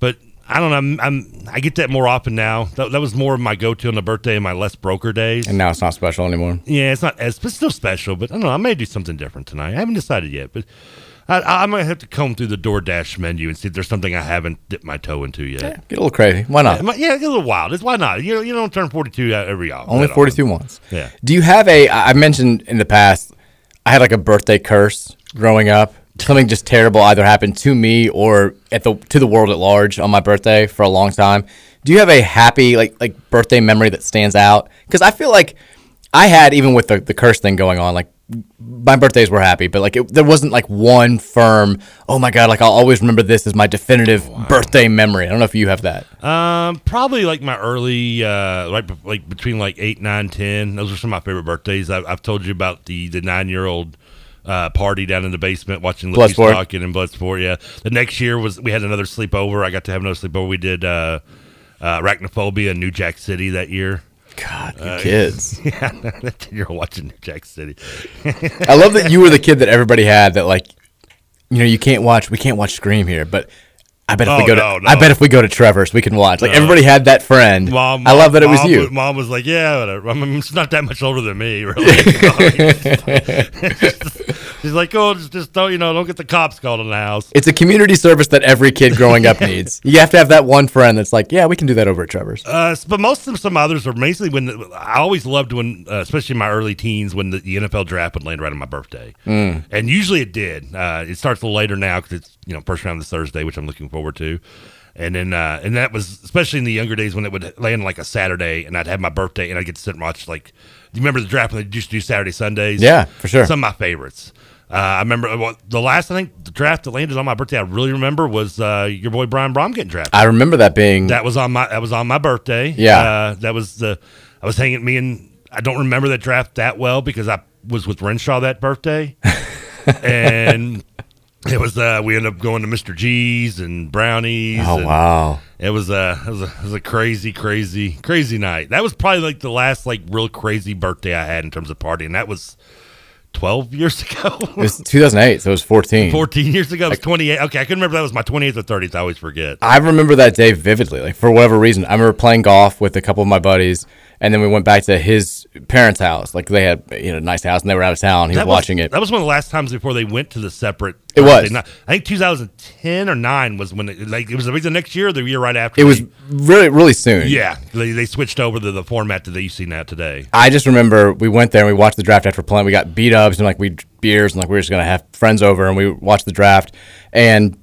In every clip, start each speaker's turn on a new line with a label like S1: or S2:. S1: but. I don't know. I'm, I'm. I get that more often now. That, that was more of my go-to on the birthday and my less broker days.
S2: And now it's not special anymore.
S1: Yeah, it's not as, but it's still special. But I don't know. I may do something different tonight. I haven't decided yet, but I, I might have to comb through the DoorDash menu and see if there's something I haven't dipped my toe into yet. Yeah,
S2: Get a little crazy. Why not?
S1: might- yeah, it's a little wild. It's why not? You you don't turn 42 out every hour.
S2: Only 42 once.
S1: Yeah.
S2: Do you have a? I I mentioned in the past, I had like a birthday curse growing up. Something just terrible either happened to me or at the to the world at large on my birthday for a long time. Do you have a happy like like birthday memory that stands out? Because I feel like I had even with the, the curse thing going on, like my birthdays were happy, but like it, there wasn't like one firm. Oh my god! Like I'll always remember this as my definitive birthday memory. I don't know if you have that.
S1: Um, probably like my early, uh, like like between like eight, nine, ten. Those are some of my favorite birthdays. I've, I've told you about the the nine year old uh, party down in the basement watching Lucky
S2: Bloodsport.
S1: Stocking and Bloodsport. Yeah, the next year was we had another sleepover. I got to have another sleepover. We did uh, uh, Arachnophobia in New Jack City that year.
S2: God,
S1: uh,
S2: kids.
S1: Yeah, that ten year old watching New Jack City.
S2: I love that you were the kid that everybody had that like you know you can't watch we can't watch Scream here, but I bet if we
S1: Oh,
S2: go
S1: no,
S2: to
S1: no.
S2: I bet if we go to Trevor's we can watch. Like
S1: No.
S2: everybody had that friend.
S1: Mom,
S2: I love that it was
S1: mom-
S2: you.
S1: Mom was like, "Yeah, whatever." I mean, it's not that much older than me, really. It's just, She's like, oh, just, just don't, you know, don't get the cops called on the house.
S2: It's a community service that every kid growing up needs. You have to have that one friend that's like, yeah, we can do that over at Trevor's.
S1: Uh, s- but most of them, some others are basically when the, I always loved when, uh, especially in my early teens, when the, the NFL draft would land right on my birthday,
S2: Mm.
S1: and usually it did. Uh, it starts a little later now because it's you know first round this Thursday, which I'm looking forward to, and then uh, and that was especially in the younger days when it would land like a Saturday, and I'd have my birthday, and I'd get to sit and watch like you remember the draft when they used to do Saturday Sundays?
S2: Yeah, for sure.
S1: Some of my favorites. Uh, I remember uh, well, the last I think the draft that landed on my birthday. I really remember was uh, your boy Brian Brom getting drafted.
S2: I remember that being
S1: That was on my that was on my birthday.
S2: Yeah.
S1: uh, that was the I was hanging me and I don't remember the draft that well because I was with Renshaw that birthday, and it was uh, we ended up going to Mr. G's and Brownies.
S2: Oh,
S1: and
S2: wow.
S1: It was a it was a, it was a crazy crazy crazy night. That was probably like the last like real crazy birthday I had in terms of partying. That was. 12 years ago.
S2: it was 2008, so it was 14.
S1: 14 years ago. It was 28. Okay, I couldn't remember that was my 28th or 30th. I always forget.
S2: I remember that day vividly, like for whatever reason. I remember playing golf with a couple of my buddies, and then we went back to his parents' house. Like they had you know, a nice house, and they were out of town. He was,
S1: That
S2: watching it.
S1: That was one of the last times before they went to the separate.
S2: It was.
S1: Thursday night. I think 2010 or nine was when it, like it was the next year, or the year right after.
S2: It was
S1: they-
S2: really, really soon.
S1: Yeah, they, they switched over to the format that you see now today.
S2: I just remember we went there and we watched the draft after playing. We got beat ups and like we dr- beers and like we were just gonna have friends over and we watched the draft. And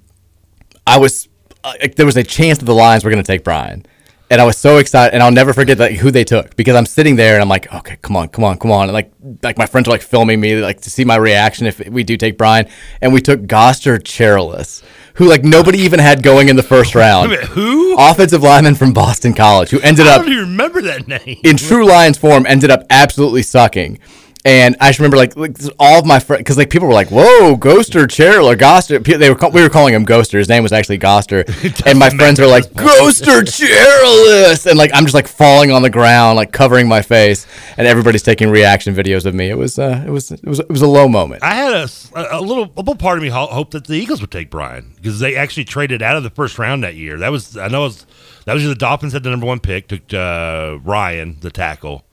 S2: I was uh, like, there was a chance that the Lions were gonna take Brian, and I was so excited. And I'll never forget like who they took because I'm sitting there and I'm like, okay, come on, come on, come on. And like like my friends are like filming me like to see my reaction if we do take Brian. And we took Goster Cherilus. Who like nobody even had going in the first round?
S1: Wait a minute, who?
S2: offensive lineman from Boston College who ended
S1: I
S2: up
S1: don't even remember that name.
S2: in true Lions form, ended up absolutely sucking. And I just remember like, like all of my friends, because like people were like, "Whoa, Ghoster, Cheryl, or Goster." Pe- They were call- we were calling him Ghoster. His name was actually Goster, and my friends were like, "Ghoster, Cherylis," and like I'm just like falling on the ground, like covering my face, and everybody's taking reaction videos of me. It was uh, it was it was it was a low moment.
S1: I had a, s- a- a little a little part of me ho- hoped that the Eagles would take Brian because they actually traded out of the first round that year. That was I know it was that was the Dolphins had the number one pick took uh, Ryan the tackle.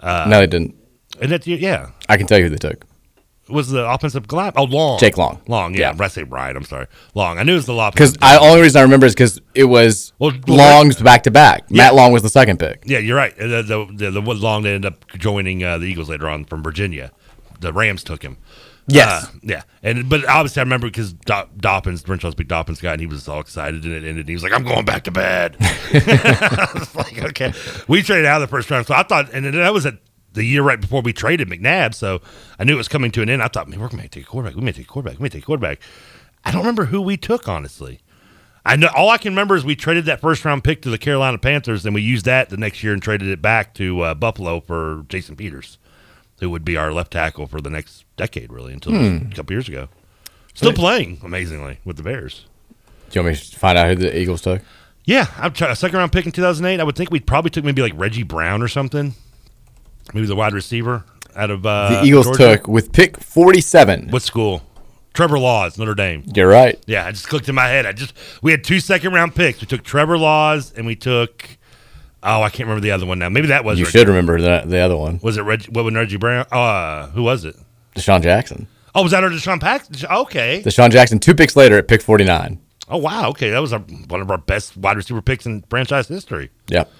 S1: Uh,
S2: no, they didn't.
S1: And that year- yeah,
S2: I can tell you who they took.
S1: was the offensive glide? Oh, Long.
S2: Jake Long.
S1: Long, yeah. I say Ryan, I'm sorry. Long. I knew it was the law.
S2: Because I only reason I remember is because it was
S1: Well,
S2: Long's back to back.
S1: Yeah. Uh,
S2: Matt Long was the second pick.
S1: Yeah, you're right. The, the, the, the one Long that ended up joining uh, the Eagles later on from Virginia. The Rams took him.
S2: Yes.
S1: Uh, yeah. And but obviously I remember because Do- Doppins, Brenshaw's big Doppins guy, and he was all excited and it ended. And he was like, "I'm going back to bed." I was like, "Okay." We traded out of the first round, so I thought, and then that was at the year right before we traded McNabb, so I knew it was coming to an end. I thought, "Man, we're going to take a quarterback. We may take a quarterback. We may take a quarterback." I don't remember who we took honestly. I know all I can remember is we traded that first round pick to the Carolina Panthers, and we used that the next year and traded it back to uh, Buffalo for Jason Peters, who would be our left tackle for the next decade, really, until
S2: Hmm.
S1: a couple years ago. Still playing amazingly with the Bears.
S2: Do you want me to find out who the Eagles took?
S1: Yeah, I'm trying a second round pick in 2008. I would think we probably took maybe like Reggie Brown or something, maybe the wide receiver out of uh,
S2: the Eagles
S1: Georgia.
S2: took with pick 47.
S1: What school? Trevor Laws, Notre Dame.
S2: You're right.
S1: Yeah, I just clicked in my head. I just we had two second round picks. We took Trevor Laws and we took oh I can't remember the other one now. Maybe that was
S2: you
S1: Reggie.
S2: should remember that the other one,
S1: Was it Reggie? What was Reggie Brown? Uh, who was it?
S2: Deshaun Jackson.
S1: Oh, was that our Deshaun Paxton? Okay.
S2: Deshaun Jackson, two picks later at pick 49.
S1: Oh wow. Okay, that was our, one of our best wide receiver picks in franchise history.
S2: Yep.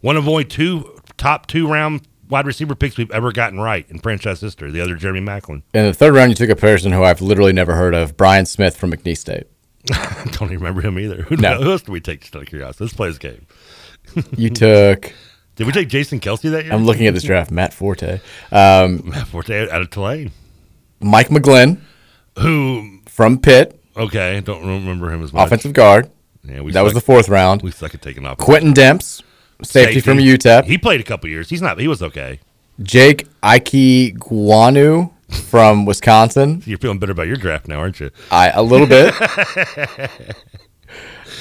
S1: One of only two top two round wide receiver picks we've ever gotten right in franchise history. The other Jeremy Macklin.
S2: In the third round, you took a person who I've literally never heard of, Brian Smith from McNeese State.
S1: I don't even remember him either. Who,
S2: No.
S1: who else did we take? Just out of curiosity, let's play this game.
S2: You took,
S1: Did we take Jason Kelsey that year?
S2: I'm looking at this draft, Matt Forte. Um,
S1: Matt Forte out of Tulane.
S2: Mike McGlynn
S1: Who?
S2: from Pitt,
S1: Okay, don't remember him as much.
S2: offensive guard.
S1: Yeah, we
S2: that was
S1: suck-
S2: the fourth round.
S1: We suck at taking off.
S2: Quentin Demps, safety, from UTEP.
S1: He played a couple years. He's not. He was okay.
S2: Jake Ike Guanu from Wisconsin.
S1: You're feeling better about your draft now, aren't you?
S2: I a little bit.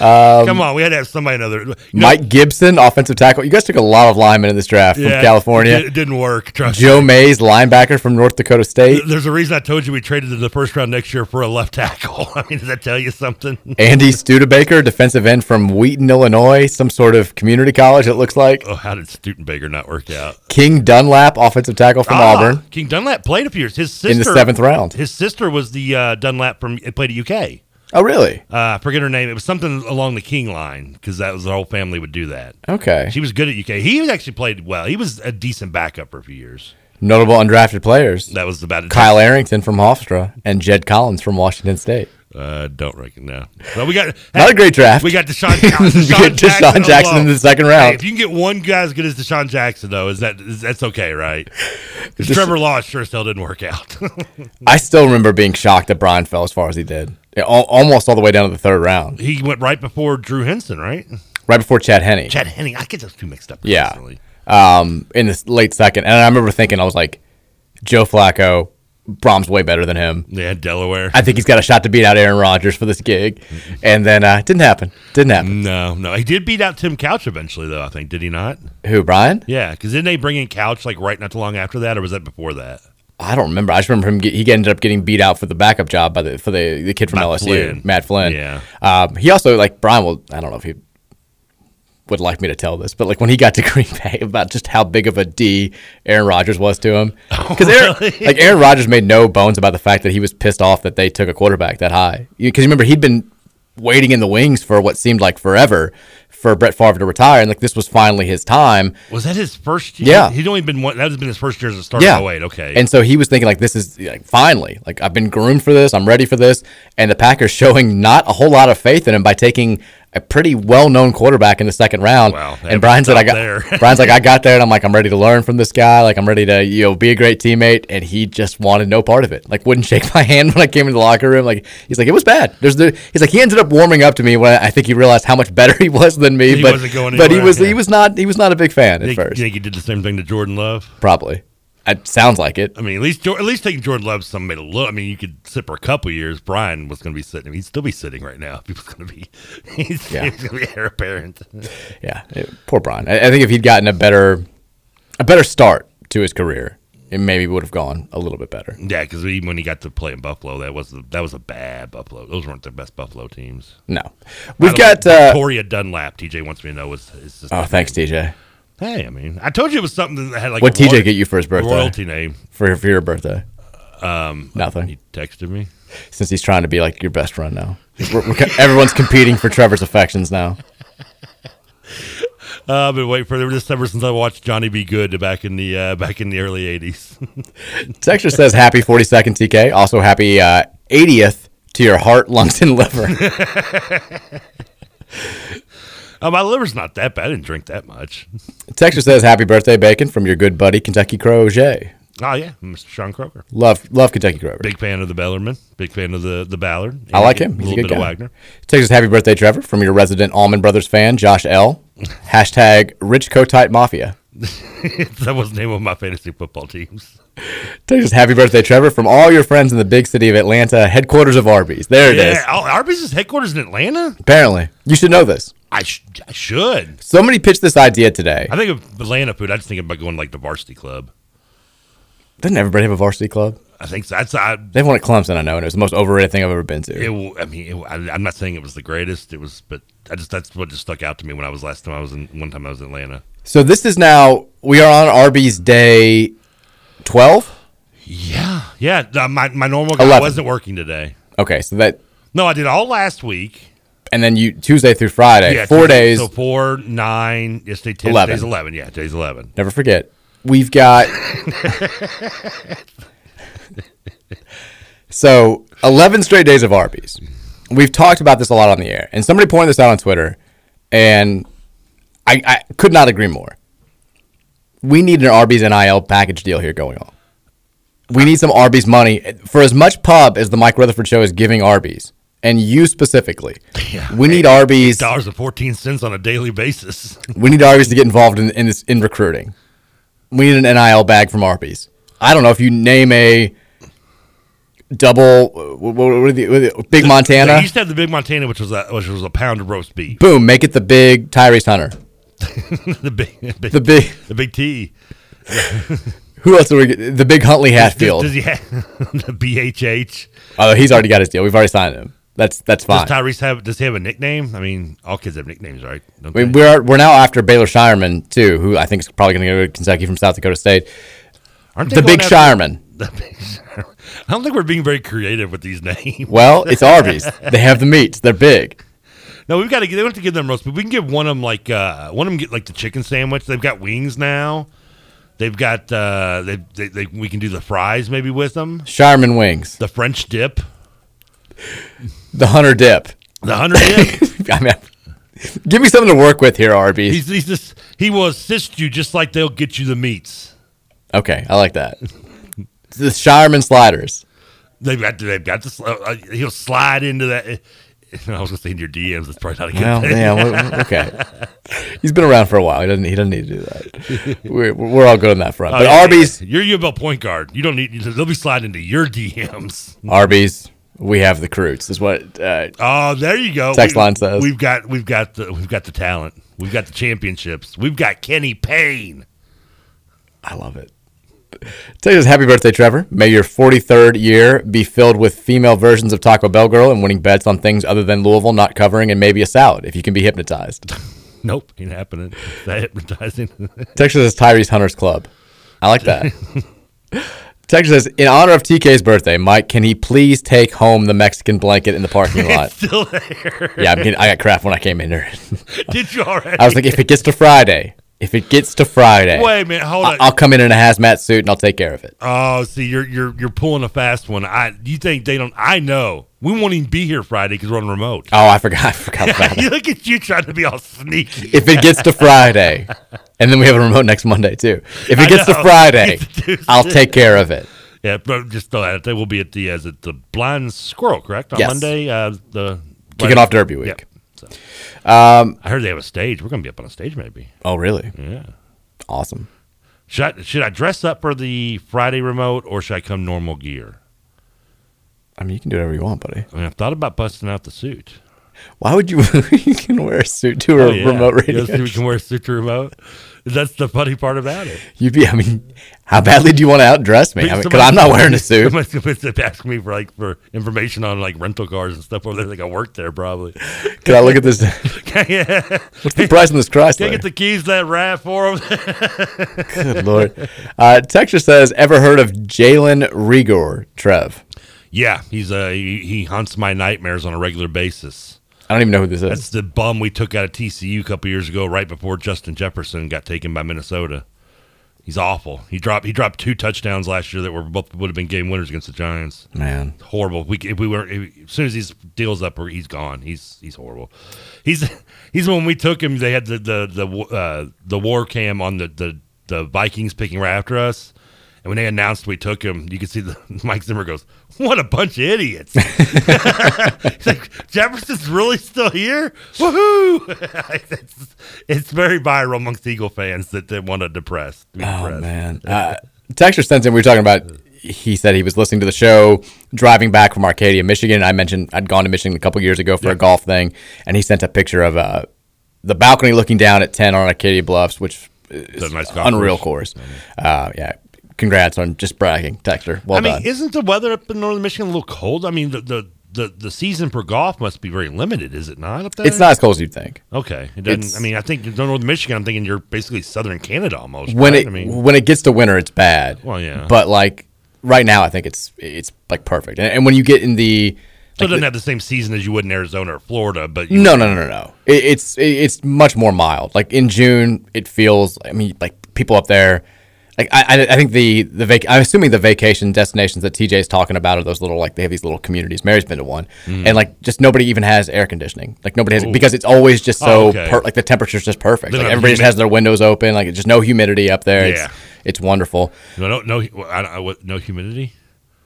S2: Um,
S1: Come on, we had to have somebody another. you know,
S2: Mike Gibson, offensive tackle. You guys took a lot of linemen in this draft
S1: yeah,
S2: from California.
S1: It, it didn't work. Trust
S2: Joe
S1: me.
S2: Mays, linebacker from North Dakota State.
S1: There's a reason I told you we traded in the first round next year for a left tackle. I mean, does that tell you something?
S2: Andy Studebaker, defensive end from Wheaton, Illinois, some sort of community college, it looks like.
S1: Oh, how did Stutenbaker not work out?
S2: King Dunlap, offensive tackle from
S1: Ah,
S2: Auburn.
S1: King Dunlap played a few years. His sister
S2: In the seventh round.
S1: His sister was the uh, Dunlap from played at UK.
S2: Oh, really?
S1: Uh, I forget her name. It was something along the King line because that was the whole family would do that.
S2: Okay.
S1: She was good at UK. He actually played well. He was a decent backup for a few years.
S2: Notable undrafted players.
S1: That was about it.
S2: Kyle Arrington from Hofstra and Jed Collins from Washington State.
S1: Uh, don't reckon no. Well, we got
S2: Not a great draft.
S1: We got Deshaun, Jackson.
S2: We get Deshaun Jackson in the second round.
S1: Hey, if you can get one guy as good as Deshaun Jackson, though, is that is, that's okay, right? 'Cause Trevor Law sure as hell didn't work out.
S2: I still remember being shocked that Brian fell as far as he did, Yeah, al- almost all the way down to the third round,
S1: he went right before Drew Henson, right?
S2: right before Chad Henney.
S1: Chad Henning. I get those two mixed up.
S2: yeah, um, in the s- late second, and I remember thinking, I was like, Joe Flacco, Brom's way better than him.
S1: Yeah, Delaware.
S2: I think he's got a shot to beat out Aaron Rodgers for this gig, and then uh, it didn't happen. Didn't happen.
S1: No, no. He did beat out Tim Couch eventually, though. I think did he not?
S2: Who Brian?
S1: Yeah, because didn't they bring in Couch like right not too long after that, or was that before that?
S2: I don't remember. I just remember him. Get, he ended up getting beat out for the backup job by the for the, the kid from
S1: Matt
S2: LSU,
S1: Flynn.
S2: Matt Flynn.
S1: Yeah.
S2: Um, he also like Brian will. I don't know if he would like me to tell this, but like when he got to Green Bay, about just how big of a D Aaron Rodgers was to him. Because
S1: Oh, really?
S2: like Aaron Rodgers made no bones about the fact that he was pissed off that they took a quarterback that high. Because remember he'd been waiting in the wings for what seemed like forever for Brett Favre to retire, and like this was finally his time.
S1: Was that his first year?
S2: Yeah.
S1: He'd only been one. That has been his first year as a starter. Oh, wait, okay.
S2: And so he was thinking like, this is like, finally, like I've been groomed for this, I'm ready for this, and the Packers showing not a whole lot of faith in him by taking a pretty well-known quarterback in the second round.
S1: Wow, they
S2: and
S1: haven't
S2: Brian said, I got
S1: stopped there.
S2: Brian's like, I got there, and I'm like, I'm ready to learn from this guy, like I'm ready to you know be a great teammate, and he just wanted no part of it. Like wouldn't shake my hand when I came into the locker room. Like he's like, it was bad. There's the he's like he ended up warming up to me when I think he realized how much better he was than me.
S1: He
S2: but
S1: wasn't going
S2: but he
S1: anywhere,
S2: was
S1: yeah.
S2: he was not he was not a big fan
S1: you
S2: at
S1: think,
S2: first.
S1: you think he did the same thing to Jordan Love?
S2: Probably. It sounds like it.
S1: I mean, at least Jor- at least taking Jordan Love some made a little. I mean, you could sit for a couple years. Brian was going to be sitting. He'd still be sitting right now. He was going to be. He's,
S2: Yeah.
S1: he was going to be heir apparent.
S2: Yeah, it- poor Brian. I, I think if he'd gotten a better, a better start to his career, it maybe would have gone a little bit better.
S1: Yeah, because even when he got to play in Buffalo, that was that was a bad Buffalo. Those weren't the best Buffalo teams.
S2: No,
S1: I
S2: we've
S1: don't
S2: got.
S1: know.
S2: Uh,
S1: Victoria Dunlap. TJ wants me to know was. Is his
S2: oh,
S1: name.
S2: thanks, TJ.
S1: Hey, I mean, I told you it was something that had like
S2: what
S1: a
S2: TJ
S1: royal-
S2: get you for his birthday?
S1: Royalty name.
S2: for for your birthday.
S1: Um,
S2: Nothing.
S1: He texted me.
S2: Since he's trying to be like your best friend now, we're, we're, co- everyone's competing for Trevor's affections now.
S1: Uh, I've been waiting for this ever since I watched Johnny Be Good back in the uh, back in the early eighties.
S2: Texture says happy 42nd TK. Also happy uh, 80th to your heart, lungs, and liver.
S1: oh, my liver's not that bad. I didn't drink that much.
S2: Texture says happy birthday, bacon, from your good buddy Kentucky Croget.
S1: Oh yeah, Mr. Sean Croker.
S2: Love love Kentucky Crow.
S1: Big fan of the Bellerman. Big fan of the the Ballard.
S2: I like
S1: And
S2: him.
S1: A
S2: He's a
S1: little
S2: good guy.
S1: bit of Wagner.
S2: Texas happy birthday, Trevor, from your resident Almond Brothers fan, Josh L. Hashtag Rich Cotite Mafia.
S1: that was the name of my fantasy football teams.
S2: Texas happy birthday, Trevor, from all your friends in the big city of Atlanta, headquarters of Arby's. There it is.
S1: yeah, oh, Arby's is headquarters in Atlanta.
S2: Apparently, you should know this.
S1: I, sh- I should.
S2: Somebody pitched this idea today.
S1: I think of Atlanta food. I just think about going to, like the varsity club.
S2: Doesn't everybody have a varsity club?
S1: I think so. that's I.
S2: They have one at Clemson, I know, and it was the most overrated thing I've ever been to.
S1: It, w- I mean, it, w- I, am not saying it was the greatest. It was, but I just that's what just stuck out to me when I was last time I was in one time I was in Atlanta.
S2: So this is now we are on Arby's day twelve.
S1: Yeah, uh, my my normal guy
S2: Eleven.
S1: wasn't working today.
S2: Okay, so that
S1: No, I did all last week.
S2: and then you Tuesday through Friday,
S1: Yeah,
S2: four
S1: Tuesday-
S2: days.
S1: So four, nine, yesterday ten,
S2: Eleven.
S1: today's eleven. Yeah, today's eleven.
S2: Never forget. We've got so eleven straight days of Arby's. We've talked about this a lot on the air, and somebody pointed this out on Twitter, and I, I could not agree more. We need an Arby's NIL package deal here going on. We need some Arby's money for as much pub as the Mike Rutherford Show is giving Arby's, and you specifically. we need Arby's.
S1: Dollars and fourteen cents on a daily basis.
S2: We need Arby's to get involved in, in this in recruiting. We need an NIL bag from Arby's. I don't know if you name a double. What, what, are the, what are the- big Montana?
S1: They used to have the big Montana, which was a, which was a pound of roast beef.
S2: Boom! Make it the big Tyrese Hunter.
S1: the big, big,
S2: The big-
S1: the big T.
S2: Who else? Are we, get- the big Huntley Hatfield.
S1: Does, does he have the BHH?
S2: Oh, he's already got his deal. We've already signed him. That's that's fine.
S1: Does Tyrese have? Does he have a nickname? I mean, all kids have nicknames, right? Don't
S2: I mean, we're we're now after Baylor Shireman too, who I think is probably going to go to Kentucky from South Dakota State.
S1: Aren't they
S2: the
S1: going
S2: Big
S1: after-
S2: Shireman?
S1: The big Shireman. I don't think we're being very creative with these names.
S2: Well, it's Arby's. they have the meats. They're big.
S1: No, we've got to. They don't have to give them roast, but we can give one of them like uh, one of them get like the chicken sandwich. They've got wings now. They've got uh, they, they, they we can do the fries maybe with them.
S2: Shireman wings.
S1: The French dip.
S2: The Hunter dip.
S1: The Hunter dip.
S2: I mean, give me something to work with here, Arby's.
S1: He's, he's just he will assist you just like they'll get you the meats.
S2: okay, I like that. the Shireman sliders.
S1: They've got they've got this. Uh, he'll slide into that. eh, I was gonna say in your DMs. That's probably not a good
S2: Well,
S1: thing.
S2: yeah, well, okay. He's been around for a while. He doesn't. He doesn't need to do that. We're, we're all good on that front.
S1: Oh,
S2: But
S1: yeah,
S2: Arby's,
S1: yeah. you're UofL point guard. You don't need. They'll be sliding into your DMs.
S2: Arby's, we have the crews. Is what uh,
S1: Oh, there you go.
S2: Text line says.
S1: we've got we've got the we've got the talent. We've got the championships. We've got Kenny Payne.
S2: I love it. Texas, happy birthday, Trevor. May your 43rd year be filled with female versions of Taco Bell Girl and winning bets on things other than Louisville, not covering, and maybe a salad if you can be hypnotized.
S1: Nope, ain't happening. Is that hypnotizing?
S2: Texas is Tyrese Hunter's club. I like that. Texas says, in honor of TK's birthday, Mike, can he please take home the Mexican blanket in the parking lot?
S1: It's still there.
S2: yeah, I'm getting, I got crap when I came in here.
S1: Did you already?
S2: I was like, if it gets to Friday, if it gets to Friday,
S1: Wait a minute, hold
S2: I-
S1: on.
S2: I'll come in in a hazmat suit and I'll take care of it.
S1: Oh, see, you're you're you're pulling a fast one. I you think they don't? I know. We won't even be here Friday because we're on remote.
S2: Oh, I forgot. I forgot about that.
S1: you look at you trying to be all sneaky.
S2: if it gets to Friday, and then we have a remote next Monday too. If
S1: I
S2: it gets to
S1: know.
S2: Friday,
S1: It's Tuesday.
S2: I'll take care of it.
S1: Yeah, but just throw that out there. We'll be at the as at the Blind Squirrel, correct? On
S2: Yes.
S1: Monday, uh, the
S2: Kicking off Derby week.
S1: Yep. So,
S2: Um,
S1: I heard they have a stage. We're going to be up on a stage, maybe.
S2: oh, really?
S1: Yeah.
S2: Awesome.
S1: Should I, should I dress up for the Friday remote or should I come normal gear?
S2: I mean, you can do whatever you want, buddy.
S1: I mean, I've thought about busting out the suit.
S2: Why would you? you can wear a suit to a
S1: Oh, yeah.
S2: remote radio.
S1: You know, see, we can wear a suit to remote. That's the funny part about it.
S2: You'd be. I mean, how badly do you want to outdress me? Because
S1: Somebody-
S2: I'm not wearing a suit.
S1: Somebody's gonna be asking me for like for information on like rental cars and stuff over there. Like I work there probably.
S2: Can I look at this?
S1: yeah.
S2: What's the price on this
S1: Can I
S2: Chrysler?
S1: get the keys to that rap for them?
S2: Good lord. Uh, Texture says, "Ever heard of Jalen Rigor, Trev?
S1: yeah, he's uh he, he hunts my nightmares on a regular basis.
S2: I don't even know who this is.
S1: That's the bum we took out of TCU a couple years ago, right before Justin Jefferson got taken by Minnesota. He's awful. He dropped he dropped two touchdowns last year that were both would have been game winners against the Giants.
S2: Man,
S1: horrible. We if we were if, as soon as his deal's up, we're- he's gone. He's he's horrible. He's he's when we took him. They had the the the uh, the war cam on the the the Vikings picking right after us. And when they announced we took him, you could see the Mike Zimmer goes, "What a bunch of idiots!" He's like, Jefferson's really still here. Woohoo! it's, it's very viral amongst Eagle fans that they want to depress. be
S2: Oh
S1: depressed.
S2: man, uh, Texture sent in. We were talking about. He said he was listening to the show driving back from Arcadia, Michigan. And I mentioned I'd gone to Michigan a couple years ago for a golf thing, and he sent a picture of uh, the balcony looking down at ten on Arcadia Bluffs, which is
S1: It's a nice golf
S2: unreal
S1: course.
S2: course. Uh, yeah, congrats on just bragging, Texture. Well
S1: I mean,
S2: done.
S1: isn't the weather up in northern Michigan a little cold? I mean, the, the, the, the season for golf must be very limited, is it not? Up there,
S2: It's not as cold as you'd think.
S1: Okay, it doesn't.
S2: It's-
S1: I mean, I think in northern Michigan. I'm thinking you're basically southern Canada almost.
S2: When
S1: right?
S2: it
S1: I mean,
S2: when it gets to winter, it's bad.
S1: Well, yeah.
S2: but like right now, I think it's it's like perfect. And, and when you get in the
S1: so it doesn't have the same season as you would in Arizona or Florida, but you,
S2: No, no, no, no, no. It, it's it, it's much more mild. Like in June, it feels. I mean, like people up there. Like I, I- I think the the vac- I'm assuming the vacation destinations that TJ's talking about are those little like they have these little communities. Mary's been to one,
S1: Mm-hmm.
S3: Mm.
S2: and like just nobody even has air conditioning. Like nobody has
S3: Ooh.
S2: because it's always just so
S3: Oh, okay.
S2: per- like the temperature's just perfect.
S1: They don't
S2: Like
S1: have
S2: everybody just
S1: humid-
S2: has their windows open. Like just no humidity up there.
S1: Yeah.
S2: It's, it's wonderful.
S1: no, no, no, well, I, I, what, no humidity.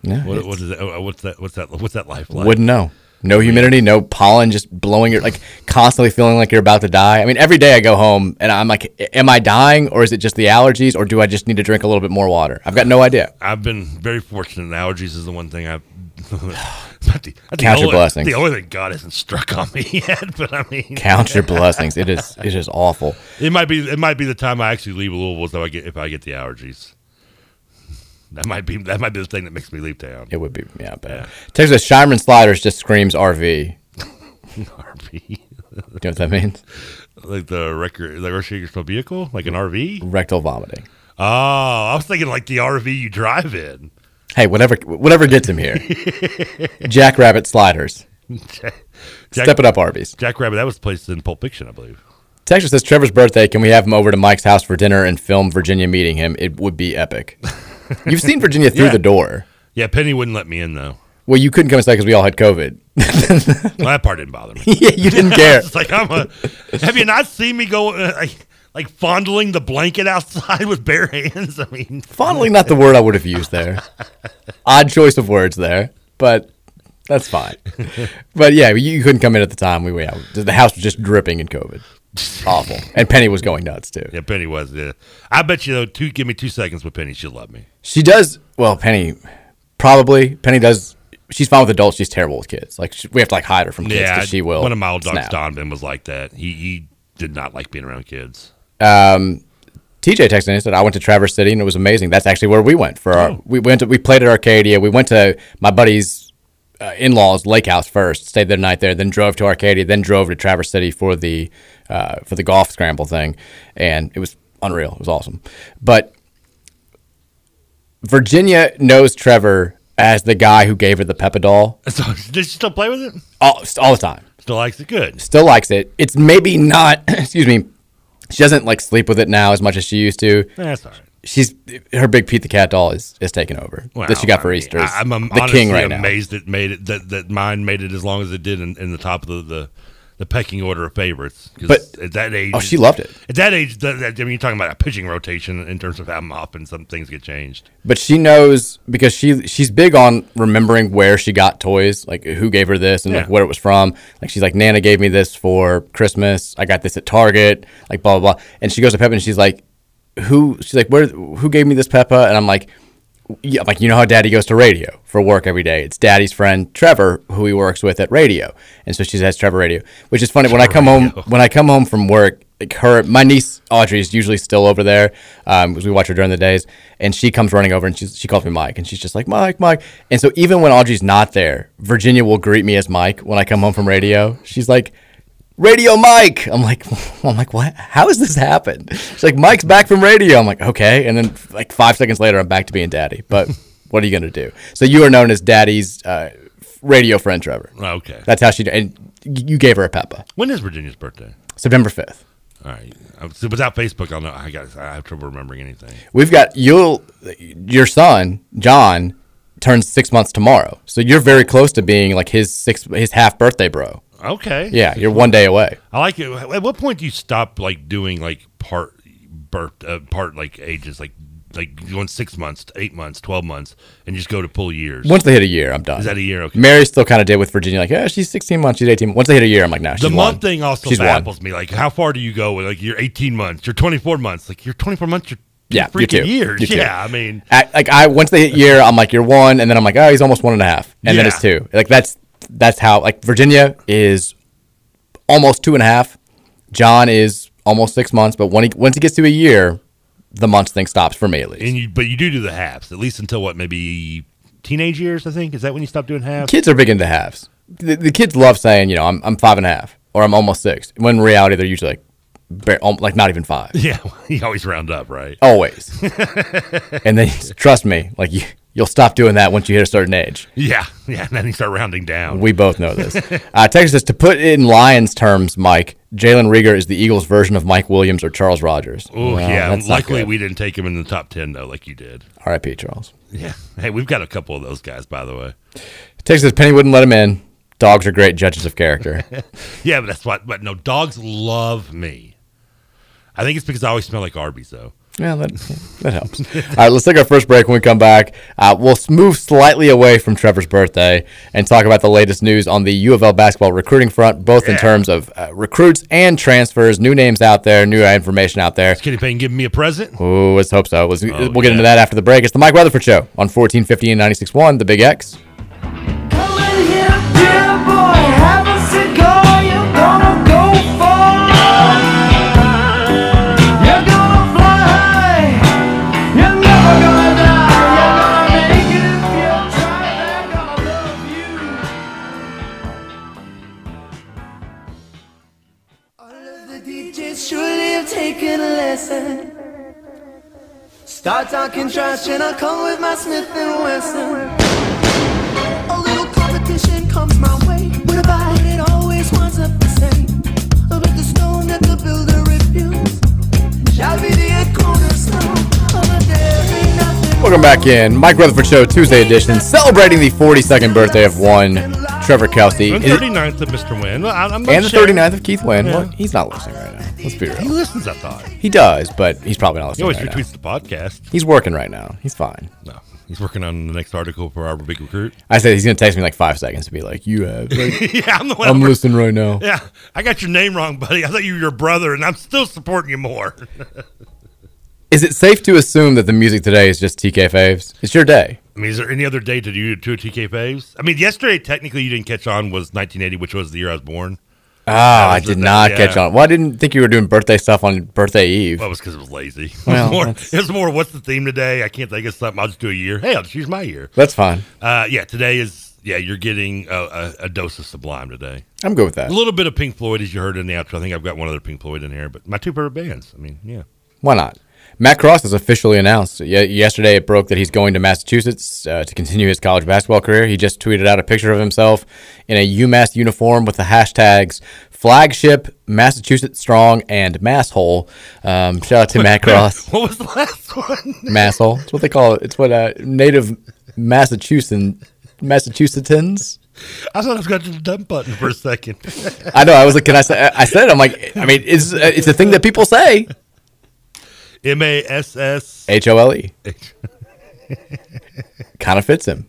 S2: No,
S1: what,
S2: it's-
S1: what is that? oh, What's that? What's that? What's that life like?
S2: Wouldn't know. No humidity, no pollen, just blowing your like constantly feeling like you're about to die. I mean, every day I go home and I'm like, am I dying or is it just the allergies or do I just need to drink a little bit more water? I've got no idea.
S1: I've been very fortunate. in Allergies is the one thing I've Not the, not the
S2: Count your
S1: only-
S2: blessings.
S1: The only thing God hasn't struck on me yet, but I mean,
S2: Count your blessings. It is it is awful.
S1: It might be. It might be the time I actually leave Louisville if I get if I get the allergies. That might be. That might be the thing that makes me leave town.
S2: It would be. Yeah, but Texas Shireman Sliders just screams RV.
S1: RV. You
S2: know what that means?
S1: Like the record, like recreational vehicle, like an RV.
S2: Rectal vomiting.
S1: Oh, I was thinking like the RV you drive in.
S2: Hey, whatever whatever gets him here. Jackrabbit Sliders.
S1: Jack,
S2: Step it up, Arby's.
S1: Jack Rabbit. That was placed in Pulp Fiction, I believe.
S2: Texas says Trevor's birthday. Can we have him over to Mike's house for dinner and film Virginia meeting him? It would be epic. You've seen Virginia through
S1: Yeah.
S2: the door.
S1: Yeah, Penny wouldn't let me in though.
S2: Well, you couldn't come inside because we all had COVID.
S1: Well, that part didn't bother me.
S2: Yeah, you didn't care.
S1: it's like I'm a. Have you not seen me go uh, like, like fondling the blanket outside with bare hands? I mean,
S2: Fondling, not the word I would have used there. Odd choice of words there, but that's fine. But yeah, you you couldn't come in at the time. We were out. The house was just dripping in COVID. Awful. And Penny was going nuts too.
S1: Yeah, Penny was. Yeah, I bet you though. Two, give me two seconds with Penny. She'll love me.
S2: She does well. Penny, probably Penny does. She's fine with adults. She's terrible with kids. Like she, we have to like hide her from kids.
S1: yeah,
S2: 'cause she will.
S1: One of my old dogs,
S2: snap.
S1: Donovan, was like that. He he did not like being around kids.
S2: Um, TJ texted in and said, "I went to Traverse City and it was amazing. That's actually where we went for
S1: Oh.
S2: our. We went to we played at Arcadia. We went to my buddy's uh, in laws lake house first. Stayed the night there. Then drove to Arcadia. Then drove to Traverse City for the uh, for the golf scramble thing, and it was unreal. It was awesome. But Virginia knows Trevor as the guy who gave her the Pepidol
S1: So did she still play with it?
S2: all, all the time.
S1: Still likes it. Good.
S2: Still likes it. It's maybe not. excuse me. She doesn't like sleep with it now as much as she used to.
S1: That's all right.
S2: She's her big Pete the Cat doll is is taken over
S1: Well,
S2: that she got for
S1: I mean,
S2: Easter. is
S1: I, am
S2: the
S1: honestly
S2: king right now.
S1: amazed it made it that, that mine made it as long as it did in, in the top of the, the, the pecking order of favorites. 'Cause
S2: But-
S1: at that age,
S2: oh, she loved it.
S1: At that age, that, that, I mean, you're talking about a pitching rotation in terms of how often some things get changed.
S2: But she knows because she she's big on remembering where she got toys, like who gave her this and like
S1: Yeah.
S2: where it was from. Like she's like, Nana gave me this for Christmas. I got this at Target. Like blah blah blah. And she goes to Peppa and she's like, who? She's like, where? Who gave me this Peppa? And I'm like. Yeah, I'm like you know how Daddy goes to radio for work every day. It's Daddy's friend Trevor, who he works with at radio, and so she says Trevor Radio, which is funny. When I come home, when I come home from work, like her, my niece Audrey is usually still over there um, because we watch her during the days, and she comes running over and she she calls me Mike, and she's just like Mike, Mike, and so even when Audrey's not there, Virginia will greet me as Mike when I come home from radio. She's like. Radio Mike. I'm like, I'm like, what? How has this happened? She's like, Mike's back from radio. I'm like, okay. And then like five seconds later, I'm back to being daddy. But what are you gonna do? So you are known as daddy's uh, radio friend, Trevor.
S1: Okay.
S2: That's how she. And you gave her a Peppa.
S1: When is Virginia's birthday?
S2: September fifth.
S1: All right. I'm- so without Facebook, I'll know. I got. I have trouble remembering anything.
S2: We've got you'll your son John turns six months tomorrow. So you're very close to being like his six his half birthday bro.
S1: Okay.
S2: Yeah, you're one day away.
S1: I like it. At what point do you stop like doing like part birth uh, part like ages like like going six months, to eight months, twelve months, and just go to full years?
S2: Once they hit a year, I'm done.
S1: Is that a year? Okay.
S2: Mary still kind of did with Virginia, like, yeah, she's 16 months, she's 18. Once they hit a year, I'm like, no, she's
S1: the
S2: won.
S1: month thing also
S2: she's won.
S1: baffles me. Like, how far do you go? With, like, you're 18 months, you're 24 months, like you're 24 months, you're
S2: Yeah, you
S1: freaking
S2: too.
S1: years.
S2: You too.
S1: yeah, I mean,
S2: I, like I once they hit year, I'm like you're one, and then I'm like oh he's almost one and a half, and then
S1: Yeah.
S2: it's two. Like that's that's how like Virginia is almost two and a half. John is almost six months, but when he once he gets to a year, the months thing stops for me at least.
S1: and you but you do do the halves at least until what maybe teenage years. I think is that when you stop doing halves.
S2: Kids are big into halves. The, the kids love saying you know I'm I'm five and a half or I'm almost six. When in reality they're usually like bare, al- like not even five.
S1: Yeah, you always round up,
S2: Oh.
S1: right?
S2: Always. and then trust me, like you you'll stop doing that once you hit a certain age.
S1: Yeah, yeah, and then you start rounding down.
S2: We both know this. Uh, Texas says to put it in Lions terms, Mike Jalen Rieger is the Eagles' version of Mike Williams or Charles Rogers.
S1: Oh
S2: Well,
S1: yeah,
S2: that's not
S1: luckily
S2: good.
S1: we didn't take him in the top ten though, like you did.
S2: R.I.P. Charles.
S1: Yeah. Hey, we've got a couple of those guys, by the way.
S2: Texas says Penny wouldn't let him in. Dogs are great judges of character.
S1: yeah, but that's why. But no, dogs love me. I think it's because I always smell like Arby's, though.
S2: yeah, that that helps. All right, let's take our first break. When we come back, uh, we'll s- move slightly away from Trevor's birthday and talk about the latest news on the U of L basketball recruiting front, both in
S1: Yeah.
S2: terms of uh, recruits and transfers, new names out there, new information out there.
S1: Kenny Payne giving me a present.
S2: Oh, let's hope so. Let's, we'll get into that after the break. It's the Mike Rutherford Show on 1450 and 96.1, The Big X.
S3: Start talking trash and I come with my Smith and Wesson. A little competition comes my way. What about it always winds up the same? But the stone that the builder refused shall be the cornerstone of a daily nothing.
S2: Welcome back in. Mike Rutherford Show, Tuesday edition, celebrating the 42nd birthday of one Trevor Kelsey.
S1: And 39th of Mr. Wynn. I- I'm not
S2: and the
S1: sure.
S2: 39th of Keith Wynn.
S1: Yeah.
S2: Well, he's not listening right now. Let's be real.
S1: He listens, I thought.
S2: He does, but he's probably not listening
S1: He always
S2: right now.
S1: retweets the podcast.
S2: He's working right now. He's fine.
S1: No, he's working on the next article for our big recruit.
S2: I said he's gonna text me in like five seconds to be like, "You have."
S1: yeah, I'm the one.
S2: I'm
S1: over-
S2: listening right now.
S1: Yeah, I got your name wrong, buddy. I thought you were your brother, and I'm still supporting you more.
S2: Is it safe to assume that the music today is just TK faves? It's your day.
S1: I mean, is there any other day to do two TK faves? I mean, yesterday technically you didn't catch on was 1980, which was the year I was born.
S2: Ah,
S1: Oh, That
S2: I
S1: was the
S2: did
S1: day,
S2: not
S1: yeah.
S2: catch on. Well, I didn't think you were doing birthday stuff on birthday eve.
S1: Well, it was because it was lazy. It was,
S2: Well,
S1: more,
S2: that's-
S1: it was more, what's the theme today? I can't think of something. I'll just do a year. Hey, I'll just use my year.
S2: That's fine.
S1: Uh, yeah, today is, yeah, you're getting a, a, a dose of Sublime today.
S2: I'm good with that.
S1: A little bit of Pink Floyd, as you heard in the outro. I think I've got one other Pink Floyd in here, but my two favorite bands. I mean, yeah.
S2: Why not? Matt Cross has officially announced. Ye- yesterday, it broke that he's going to Massachusetts uh, to continue his college basketball career. He just tweeted out a picture of himself in a UMass uniform with the hashtags flagship, Massachusetts strong, and masshole. Um, shout out to Matt Cross.
S1: What was the last one?
S2: masshole. It's what they call it. It's what uh, native Massachusetts Massachusettsans.
S1: I thought I was going to the dumb button for a second.
S2: I know. I was like, can I say? I said it. I'm like, I mean, it's it's a thing that people say.
S1: M A S S.
S2: H O L E. Kind of fits him.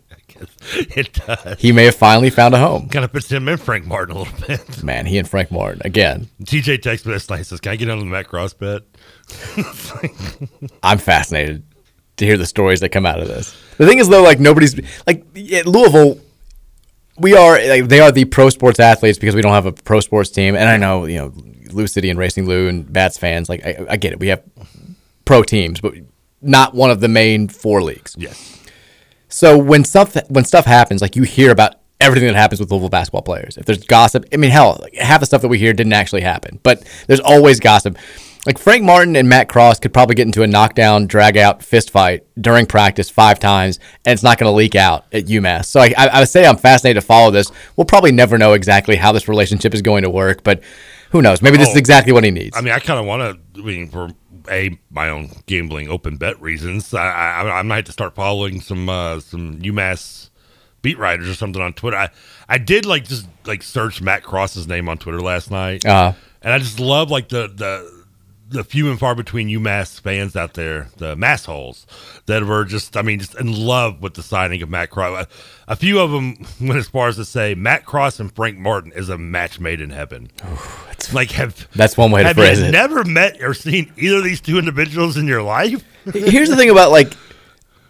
S1: It does.
S2: He may have finally found a home.
S1: Kind of puts him and Frank Martin a little bit.
S2: Man, he and Frank Martin again.
S1: TJ texts me last night and says, Can I get on the Matt Cross bet? It's like,
S2: I'm fascinated to hear the stories that come out of this. The thing is, though, like nobody's like at Louisville. We are like they are the pro sports athletes because we don't have a pro sports team. And I know you know Lou City and Racing Lou and Bats fans. Like I, I get it. We have pro teams, but not one of the main four leagues.
S1: Yes.
S2: So when stuff when stuff happens, like you hear about everything that happens with Louisville basketball players. If there's gossip, I mean, hell, like, half the stuff that we hear didn't actually happen, but there's always gossip. Like Frank Martin and Matt Cross could probably get into a knockdown, drag out fist fight during practice five times, and it's not going to leak out at UMass. So I, I, I would say I'm fascinated to follow this. We'll probably never know exactly how this relationship is going to work, but who knows? Maybe this is
S1: Oh.
S2: exactly what he needs.
S1: I mean, I kind of want to, I mean, for a my own gambling open bet reasons, I, I, I might have to start following some uh, some UMass beat writers or something on Twitter. I, I did like just like search Matt Cross's name on Twitter last night,
S2: Uh-huh.
S1: and I just love like the the the few and far between UMass fans out there, the mass holes that were just, I mean, just in love with the signing of Matt Cross. A, a few of them went as far as to say Matt Cross and Frank Martin is a match made in heaven. like, have
S2: that's one way to
S1: have
S2: phrase
S1: you
S2: it.
S1: Never met or seen either of these two individuals in your life.
S2: Here's the thing about like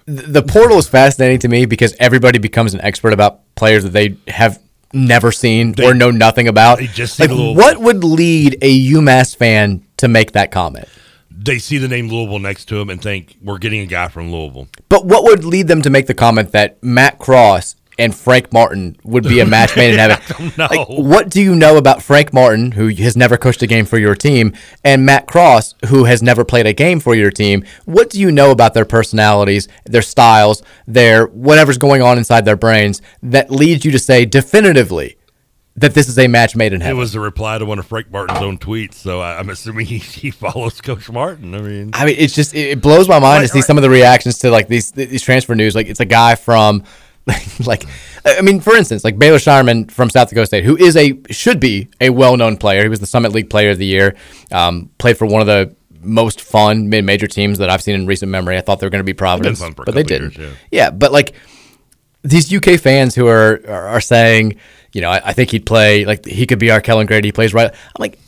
S2: th- the portal is fascinating to me because everybody becomes an expert about players that they have never seen or know nothing about.
S1: just see
S2: like,
S1: the little-
S2: what would lead a UMass fan to make that comment?
S1: They see the name Louisville next to them and think we're getting a guy from Louisville.
S2: But what would lead them to make the comment that Matt Cross and Frank Martin would be a match made in heaven?
S1: No,
S2: Like, what do you know about Frank Martin, who has never coached a game for your team, and Matt Cross, who has never played a game for your team? What do you know about their personalities, their styles, their whatever's going on inside their brains that leads you to say definitively that this is a match made in
S1: it
S2: heaven?
S1: was a reply to one of Frank Martin's own tweets, so I, I'm assuming he, he follows Coach Martin. I mean,
S2: I mean, it's just it, it blows my mind
S1: Right,
S2: to see some of the reactions to like these these transfer news. Like it's a guy from. like, I mean, for instance, like Baylor Shireman from South Dakota State, who is a should be a well known player. He was the Summit League Player of the Year. Um, played for one of the most fun mid major teams that I've seen in recent memory. I thought they were going to be Providence,
S1: fun for a
S2: but they
S1: couple
S2: didn't.
S1: years,
S2: yeah. but like these UK fans who are are, are saying, you know, I, I think he'd play like he could be our Kellen Grady. He plays right. I'm like,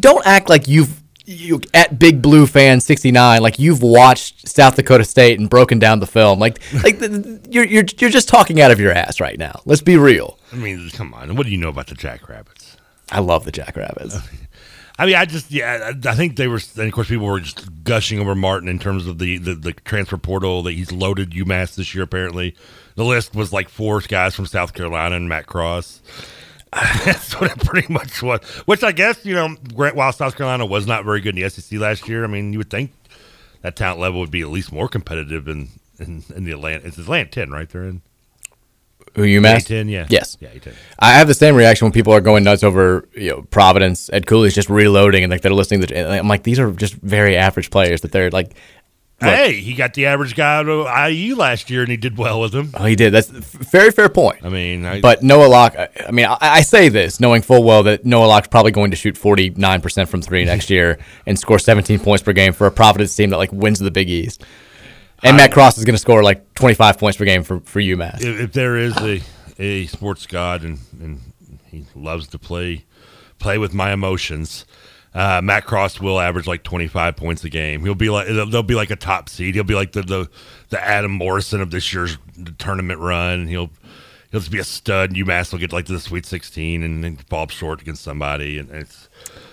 S2: don't act like you've you at Big Blue Fan 69, like you've watched South Dakota State and broken down the film. Like, like the, the- you're, you're, you're just talking out of your ass right now. Let's be real.
S1: I mean, come on. What do you know about the Jackrabbits?
S2: I love the Jackrabbits.
S1: I mean, I just yeah, I, I think they were. And of course, people were just gushing over Martin in terms of the, the the transfer portal that he's loaded UMass this year. Apparently, the list was like four guys from South Carolina and Matt Cross. That's what it pretty much was. Which I guess you know, gra- while South Carolina was not very good in the SEC last year, I mean, you would think that talent level would be at least more competitive in in, in the Atlanta. It's Atlanta ten, right? They're in.
S2: Who you mass?
S1: A10, yeah.
S2: Yes.
S1: Yeah, A10.
S2: I have the same reaction when people are going nuts over you know Providence Ed Cooley's just reloading and like they're listening to. and I'm like these are just very average players that they're like. look,
S1: hey, he got the average guy out of IU last year, and he did well with him.
S2: Oh, he did. That's a very fair point.
S1: I mean, I,
S2: But Noah Locke, I- I mean, I, I say this knowing full well that Noah Locke's probably going to shoot 49% from three next year and score 17 points per game for a Providence team that like wins the Big East. And Matt Cross is going to score like 25 points per game for, for UMass.
S1: if, if there is a, a sports god and, and he loves to play play with my emotions, uh, Matt Cross will average like twenty five points a game. He'll be like they'll, they'll be like a top seed. He'll be like the, the the Adam Morrison of this year's tournament run. He'll he'll just be a stud. UMass will get like to the Sweet Sixteen and then fall short against somebody, and it's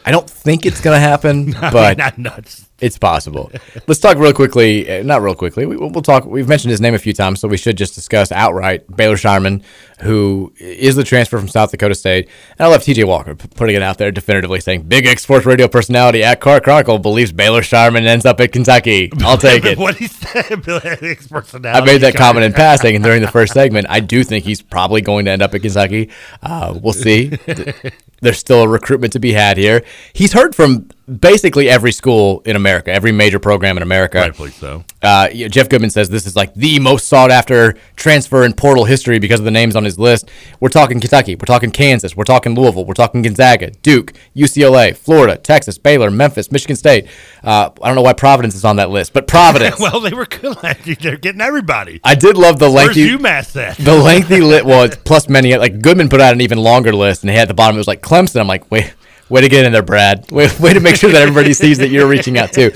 S2: I don't think it's going to happen,
S1: I mean,
S2: but
S1: not nuts.
S2: it's possible. Let's talk real quickly. uh, Not real quickly. We, we'll talk. We've mentioned his name a few times, so we should just discuss outright Baylor Shireman, who is the transfer from South Dakota State. And I love TJ Walker p- putting it out there definitively saying, Big X Sports Radio personality at Car Chronicle believes Baylor Shireman ends up at Kentucky. I'll take it.
S1: what he said, Bill Hannick's personality.
S2: I made that comment in passing, and during the first segment, I do think he's probably going to end up at Kentucky. Uh, we'll see. Th- There's still a recruitment to be had here. He's heard from basically every school in America, every major program in America.
S1: Rightfully so.
S2: Uh, yeah, Jeff Goodman says this is like the most sought after transfer in portal history because of the names on his list. We're talking Kentucky, we're talking Kansas, we're talking Louisville, we're talking Gonzaga, Duke, UCLA, Florida, Texas, Baylor, Memphis, Michigan State. Uh, I don't know why Providence is on that list, but Providence.
S1: well, they were good last year. They're getting everybody.
S2: I did love the
S1: Where's
S2: lengthy
S1: UMass at?
S2: the lengthy lit well, it's plus many. Like Goodman put out an even longer list, and he had at the bottom it was like Clemson. I'm like, wait, way to get in there, Brad. Way, way to make sure that everybody sees that you're reaching out too.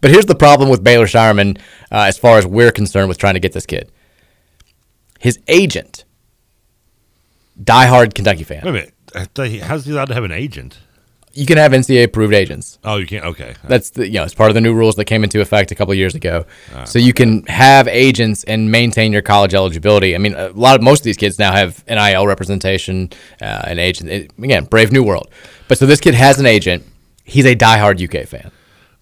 S2: But here's the problem with Baylor Shireman, uh, as far as we're concerned with trying to get this kid. His agent, diehard Kentucky fan.
S1: Wait a minute. I thought he- How's he allowed to have an agent?
S2: You can have NCAA approved agents.
S1: Oh, you can't. Okay.
S2: That's the you know it's part of the new rules that came into effect a couple years ago. so you can have agents and maintain your college eligibility. I mean, a lot of most of these kids now have NIL representation, uh, an agent. It- again, brave new world. But so this kid has an agent. He's a diehard UK fan.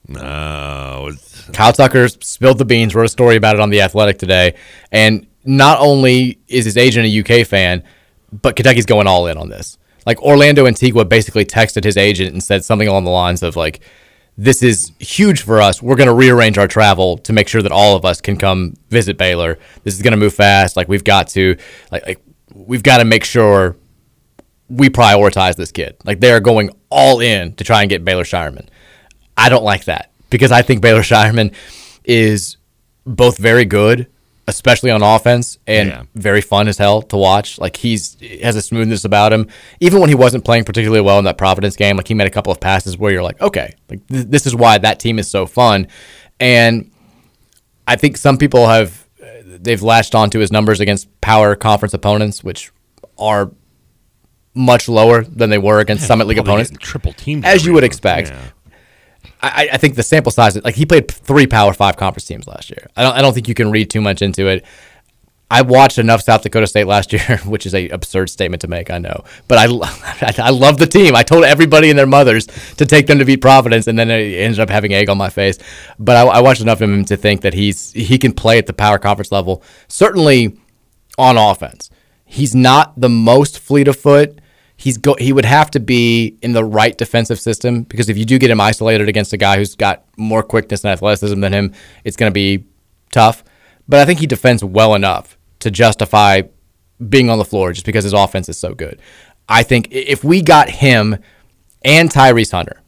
S1: No. It's,
S2: Kyle Tucker spilled the beans, wrote a story about it on The Athletic today. And not only is his agent a UK fan, but Kentucky's going all in on this. Like Orlando Antigua basically texted his agent and said something along the lines of like, this is huge for us. We're going to rearrange our travel to make sure that all of us can come visit Baylor. This is going to move fast. Like we've got to, like, like we've got to make sure we prioritize this kid. Like they are going all in to try and get Baylor Shireman. I don't like that because I think Baylor Shireman is both very good, especially on offense, and
S1: Yeah.
S2: very fun as hell to watch. Like he's has a smoothness about him. Even when he wasn't playing particularly well in that Providence game, like he made a couple of passes where you're like, okay, like th- this is why that team is so fun. And I think some people have they've latched onto his numbers against power conference opponents, which are much lower than they were against Summit League
S1: Well, they're
S2: opponents,
S1: getting triple teamed
S2: as you would
S1: everywhere.
S2: expect.
S1: Yeah.
S2: I, I- I think the sample size, like he played three Power Five conference teams last year. I don't, I don't think you can read too much into it. I watched enough South Dakota State last year, which is a absurd statement to make, I know, but I, lo- I, I love the team. I told everybody and their mothers to take them to beat Providence, and then I ended up having egg on my face. But I, I watched enough of him to think that he's he can play at the power conference level. Certainly, on offense. He's not the most fleet of foot. He's go, he would have to be in the right defensive system because if you do get him isolated against a guy who's got more quickness and athleticism than him, it's going to be tough. But I think he defends well enough to justify being on the floor just because his offense is so good. I think i- if we got him and Tyrese Hunter,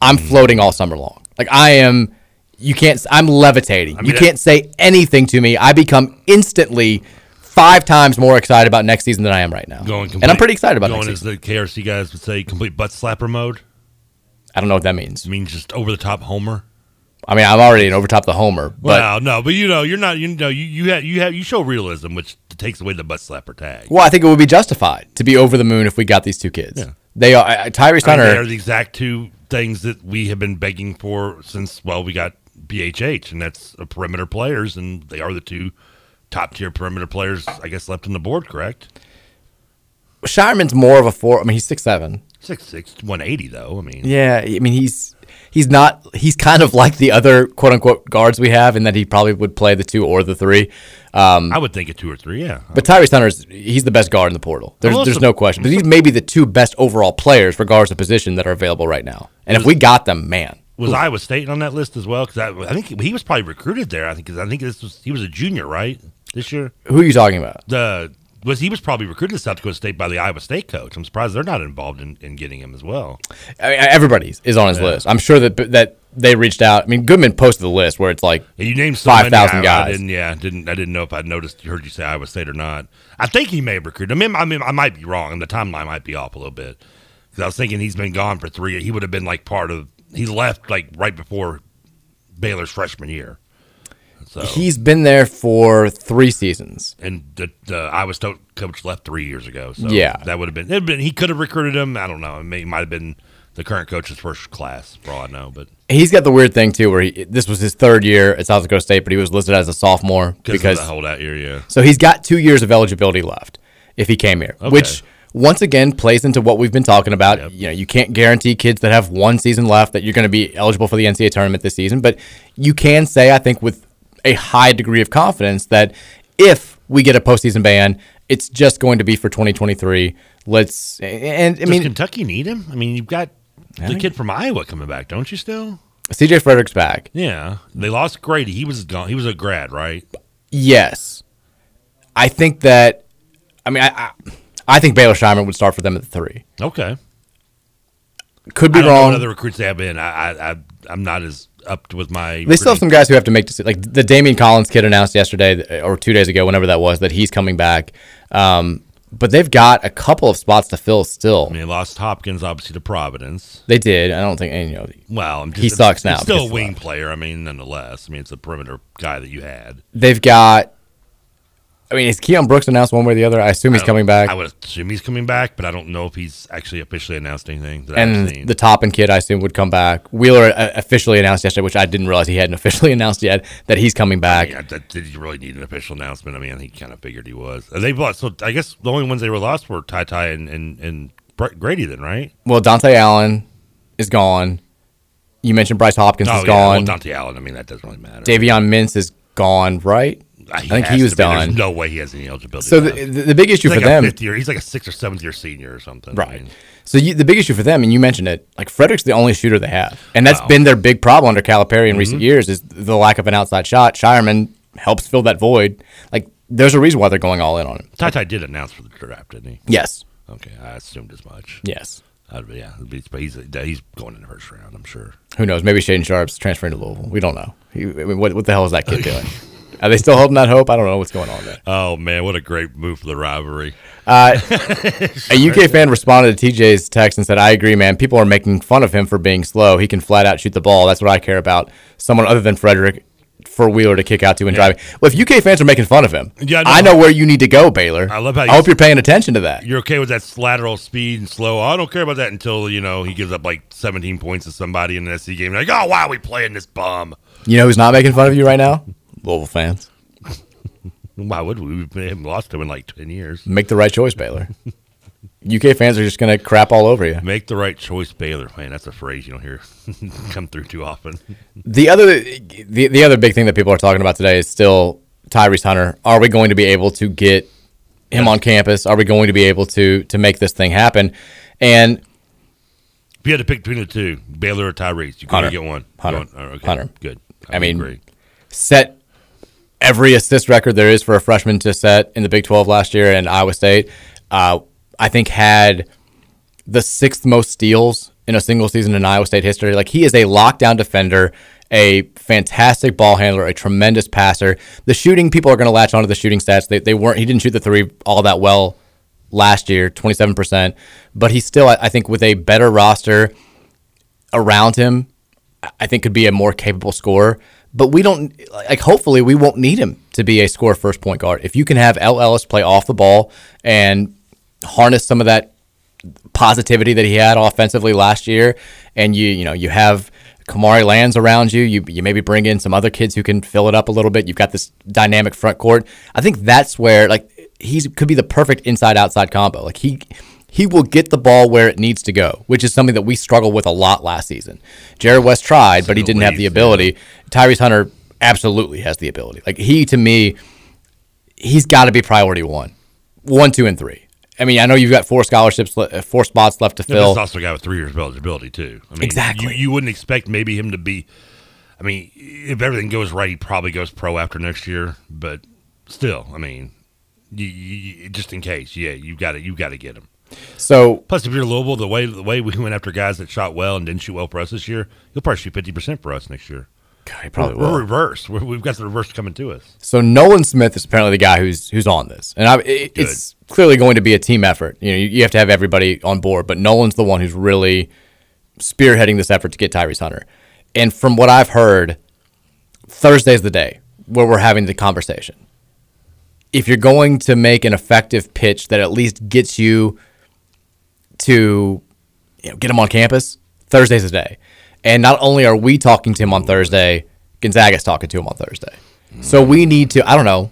S2: I'm
S1: Mm.
S2: floating all summer long. Like I am, you can't. I'm levitating.
S1: mean,
S2: you can't say anything to me. I become instantly five times more excited about next season than I am right now.
S1: Going
S2: and I'm pretty excited about
S1: going
S2: next
S1: as
S2: season.
S1: the KRC guys would say, complete butt slapper mode.
S2: I don't know what that means.
S1: You mean just over the top Homer?
S2: I mean, I'm already an over top the Homer. But
S1: Well, no, but you know, you're not. You know, you you have you have you show realism, which takes away the butt slapper tag.
S2: Well, I think it would be justified to be over the moon if we got these two kids.
S1: Yeah.
S2: They are I- I- Tyrese
S1: I mean,
S2: Hunter.
S1: they are the exact two things that we have been begging for since well we got BHH, and that's uh, perimeter players, and they are the two top tier perimeter players, I guess, left on the board. Correct?
S2: Shireman's more of a four. I mean, he's six seven.
S1: Six six one eighty though. I mean,
S2: Yeah, I mean he's he's not he's kind of like the other quote unquote guards we have in that he probably would play the two or the three. Um,
S1: I would think a two or three. Yeah,
S2: But Tyrese Hunter's he's the best guard in the portal. There's
S1: little
S2: there's
S1: sup-
S2: no question. But he's maybe the two best overall players, regardless of position, that are available right now. And if we
S1: Was-
S2: got them, man,
S1: Was
S2: Ooh.
S1: Iowa State on that list as well? Because I, I think he was probably recruited there. I think 'cause I think this was he was a junior, right? This year.
S2: who are you talking about?
S1: The was he was probably recruited to South Dakota State by the Iowa State coach. I'm surprised they're not involved in, in getting him as well.
S2: I mean, everybody's is on his
S1: Yeah.
S2: list. I'm sure that that they reached out. I mean, Goodman posted the list where it's like
S1: You named so
S2: five
S1: many, I-
S2: thousand
S1: I
S2: guys.
S1: didn't, yeah, I didn't I didn't know if I noticed heard you say Iowa State or not. I think he may have recruited. I mean, I mean, I might be wrong. The timeline might be off a little bit because I was thinking he's been gone for three. He would have been like part of. He left like right before Baylor's freshman year. So
S2: He's been there for three seasons.
S1: and the, the Iowa State coach left three years ago. So
S2: Yeah.
S1: that would have been, it'd been he could have recruited him. I don't know. It, may, it might have been the current coach's first class, for all I know. But
S2: He's got the weird thing too, where he, this was his third year at South Dakota State, but he was listed as a sophomore
S1: because of
S2: because
S1: the holdout year, yeah.
S2: So he's got two years of eligibility left if he came here, which once again plays into what we've been talking about. You know, you can't guarantee kids that have one season left that you're going to be eligible for the NCAA tournament this season, but you can say, I think, with a high degree of confidence that if we get a postseason ban, it's just going to be for 2023. Let's and I
S1: Does
S2: mean
S1: Kentucky need him? I mean, you've got the
S2: think-
S1: kid from Iowa coming back, don't you? Still,
S2: CJ Frederick's back.
S1: yeah. They lost Grady. He was gone. He was a grad, right?
S2: Yes, I think that. I mean, I I, I think Baylor Shireman would start for them at the three.
S1: Okay.
S2: Could be
S1: I don't Know
S2: wrong.
S1: what other recruits they have been. I, I, I, I'm not as up with my.
S2: They still have some guys who have to make decisions. Like the Damien Collins kid announced yesterday th- or two days ago, whenever that was, that he's coming back. Um, but they've got a couple of spots to fill still.
S1: I mean, they lost Hopkins obviously to Providence.
S2: They did. I don't think any of
S1: Well, I'm just,
S2: he sucks now.
S1: he's Still
S2: because- uh,
S1: a wing player. I mean, nonetheless. I mean, it's a perimeter guy that you had.
S2: They've got. I mean, is Keon Brooks announced one way or the other? I assume he's
S1: I don't-
S2: coming back.
S1: I would assume he's coming back, but I don't know if he's actually officially announced anything that I've seen.
S2: and the Toppin kid, I assume, would come back. Wheeler uh, officially announced yesterday, which I didn't realize he hadn't officially announced yet, that he's coming back.
S1: Yeah, that, did you really need an official announcement? I mean, I think he kind of figured he was. Uh, They lost, so I guess the only ones they were lost were Ty Ty and and, and Br- Grady, then, right?
S2: Well, Dante Allen is gone. You mentioned Bryce Hopkins
S1: Oh,
S2: is
S1: yeah,
S2: gone.
S1: well, Dante Allen. I mean, that doesn't really matter. Uh,
S2: Davion Mintz is gone, right? I think
S1: has
S2: he was
S1: to be. There's
S2: done.
S1: no way he has any eligibility.
S2: So the-
S1: left.
S2: the- the big
S1: He's
S2: issue for
S1: like a
S2: them-
S1: fifth year, he's like a sixth or seventh year senior or something. I
S2: Right.
S1: mean,
S2: So you, the big issue for them, and you mentioned it, like Frederick's the only shooter they have, and that's
S1: Wow.
S2: been their big problem under Calipari in recent
S1: Mhm.
S2: years is the lack of an outside shot. Shireman helps fill that void. Like there's a reason why they're going all in on him.
S1: Ty Ty did announce for the draft, didn't he?
S2: Yes.
S1: Okay, I assumed as much.
S2: Yes.
S1: I'd be- yeah, it'd be- but he's he's going in the first round, I'm sure.
S2: Who knows? Maybe Shaden Sharp's transferring to Louisville. We don't know. He, I mean, what, what the hell is that kid doing? Are they still holding that hope? I don't know what's going on there.
S1: Oh man, what a great move for the rivalry.
S2: Uh, a UK fan responded to TJ's text and said, I agree, man. People are making fun of him for being slow. He can flat out shoot the ball. That's what I care about. Someone other than Frederick for Wheeler to kick out to and driving. Well, if UK fans are making fun of him,
S1: Yeah, I know.
S2: I know where you need to go, Baylor.
S1: I love how you
S2: I hope you're paying attention to that.
S1: You're okay with that lateral speed and slow. I don't care about that until you know he gives up like 17 points to somebody in an SC game. Like, oh wow, we playing this bum.
S2: You know who's not making fun of you right now? Louisville fans.
S1: Why would we? We haven't lost him in like 10 years.
S2: Make the right choice, Baylor. UK fans are just going to crap all over you.
S1: Make the right choice, Baylor. Man, that's a phrase you don't hear come through too often.
S2: The other the, the other big thing that people are talking about today is still Tyrese Hunter. Are we going to be able to get him on campus? Are we going to be able to to make this thing happen? And
S1: If you had to pick between the two, Baylor or Tyrese, you could
S2: Hunter.
S1: get one.
S2: Hunter.
S1: You want- oh, okay.
S2: Hunter.
S1: Good.
S2: I mean,
S1: agree.
S2: set every assist record there is for a freshman to set in the Big 12 last year and Iowa State. Uh, I think had the sixth most steals in a single season in Iowa State history. Like he is a lockdown defender, a fantastic ball handler, a tremendous passer. The shooting people are going to latch onto the shooting stats. They, they weren't. He didn't shoot the three all that well last year, twenty seven percent. But he's still, I I think, with a better roster around him, I think could be a more capable scorer. But we don't like. Hopefully, we won't need him to be a score first point guard. If you can have L. Ellis play off the ball and harness some of that positivity that he had offensively last year, and you you know you have Kamari Lands around you, you you maybe bring in some other kids who can fill it up a little bit. You've got this dynamic front court. I think that's where like he could be the perfect inside outside combo. Like he he will get the ball where it needs to go, which is something that we struggled with a lot last season. Jared West tried, but he didn't have the ability. Tyrese Hunter absolutely has the ability. Like he to me, he's got to be priority one, one, two, and three. I mean, I know you've got four scholarships, le- uh, four spots left to
S1: Yeah, but
S2: fill.
S1: He's also a guy with three years of eligibility too. I mean,
S2: Exactly.
S1: You, you wouldn't expect maybe him to be. I mean, if everything goes right, he probably goes pro after next year. But still, I mean, you, you, you- just in case, yeah, you got to you got to get him.
S2: So
S1: Plus, if you're Louisville, the way the way we went after guys that shot well and didn't shoot well for us this year, you'll probably shoot fifty percent for us next year.
S2: God, he probably
S1: we're,
S2: will.
S1: we're reverse. We're, we've got the reverse coming to us.
S2: So Nolan Smith is apparently the guy who's who's on this, and I, it, it's clearly going to be a team effort. You know, you, you have to have everybody on board, but Nolan's the one who's really spearheading this effort to get Tyrese Hunter. And from what I've heard, Thursday's the day where we're having the conversation. If you're going to make an effective pitch that at least gets you to you know, get him on campus, Thursday's the day. And not only are we talking to him on Thursday, Gonzaga's talking to him on Thursday. So we need to, I don't know,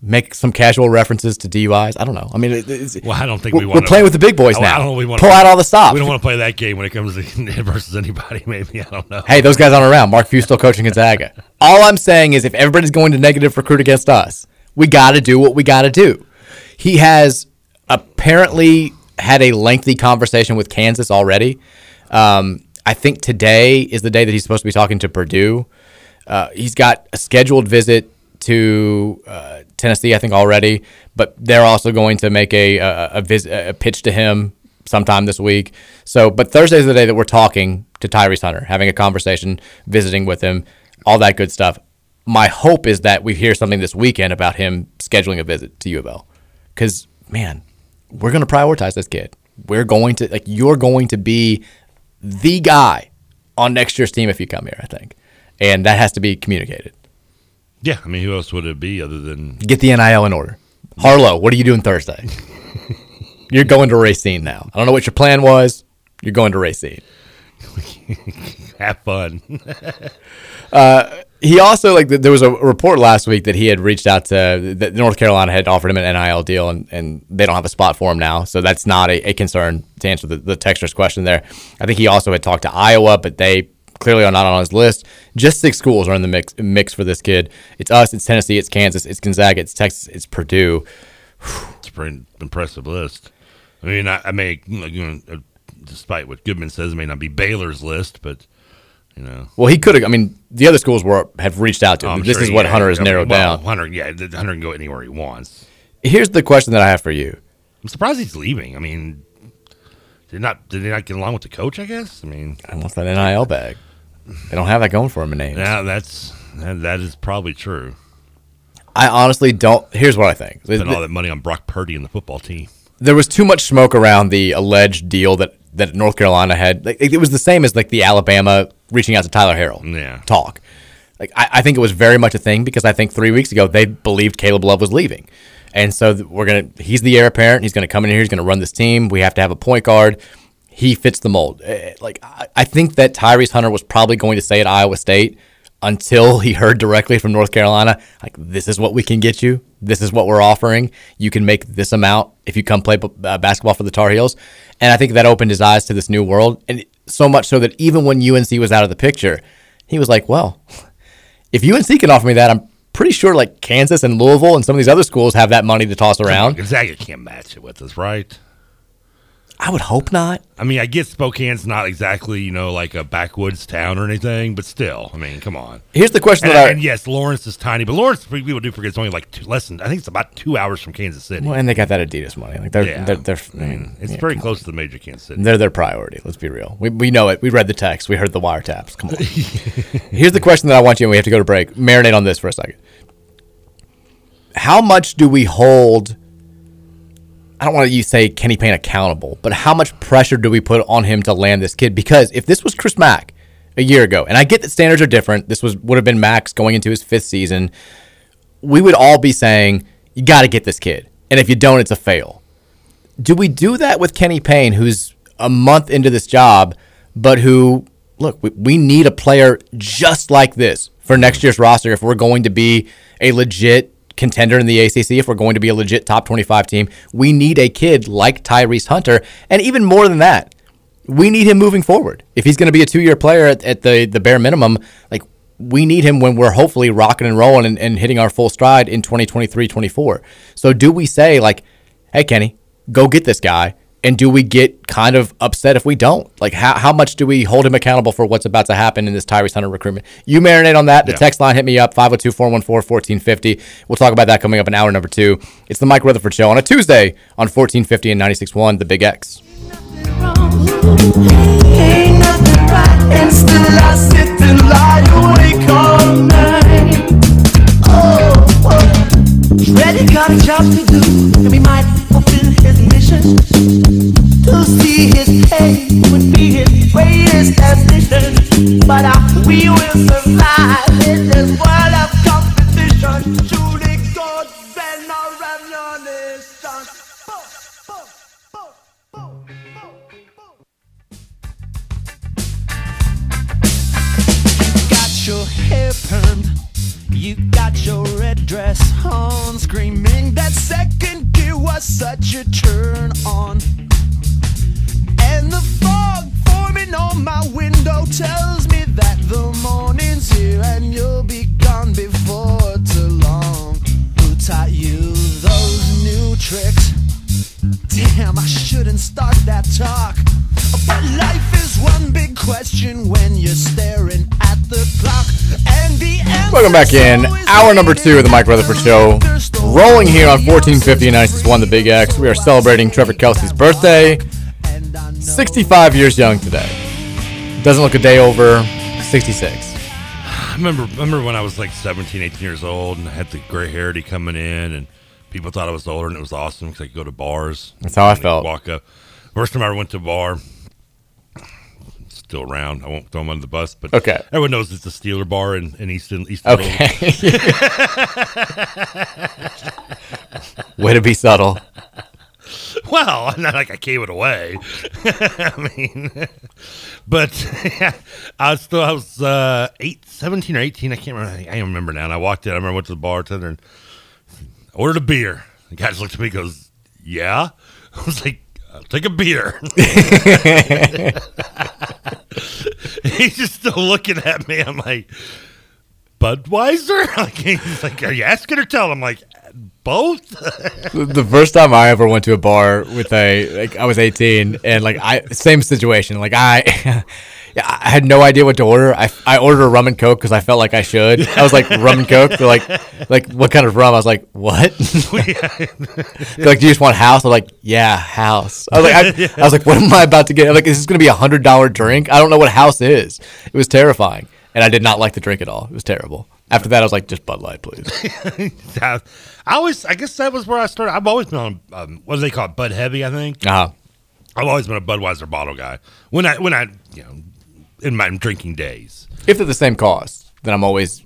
S2: make some casual references to DUIs. I don't know. I mean, it- it's,
S1: Well, I don't think
S2: we're,
S1: we
S2: we're
S1: want.
S2: playing with the big boys
S1: I,
S2: now.
S1: I don't know. if We want
S2: Pull out all the stops.
S1: We don't want to play that game when it comes to versus anybody. Maybe I don't know.
S2: hey, those guys aren't around. Mark Few still coaching Gonzaga. All I'm saying is if everybody's going to negative recruit against us, we got to do what we got to do. He has apparently had a lengthy conversation with Kansas already. Um, I think today is the day that he's supposed to be talking to Purdue. Uh, he's got a scheduled visit to uh, Tennessee, I think already, but they're also going to make a a, a, visit, a pitch to him sometime this week. So, but Thursday's the day that we're talking to Tyrese Hunter, having a conversation, visiting with him, all that good stuff. My hope is that we hear something this weekend about him scheduling a visit to U of L, because man, we're going to prioritize this kid. We're going to like you're going to be the guy on next year's team if you come here. I think, and that has to be communicated.
S1: Yeah, I mean, who else would it be other than
S2: Get the NIL in order. Harlow, what are you doing Thursday? you're going to Racine now. I don't know what your plan was. You're going to Racine.
S1: have fun?
S2: Uh, he also like th- there was a report last week that he had reached out to that North Carolina had offered him an NIL deal and, and they don't have a spot for him now, so that's not a, a concern to answer the, the texter's question there. I think he also had talked to Iowa, but they clearly are not on his list. Just six schools are in the mix mix for this kid. It's us, it's Tennessee, it's Kansas, it's Gonzaga, it's Texas, it's Purdue.
S1: It's a pretty impressive list. I mean, I, I may, you know, uh, despite what Goodman says, it may not be Baylor's list, but you know,
S2: Well, he could have. I mean, the other schools were have reached out to him.
S1: I'm
S2: this
S1: sure
S2: is
S1: he-
S2: what Hunter has
S1: I mean,
S2: narrowed
S1: well,
S2: down.
S1: Hunter, yeah, th- Hunter can go anywhere he wants.
S2: Here's the question that I have for you.
S1: I'm surprised he's leaving. I mean, did not did they not get along with the coach? I guess. I mean,
S2: I want that NIL bag. They don't have that going for him in names.
S1: yeah, that's that, that is probably true.
S2: I honestly don't. Here's what I think.
S1: Spent all that money on Brock Purdy and the football team.
S2: There was too much smoke around the alleged deal that, that North Carolina had. Like, it was the same as like the Alabama reaching out to Tyler Harrell talk. Like I, I think it was very much a thing because I think three weeks ago they believed Caleb Love was leaving, and so th- we're gonna. He's the heir apparent. He's gonna come in here. He's gonna run this team. We have to have a point guard. He fits the mold. Eh, Like I, I think that Tyrese Hunter was probably going to stay at Iowa State until he heard directly from North Carolina, like, this is what we can get you. This is what we're offering. You can make this amount if you come play b- uh, basketball for the Tar Heels. And I think that opened his eyes to this new world. And so much so that even when UNC was out of the picture, he was like, well, if UNC can offer me that, I'm pretty sure like Kansas and Louisville and some of these other schools have that money to toss around.
S1: Gonzaga can't match it with us, right?
S2: I would hope not.
S1: I mean, I get Spokane's not exactly you know like a backwoods town or anything, but still, I mean, come on.
S2: Here's the question
S1: and,
S2: that I-
S1: and yes, Lawrence is tiny, but Lawrence people do forget it's only like two, less than I think it's about two hours from Kansas City.
S2: Well, and they got that Adidas money. Like they're,
S1: Yeah.
S2: they're, they're, I mean,
S1: It's
S2: yeah,
S1: very
S2: come on.
S1: close to the major Kansas City.
S2: They're their priority. Let's be real. We, we know it. We read the text. We heard the wiretaps. Come on. Here's the question that I want you, and we have to go to break. Marinate on this for a second. How much do we hold I don't want to say Kenny Payne accountable, but how much pressure do we put on him to land this kid? Because if this was Chris Mack a year ago, and I get that standards are different, this was would have been Max going into his fifth season. We would all be saying you got to get this kid, and if you don't, it's a fail. Do we do that with Kenny Payne, who's a month into this job, but who look, we, we need a player just like this for next year's roster if we're going to be a legit contender in the ACC, if we're going to be a legit top 25 team. We need a kid like Tyrese Hunter. And even more than that, we need him moving forward. If he's going to be a two year player at, at, the, the bare minimum, like we need him when we're hopefully rocking and rolling and, and hitting our full stride in 2023 24. So do we say, like, hey, Kenny, go get this guy? and do we get kind of upset if we don't? Like, how, how much do we hold him accountable for what's about to happen in this Tyrese Hunter recruitment? You marinate on that. The yeah. text line hit me up 502 414 1450. We'll talk about that coming up in hour number two. It's the Mike Rutherford Show on a Tuesday on 1450 and 96.1, The Big X.
S3: To see his pay would be his greatest ambition. But I, we will survive in this world of competition. Truly God, then our revolution. Got your hair permed. You got your red dress on, screaming that second gear was such a turn on. And the fog forming on my window tells me that the morning's here and you'll be gone before too long. Who taught you those new tricks? Damn, I shouldn't start that talk. But life is one big question when you're staring at the clock.
S2: Welcome back in. Hour number two of the Mike Rutherford Show. Rolling here on 1450 and 961 The Big X. We are celebrating Trevor Kelsey's birthday. 65 years young today. Doesn't look a day over 66.
S1: I remember, remember when I was like 17, 18 years old and I had the gray hairdy coming in and people thought I was older and it was awesome because I could go to bars.
S2: That's how I felt.
S1: Walk up. First time I ever went to a bar, still around. I won't throw him under the bus, but
S2: okay.
S1: everyone knows it's a Steeler bar in, in Easton. Easton
S2: okay. Way to be subtle.
S1: Well, I'm not like I gave it away. I mean, but yeah, I was still, I was uh, eight, 17 or 18. I can't remember. I don't remember now. And I walked in, I remember I went to the bartender and ordered a beer. The guy just looked at me goes, Yeah. I was like, I'll take a beer. he's just still looking at me. I'm like, Budweiser? Like, he's like, are you asking or telling? I'm like, both.
S2: the first time I ever went to a bar with a, like, I was 18, and like, I same situation. Like, I. I had no idea what to order. I, I ordered a rum and coke because I felt like I should. I was like rum and coke. They're like, like what kind of rum? I was like, what? like, do you just want house? I'm like, yeah, house. I was like, I, I was like, what am I about to get? I'm like, is this gonna be a hundred dollar drink? I don't know what house is. It was terrifying, and I did not like the drink at all. It was terrible. After that, I was like, just Bud Light, please.
S1: I always, I guess that was where I started. I've always been on um, what do they call it, Bud Heavy, I think.
S2: uh uh-huh.
S1: I've always been a Budweiser bottle guy. When I when I you know in my drinking days.
S2: If they're the same cost, then I'm always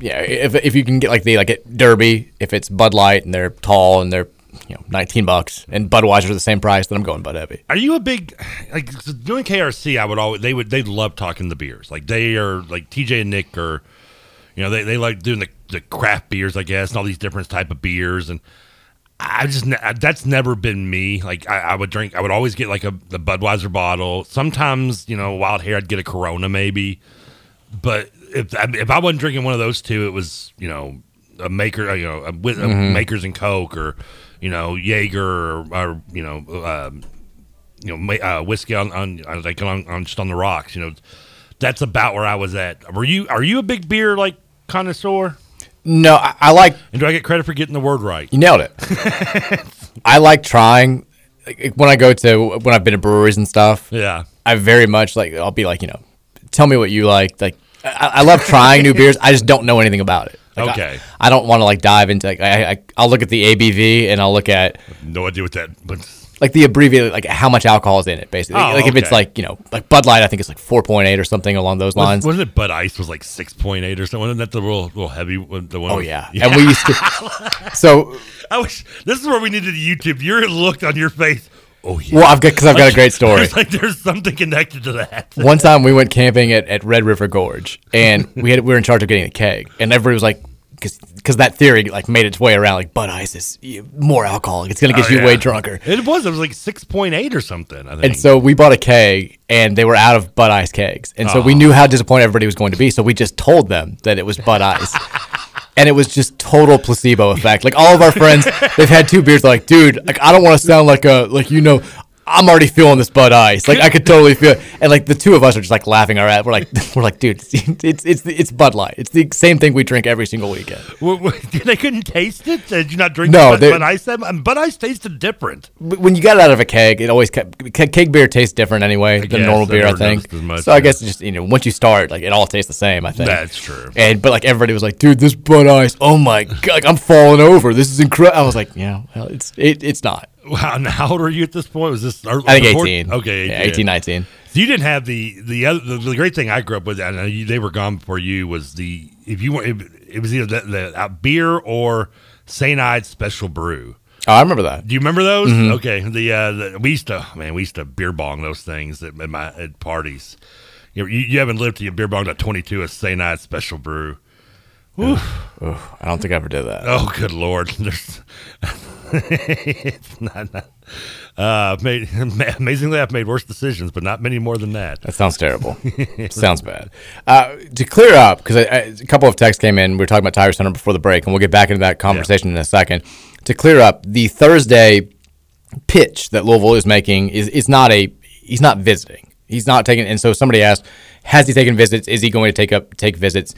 S2: yeah. If if you can get like the like at Derby, if it's Bud Light and they're tall and they're you know 19 bucks and Budweiser the same price, then I'm going Bud Heavy.
S1: Are you a big like doing KRC? I would always they would they love talking the beers. Like they are like TJ and Nick or you know they they like doing the the craft beers I guess and all these different type of beers and. I just that's never been me. Like I, I, would drink, I would always get like a the Budweiser bottle. Sometimes you know, wild hair, I'd get a Corona maybe. But if if I wasn't drinking one of those two, it was you know a maker, you know, a, a mm-hmm. Makers and Coke or you know Jaeger or, or you know um, you know uh, whiskey on on like on, on just on the rocks. You know, that's about where I was at. Were you are you a big beer like connoisseur?
S2: No, I, I, like.
S1: And do I get credit for getting the word right?
S2: You nailed it. I like trying. Like, when I go to when I've been to breweries and stuff.
S1: Yeah.
S2: I very much like. I'll be like, you know, tell me what you like. Like, I, I love trying new beers. I just don't know anything about it. Like,
S1: Okay.
S2: I, I don't want to like dive into. Like, I, I I'll look at the ABV and I'll look at
S1: No idea what that. But
S2: like the abbreviated like how much alcohol is in it basically.
S1: Oh,
S2: like if it's
S1: okay.
S2: like you know like Bud Light, I think it's like four point eight or something along those lines.
S1: Was, not it Bud Ice was like six point eight or something? Wasn't that the real, real heavy one? The one.
S2: Oh, yeah. And we used to- so-
S1: I wish this is where we needed YouTube. Your look on your face. Oh yeah.
S2: Well, I've got- 'cause I've got a great story.
S1: There's like there's something connected to that.
S2: One time we went camping at, at Red River Gorge, and we had we were in charge of getting the keg, and everybody was like, because that theory like made its way around like Bud Ice is you- more alcoholic, it's gonna get
S1: Oh,
S2: you
S1: yeah.
S2: way drunker.
S1: It was. It was like six point eight or something. I think.
S2: And so we bought a keg, and they were out of Bud Ice kegs, and so we
S1: Oh.
S2: knew how disappointed everybody was going to be. So we just told them that it was Bud Ice, and it was just total placebo effect. Like all of our friends, they've had two beers. They're like, dude, like I don't want to sound like a like you know. I'm already feeling this Bud Ice. Like I could totally feel it. And like the two of us are just like laughing our ass. We're like, we're like, dude, it's it's it's, it's Bud Light. It's the same thing we drink every single weekend.
S1: What- what- they couldn't taste it. Did you not drink
S2: No,
S1: Bud,
S2: they-
S1: Bud Ice? That, and Bud Ice tasted different.
S2: But when you got it out of a keg, it always kept, keg, keg beer tastes different anyway than
S1: guess,
S2: normal
S1: I
S2: beer. I
S1: never
S2: think.
S1: noticed as much,
S2: so I
S1: yeah.
S2: guess just you know once you start, like it all tastes the same. I think
S1: That's true.
S2: And but like everybody was like, dude, this Bud Ice, oh my god, like, I'm falling over. This is incredible. I was like, yeah, well, it's it, it's not.
S1: Wow, and how old are you at this point? Was this? Or,
S2: I think
S1: before-
S2: 18.
S1: Okay,
S2: Yeah, 18, 19.
S1: So you didn't have the the other the, the great thing I grew up with, and I know you, they were gone before you. Was the if you want it, it was either the, the uh, beer or Saint Ides Special Brew.
S2: Oh, I remember that.
S1: Do you remember those?
S2: Mhm.
S1: Okay, the, uh, the we used to man, we used to beer bong those things at, at my at parties. You, you, you haven't lived to your beer bong at twenty two a Saint Ides Special Brew. Whew.
S2: Oof, I don't think I ever did that.
S1: Oh, good lord! There's it's not, not- uh, made, amazingly, I've made worse decisions, but not many more than that.
S2: That sounds terrible. sounds bad. Uh, to clear up, because a couple of texts came in, we were talking about Tiger Center before the break, and we'll get back into that conversation in a second. To clear up, the Thursday pitch that Louisville is making is is not a he's not visiting. He's not taking. And so somebody asked, has he taken visits? Is he going to take up take visits?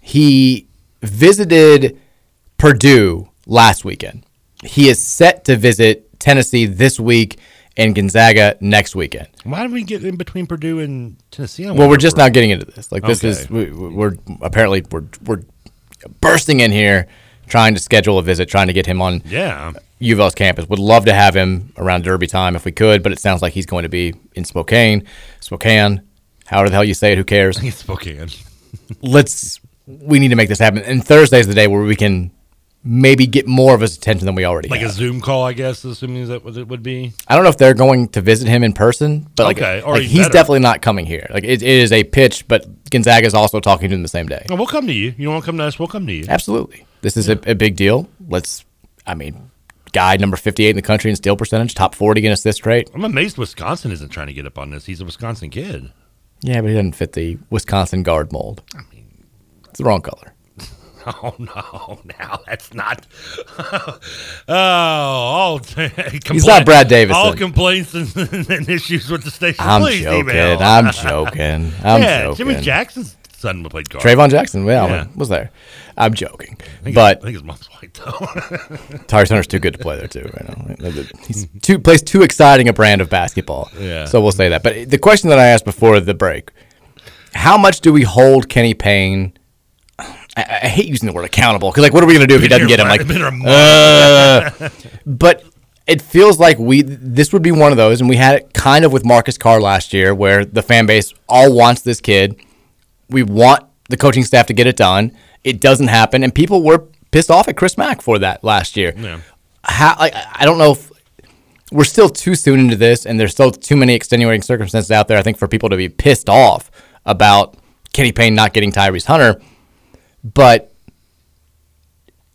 S2: He visited Purdue last weekend. He is set to visit Tennessee this week and Gonzaga next weekend.
S1: Why did we get in between Purdue and Tennessee? I
S2: Well,
S1: wonder
S2: we're just
S1: for-
S2: now getting into this. Like this
S1: Okay.
S2: is we, we- we're apparently we're we're bursting in here, trying to schedule a visit, trying to get him on
S1: Yeah.
S2: U of L's campus. Would love to have him around Derby time if we could, but it sounds like he's going to be in Spokane, Spokane. However the hell you say it, who cares?
S1: Spokane.
S2: Let's. We need to make this happen. And Thursday's the day where we can maybe get more of his attention than we already
S1: like
S2: have.
S1: a Zoom call, I guess. Assuming is that what it would be.
S2: I don't know if they're going to visit him in person, but like,
S1: Okay, or
S2: like,
S1: he's
S2: he's
S1: better.
S2: definitely not coming here. Like it, it is a pitch, but Gonzaga is also talking to him the same day.
S1: No, Oh, we'll come to you. You don't want to come to us? We'll come to you.
S2: Absolutely. This is a, a big deal. Let's, I mean, guy number 58 in the country in steal percentage, top 40 against this rate.
S1: I'm amazed Wisconsin isn't trying to get up on this. He's a Wisconsin kid.
S2: Yeah, but he doesn't fit the Wisconsin guard mold. It's the wrong color.
S1: Oh no! Now that's not. oh, all
S2: He's not Brad Davison.
S1: All complaints and, and issues with the station.
S2: I'm
S1: Please
S2: joking.
S1: email.
S2: I'm joking. I'm
S1: yeah, Jimmy
S2: joking.
S1: Jackson's son played guard.
S2: Trayvon Jackson, well,
S1: Yeah.
S2: was there. I'm joking.
S1: I think
S2: But
S1: his, I think his mom's white though.
S2: Tyrese Hunter's too good to play there too. Right now. He's too plays too exciting a brand of basketball.
S1: Yeah.
S2: So we'll say that. But the question that I asked before the break: How much do we hold Kenny Payne? I, I hate using the word accountable because like, what are we going to do if he doesn't get him? Like,
S1: Been a month.
S2: uh, but it feels like we this would be one of those, and we had it kind of with Marcus Carr last year, where the fan base all wants this kid. We want the coaching staff to get it done. It doesn't happen, and people were pissed off at Chris Mack for that last year
S1: Yeah.
S2: how I, I don't know if we're still too soon into this and there's still too many extenuating circumstances out there i think for people to be pissed off about kenny payne not getting tyrese hunter but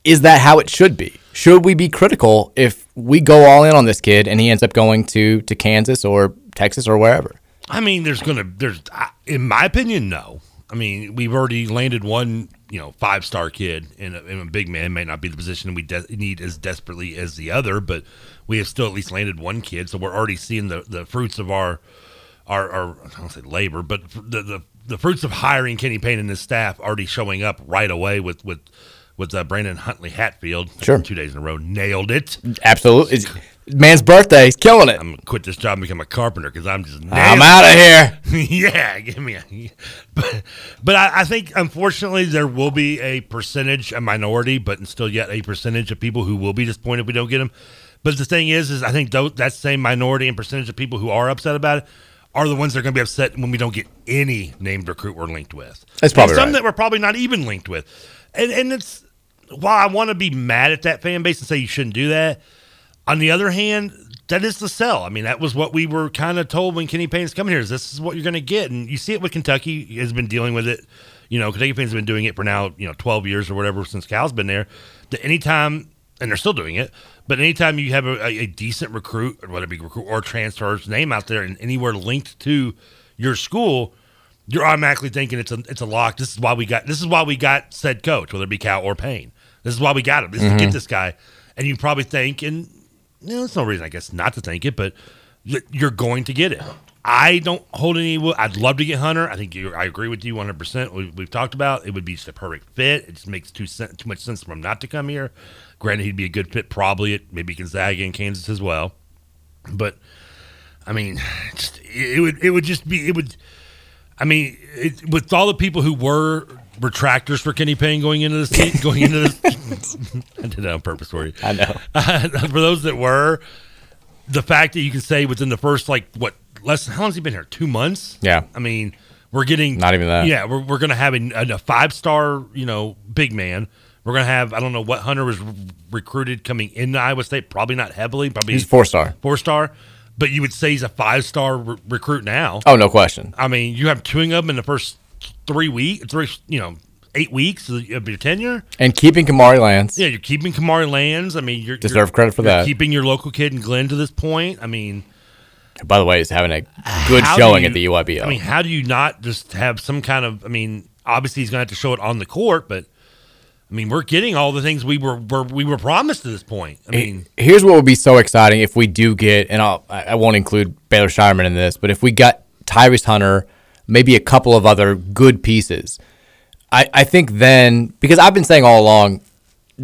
S2: is that how it should be should we be critical if we go all in on this kid and he ends up going to to kansas or texas or wherever
S1: I mean, there's gonna there's I- in my opinion, no. I mean, we've already landed one, you know, five star kid, and a, and a big man may not be the position we de- need as desperately as the other, but we have still at least landed one kid, so we're already seeing the, the fruits of our our, our I don't say labor, but fr- the, the the fruits of hiring Kenny Payne and his staff already showing up right away with with with uh, Brandon Huntley Hatfield.
S2: Sure.
S1: two days in a row, nailed it.
S2: absolutely Man's birthday. He's killing it.
S1: I'm gonna quit this job and become a carpenter because I'm just.
S2: I'm
S1: nasty.
S2: outta here.
S1: yeah, give me a. But, but I, I think unfortunately there will be a percentage, a minority, but still yet a percentage of people who will be disappointed if we don't get them. But the thing is, is I think tho- that same minority and percentage of people who are upset about it are the ones that are going to be upset when we don't get any named recruit we're linked with.
S2: That's probably
S1: And some
S2: right.
S1: that we're probably not even linked with, and and it's while I want to be mad at that fan base and say you shouldn't do that. On the other hand, that is the sell. I mean, that was what we were kind of told when Kenny Payne's coming here. Is this is what you're going to get, and you see it with Kentucky has been dealing with it. You know, Kentucky Payne's been doing it for now, you know, 12 years or whatever since Cal's been there. That anytime, and they're still doing it, but anytime you have a, a a decent recruit, whether it be recruit or transfer's name out there, and anywhere linked to your school, you're automatically thinking it's a it's a lock. This is why we got this is why we got said coach, whether it be Cal or Payne. This is why we got him. This
S2: Mhm.
S1: is get this guy. And you probably think, and you know, there's no reason I guess not to think it, but y- you're going to get it. I don't hold any. will- I'd love to get Hunter. I think you I agree with you 100. percent we, We've talked about it would be just the perfect fit. It just makes too sen- too much sense for him not to come here. Granted, he'd be a good fit probably at maybe Gonzaga and Kansas as well. But I mean, just, it would it would just be it would. I mean, it, with all the people who were retractors for Kenny Payne going into this, se- going into this, I did that on purpose for you. I know. for those that were, the fact that you can say within the first like what less how long's he been here? Two months.
S2: Yeah.
S1: I mean, we're getting
S2: Not even that.
S1: Yeah, we're we're gonna have a, a five star you know big man. We're gonna have I don't know what Hunter was re- recruited coming into Iowa State. Probably not heavily. Probably
S2: He's four-star.
S1: Four star. But you would say he's a five star re- recruit now.
S2: Oh, no question.
S1: I mean, you have two of them in the first three week, three you know, eight weeks of your tenure.
S2: And keeping Kamari Lance.
S1: Yeah, you're keeping Kamari Lands. I mean, you're
S2: Deserve
S1: you're-
S2: credit for
S1: you're
S2: that.
S1: Keeping your local kid and Glenn to this point. I mean,
S2: By the way, he's having a good
S1: how do
S2: showing
S1: you-
S2: at the UIBL.
S1: I mean, how do you not just have some kind of? I mean, obviously he's going to have to show it on the court, but I mean, we're getting all the things we were, were we were promised to this point. I mean,
S2: Here's what would be so exciting if we do get, and I'll, I I won't include Baylor Shireman in this, but if we got Tyrese Hunter, maybe a couple of other good pieces, I, I think then, because I've been saying all along,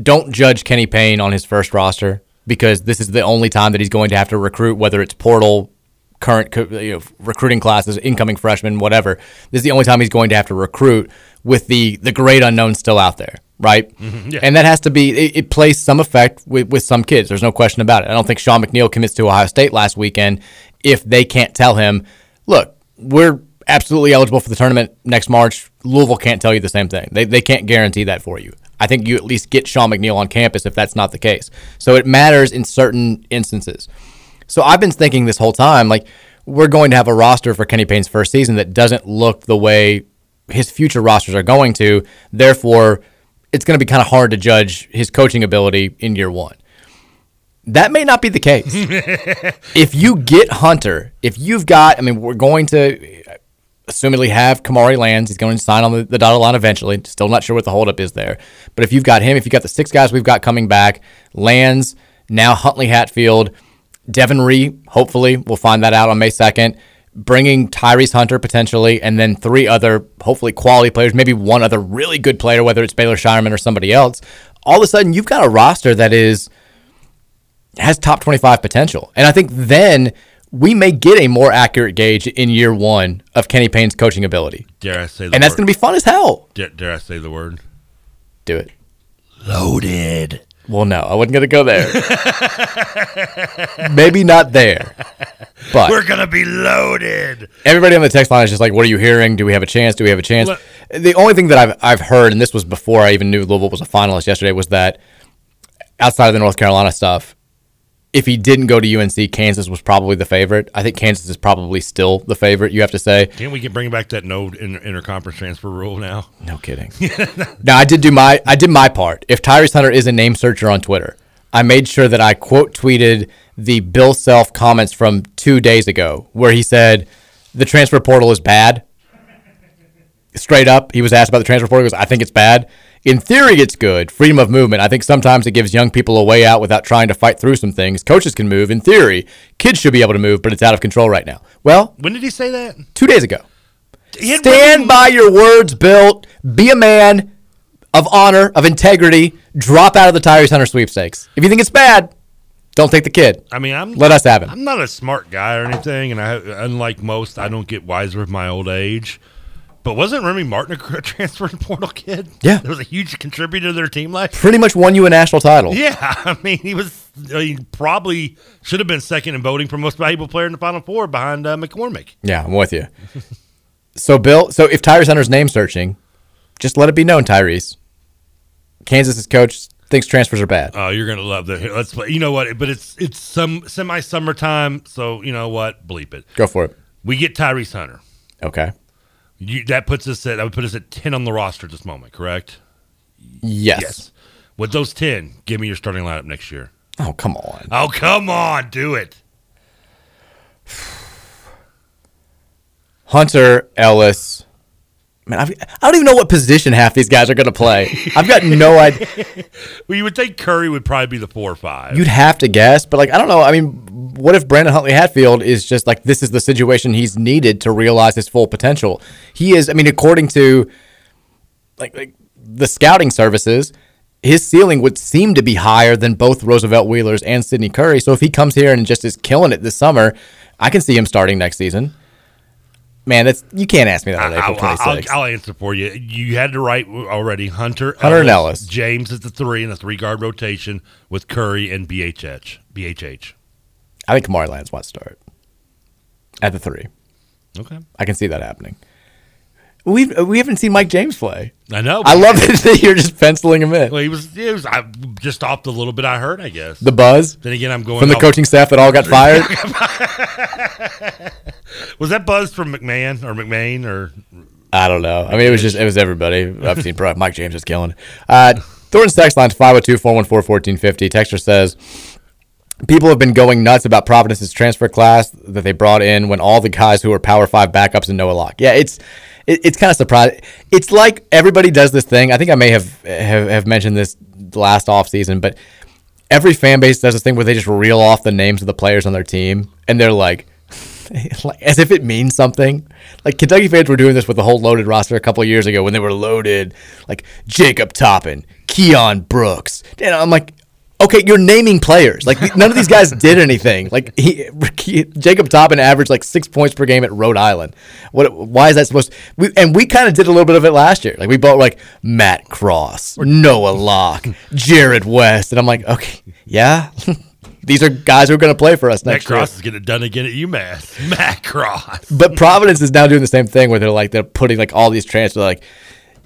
S2: don't judge Kenny Payne on his first roster because this is the only time that he's going to have to recruit, whether it's portal, current co- you know, recruiting classes, incoming freshmen, whatever. This is the only time he's going to have to recruit with the, the great unknown still out there, right?
S1: Mhm, yeah.
S2: And that has to be, it, it plays some effect with, with some kids. There's no question about it. I don't think Sean McNeil commits to Ohio State last weekend if they can't tell him, look, we're absolutely eligible for the tournament next March. Louisville can't tell you the same thing. They, they can't guarantee that for you. I think you at least get Sean McNeil on campus if that's not the case. So it matters in certain instances. So I've been thinking this whole time, like, we're going to have a roster for Kenny Payne's first season that doesn't look the way his future rosters are going to. Therefore, it's going to be kind of hard to judge his coaching ability in year one. That may not be the case. if you get Hunter, if you've got, I mean, we're going to uh, assumedly have Kamari Lands. He's going to sign on the, the dotted line eventually. Still not sure what the holdup is there. But if you've got him, if you've got the six guys we've got coming back, Lands, now Huntley Hatfield, Devin Ree, hopefully, we'll find that out on May 2nd. Bringing Tyrese Hunter potentially, and then three other hopefully quality players, maybe one other really good player, whether it's Baylor Shireman or somebody else. All of a sudden, you've got a roster that is has top 25 potential. And I think then we may get a more accurate gauge in year one of Kenny Payne's coaching ability.
S1: dare I say? The
S2: And that's going to be fun as hell.
S1: Dare, dare I say the word?
S2: Do it.
S1: Loaded.
S2: Well, no, I wasn't going to go there. Maybe not there. But
S1: we're gonna be loaded.
S2: everybody on the text line is just like, what are you hearing? Do we have a chance? Do we have a chance?
S1: Look-
S2: the only thing that I've, I've heard, and this was before I even knew Louisville was a finalist yesterday, was that outside of the North Carolina stuff, if he didn't go to UNC, Kansas was probably the favorite. I think Kansas is probably still the favorite, you have to say.
S1: Can't we get bring back that no inter- interconference transfer rule now?
S2: No kidding. now I did do my I did my part. If Tyrese Hunter is a name searcher on Twitter, I made sure that I quote tweeted the Bill Self comments from two days ago where he said the transfer portal is bad. Straight up, he was asked about the transfer portal. He goes, I think it's bad. In theory, it's good. Freedom of movement. I think sometimes it gives young people a way out without trying to fight through some things. Coaches can move. In theory, kids should be able to move, but it's out of control right now. Well,
S1: When did he say that?
S2: two days ago.
S1: He had
S2: Stand by your words, Bill. Be a man of honor, of integrity. Drop out of the Tyrese Hunter sweepstakes. If you think it's bad, Don't take the kid.
S1: I mean, I'm
S2: let us have it.
S1: I'm not a smart guy or anything, and I, unlike most, I don't get wiser with my old age. But wasn't Remy Martin a transferred portal kid?
S2: Yeah,
S1: there was a huge contributor to their team life.
S2: Pretty much won you a national title.
S1: Yeah, I mean, he was he probably should have been second in voting for most valuable player in the Final Four behind uh, McCormick.
S2: Yeah, I'm with you. so Bill, so if Tyrese Hunter's name searching, just let it be known, Tyrese. Kansas's coach thinks transfers are bad.
S1: Oh, you're gonna love the let's play. You know what? But it's it's some semi summertime, so you know what? Bleep it.
S2: Go for it.
S1: We get Tyrese Hunter.
S2: Okay.
S1: You, that puts us at I would put us at ten on the roster at this moment, correct?
S2: Yes. yes.
S1: With those ten, give me your starting lineup next year.
S2: Oh come on!
S1: Oh come on! Do it.
S2: Hunter Ellis. Man, I've, I do not even know what position half these guys are going to play. I've got no idea.
S1: well, you would think Curry would probably be the four or five.
S2: You'd have to guess, but like I don't know. I mean, what if Brandon Huntley Hatfield is just like this is the situation he's needed to realize his full potential? He is. I mean, according to like, like the scouting services, his ceiling would seem to be higher than both Roosevelt Wheelers and Sidney Curry. So if he comes here and just is killing it this summer, I can see him starting next season. Man, that's you can't ask me that. I,
S1: April I'll, I'll, I'll, answer for you. You had to write already. Hunter,
S2: Hunter Ellis, Ellis.
S1: James is the three in the three guard rotation with Curry and BHH. BHH.
S2: I think Kamari Lands wants to start at the three.
S1: Okay,
S2: I can see that happening. We've we haven't seen Mike James play.
S1: I know.
S2: I love it that you're just penciling him in.
S1: Well, he was he was I just off the little bit I heard. I guess
S2: the buzz.
S1: Then again, I'm going
S2: from the
S1: off.
S2: coaching staff that all got fired.
S1: was that buzz from McMahon or McMain or?
S2: I don't know. I mean, it was just it was everybody. I've seen probably Mike James is killing. Uh, Thornton's text line's 502-414-1450. Texter says. People have been going nuts about Providence's transfer class that they brought in when all the guys who were Power Five backups and Noah Locke. Yeah, it's it's kind of surprising. It's like everybody does this thing. I think I may have have, have mentioned this last offseason, but every fan base does this thing where they just reel off the names of the players on their team, and they're like, like as if it means something. Like Kentucky fans were doing this with the whole loaded roster a couple years ago when they were loaded, like Jacob Toppin, Keon Brooks. And I'm like, okay, you're naming players. Like none of these guys did anything. Like he, he, Jacob Toppin averaged like six points per game at Rhode Island. What? Why is that supposed? To, we, and we kind of did a little bit of it last year. Like we bought like Matt Cross, Noah Locke, Jared West, and I'm like, okay, yeah. these are guys who are going to play for us next
S1: Matt Cross
S2: year.
S1: is getting it done again at UMass. Matt Cross.
S2: but Providence is now doing the same thing where they're like they're putting like all these transfers like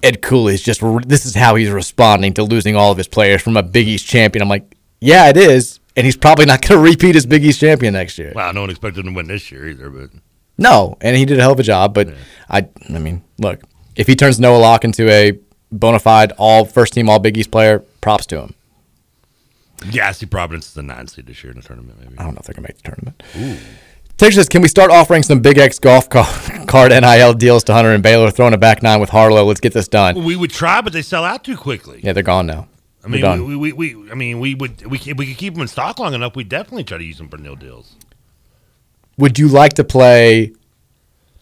S2: Ed Cooley's just re- this is how he's responding to losing all of his players from a Big East champion. I'm like, yeah, it is, and he's probably not going to repeat as Big East champion next year.
S1: Wow, no one expected him to win this year either, but
S2: no, and he did a hell of a job. But yeah. I, I mean, look, if he turns Noah Locke into a bona fide all first team all Big East player, props to him.
S1: Yeah, I see Providence is a nine seed this year in the tournament. Maybe
S2: I don't know if they're going to make the tournament. Ooh. Texas says, can we start offering some Big X golf card NIL deals to Hunter and Baylor, throwing a back nine with Harlow? Let's get this done.
S1: We would try, but they sell out too quickly.
S2: Yeah, they're gone now.
S1: I mean, we, we, we, we, I mean, we would we if we could keep them in stock long enough, we definitely try to use them for nil deals.
S2: Would you like to play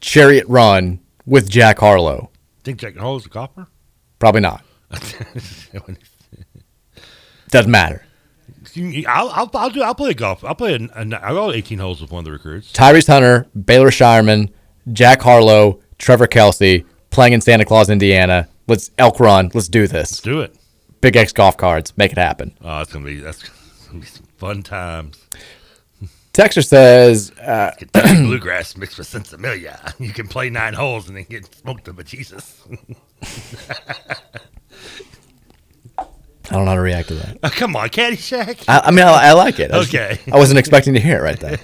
S2: Chariot Run with Jack Harlow?
S1: Think Jack Harlow's a golfer?
S2: Probably not. Doesn't matter.
S1: I'll, I'll, I'll, do. I'll play golf. I'll play. A, a, I'll go eighteen holes with one of the recruits.
S2: Tyrese Hunter, Baylor Shireman, Jack Harlow, Trevor Kelsey playing in Santa Claus, Indiana. Let's elk run. Let's do this.
S1: Let's do it.
S2: Big X golf cards. Make it happen.
S1: Oh, it's gonna be that's gonna be some fun times.
S2: Texter says, uh,
S1: "Bluegrass mixed with sensimilia. You can play nine holes and then get smoked up by Jesus."
S2: I don't know how to react to that.
S1: Oh, come on, Caddyshack.
S2: I, I mean, I, I like it. I
S1: okay.
S2: Just, I wasn't expecting to hear it right there.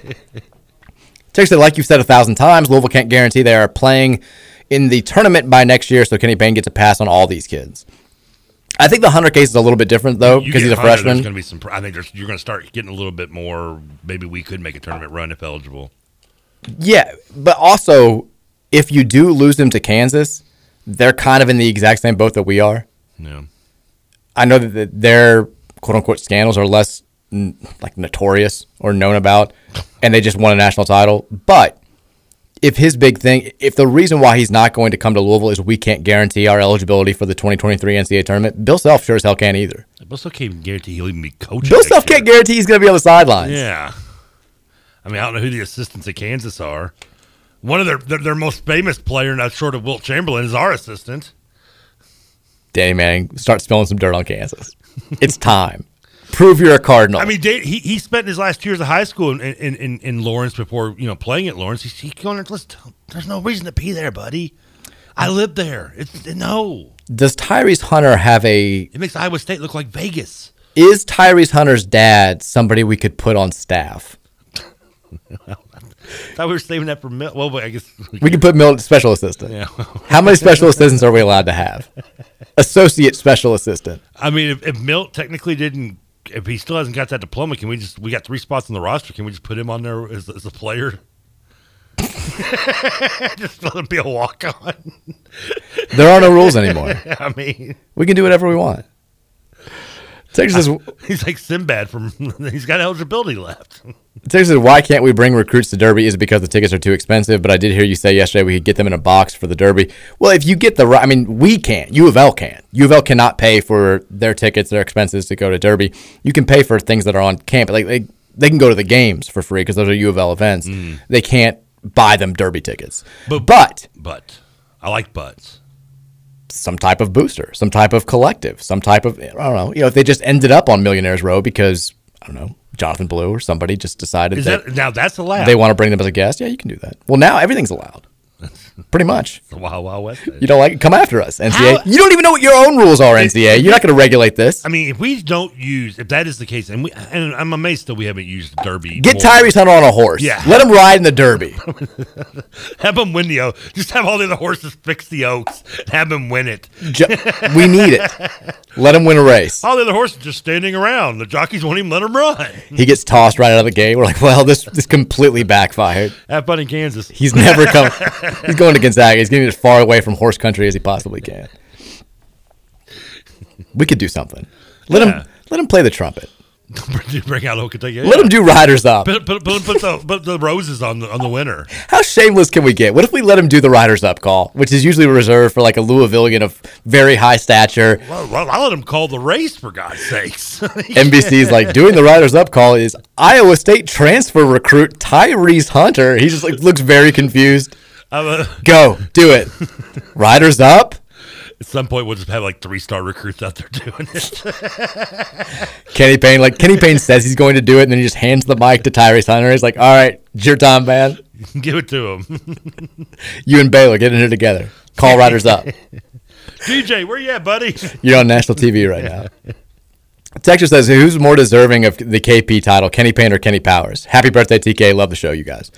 S2: Text said, like you've said a thousand times, Louisville can't guarantee they are playing in the tournament by next year, so Kenny Payne gets a pass on all these kids. I think the Hunter case is a little bit different though because he's a
S1: Hunter,
S2: freshman.
S1: There's going to be some. I think there's, you're going to start getting a little bit more. Maybe we could make a tournament run if eligible.
S2: Yeah, but also if you do lose them to Kansas, they're kind of in the exact same boat that we are.
S1: Yeah.
S2: I know that their quote unquote scandals are less like notorious or known about, and they just won a national title. But if his big thing, if the reason why he's not going to come to Louisville is we can't guarantee our eligibility for the 2023 NCAA tournament, Bill Self sure as hell can't either.
S1: Bill Self can't guarantee he'll even be coaching.
S2: Bill
S1: next
S2: Self can't
S1: year.
S2: guarantee he's going to be on the sidelines.
S1: Yeah. I mean, I don't know who the assistants at Kansas are. One of their their, their most famous player, now short of Wilt Chamberlain, is our assistant.
S2: Danny Manning, start spilling some dirt on Kansas. it's time. Prove you're a Cardinal.
S1: I mean, Da- he, he spent his last two years of high school in, in, in, in Lawrence before you know playing at Lawrence. He's, he's going. Let's. There's no reason to be there, buddy. I live there. It's no.
S2: Does Tyrese Hunter have a?
S1: It makes Iowa State look like Vegas.
S2: Is Tyrese Hunter's dad somebody we could put on staff?
S1: I thought we were saving that for Mil- well, but I guess
S2: We could put Milt special assistant.
S1: Yeah.
S2: How many special assistants are we allowed to have? Associate special assistant.
S1: I mean, if, if Milt technically didn't, if he still hasn't got that diploma, can we just we got three spots on the roster? Can we just put him on there as, as a player? just let him be a walk on.
S2: There are no rules anymore.
S1: I mean,
S2: We can do whatever we want. Texas says,
S1: he's like Sinbad from. He's got eligibility left.
S2: Texas says, why can't we bring recruits to Derby? Is it because the tickets are too expensive? But I did hear you say yesterday we could get them in a box for the Derby. Well, if you get the right, I mean, we can't. U of L can't. U of L cannot pay for their tickets, their expenses to go to Derby. You can pay for things that are on camp. Like they, they can go to the games for free because those are U of L events. They can't buy them Derby tickets. Mm. But, but
S1: But I like butts.
S2: some type of booster, some type of collective, some type of I don't know. You know, if they just ended up on Millionaires Row because I don't know Jonathan Blue or somebody just decided
S1: Is
S2: that,
S1: that now? That's allowed.
S2: they want to bring them as a guest, yeah, you can do that. Well, now everything's allowed, pretty much.
S1: the Wild Wild West.
S2: You don't like it? Come after us, NCA. You don't even know what your own rules are, NCA. You're not going to regulate this.
S1: I mean, if we don't use, if that is the case, and we, and I'm amazed that we haven't used the Derby.
S2: Get
S1: more.
S2: Tyrese Hunter on a horse.
S1: Yeah.
S2: Let him ride in the Derby.
S1: Have him win the O. Just have all the other horses fix the Oaks. and Have him win it.
S2: Ju- we need it. Let him win a race.
S1: All the other horses just standing around. The jockeys won't even let him run.
S2: He gets tossed right out of the gate. We're like, well, this this completely backfired.
S1: Have fun in Kansas.
S2: He's never coming. he's going to Gonzaga. He's getting as far away from horse country as he possibly can. We could do something. Let
S1: Yeah.
S2: him let him play the trumpet.
S1: Bring out old Kentucky.
S2: Let him do riders up.
S1: Put, put, put, put the, put the roses on the on the winner.
S2: How shameless can we get? What if we let him do the riders up call, which is usually reserved for like a Louisvillian of very high stature?
S1: Well, well, I let him call the race for God's sakes.
S2: NBC's like doing the riders up call is Iowa State transfer recruit Tyrese Hunter. He just like looks very confused.
S1: I'm a-
S2: Go do it. Riders up.
S1: At some point, we'll just have like three star recruits out there doing it.
S2: Kenny Payne, like Kenny Payne says he's going to do it, and then he just hands the mic to Tyrese Hunter. He's like, "All right, it's your time, man.
S1: Give it to him.
S2: You and Baylor get in here together. Call riders up.
S1: DJ, where you at, buddy?
S2: You're on national TV right now." Texas says, "Who's more deserving of the KP title, Kenny Payne or Kenny Powers?" Happy birthday, TK. Love the show, you guys.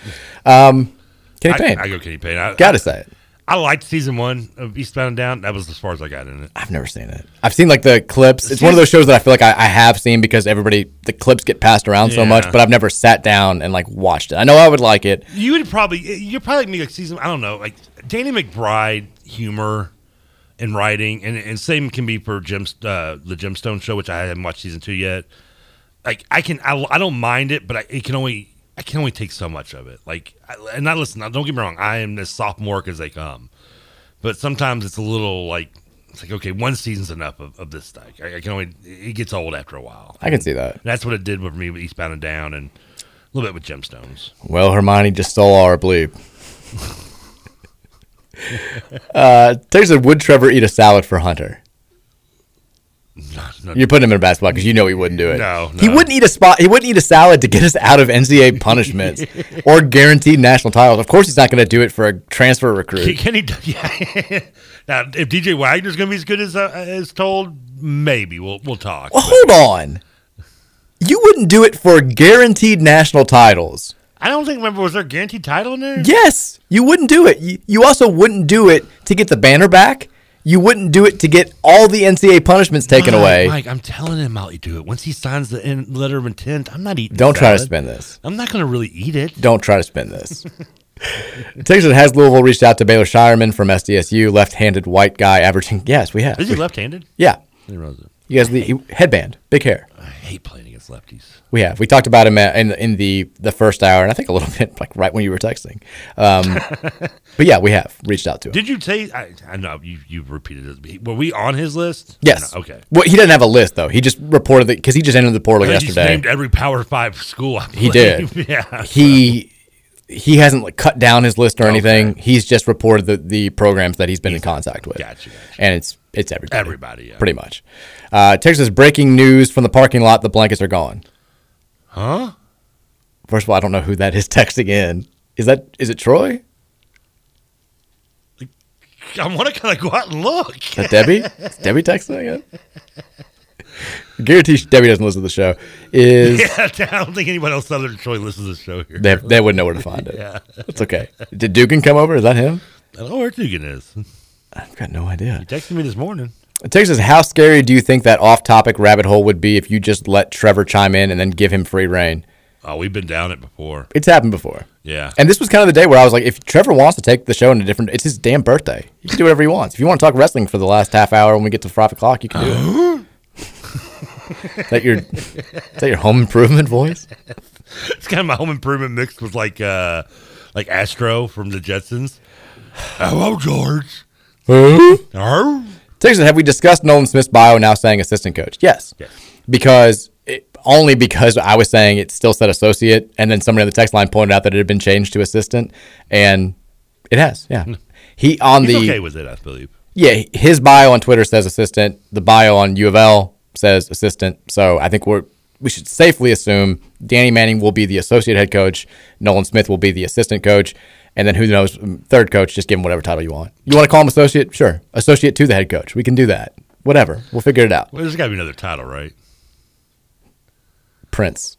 S2: Um, Kenny
S1: I-
S2: Payne.
S1: I go Kenny Payne. I-
S2: Got to say it.
S1: I liked season one of Eastbound and Down. That was as far as I got in it.
S2: I've never seen it. I've seen like the clips. It's one of those shows that I feel like I, I have seen because everybody the clips get passed around so much,
S1: Yeah.
S2: but I've never sat down and like watched it. I know I would like it.
S1: You would probably you're probably like me like season I don't know like Danny McBride humor and writing and and same can be for Jim uh, the Gemstone show which I haven't watched season two yet. Like I can I, I don't mind it but I, it can only I can only take so much of it. Like I, and I listen don't get me wrong I am as sophomoric as they come, but sometimes it's a little like it's like okay one season's enough of, of this stuff. I, I can only it gets old after a while.
S2: I can see that.
S1: That's what it did with me with Eastbound and Down and a little bit with Gemstones.
S2: Well, Hermione just stole our bleep. uh, Texas said, would Trevor eat a salad for Hunter? You're putting him in a bad spot because you know he wouldn't do it.
S1: No,
S2: he
S1: no.
S2: wouldn't eat a spot. He wouldn't eat a salad to get us out of NCAA punishments or guaranteed national titles. Of course, he's not going to do it for a transfer
S1: Can,
S2: recruit.
S1: can he? Yeah. now, if DJ Wagner's going to be as good as uh, as told, maybe we'll we'll talk.
S2: Well, hold on. You wouldn't do it for guaranteed national titles.
S1: I don't think. Remember, was there a guaranteed title in there?
S2: Yes, you wouldn't do it. You, you also wouldn't do it to get the banner back. You wouldn't do it to get all the NCAA punishments taken
S1: Mike,
S2: away.
S1: Mike, I'm telling him I'll do it once he signs the in- letter of intent. I'm not eating.
S2: Don't try to
S1: salad.
S2: spin this.
S1: I'm not going to really eat it.
S2: Don't try to spin this. Texas has Louisville reached out to Baylor Shireman from SDSU, left-handed white guy averaging. Yes, we have.
S1: Is he
S2: We-
S1: left-handed?
S2: Yeah.
S1: I didn't realize
S2: You guys, the he- headband, big hair.
S1: hate playing against lefties.
S2: We have. We talked about him at, in in the the first hour, and I think a little bit like right when you were texting. Um, but yeah, we have reached out to him.
S1: Did you take? I, I know you you repeated this. Were we on his list?
S2: Yes.
S1: No, okay.
S2: Well, he doesn't have a list though. He just reported that because he just entered the portal
S1: I think you just
S2: yesterday.
S1: named every Power Five school. I
S2: He
S1: believe.
S2: did.
S1: yeah.
S2: He he hasn't like cut down his list or anything. He's just reported the, the programs that he's been in contact with.
S1: Gotcha,
S2: And it's it's everybody.
S1: Everybody, yeah.
S2: Pretty much. Uh, Texas breaking news from the parking lot. The blankets are gone.
S1: Huh?
S2: First of all, I don't know who that is texting in. Is that is it Troy?
S1: I want to kind of go out and look.
S2: Is that Debbie? Is Debbie texting it? Guarantee Debbie doesn't listen to the show. Is
S1: yeah, I don't think anyone else other than Troy listens to the show here.
S2: they, they wouldn't know where to find it.
S1: Yeah.
S2: It's okay. Did Dugan come over? Is that him?
S1: I don't know where Dugan is.
S2: I've got no idea.
S1: He texted me this morning.
S2: Texas, how scary do you think that off-topic rabbit hole would be if you just let Trevor chime in and then give him free reign?
S1: Oh, we've been down it before.
S2: It's happened before.
S1: Yeah.
S2: And this was kind of the day where I was like, if Trevor wants to take the show in a different, it's his damn birthday. You can do whatever he wants. If you want to talk wrestling for the last half hour when we get to five o'clock, you can do it. Is that your is that your home improvement voice?
S1: It's kind of my home improvement mixed with like uh like Astro from the Jetsons. Hello, George. Huh?
S2: Texas, have we discussed Nolan Smith's bio now saying assistant coach? Yes. Because it, only because I was saying it still said associate, and then somebody on the text line pointed out that it had been changed to assistant, and it has. Yeah. He on
S1: Hmm. He's
S2: the
S1: okay with it, I believe.
S2: Yeah, his bio on Twitter says assistant. The bio on U of L says assistant. So I think we're we should safely assume Danny Manning will be the associate head coach. Nolan Smith will be the assistant coach, and then who knows? um, Third coach, just give him whatever title you want. You want to call him associate? Sure, associate to the head coach. We can do that. Whatever, we'll figure it out.
S1: Well, there's got to be another title, right?
S2: Prince,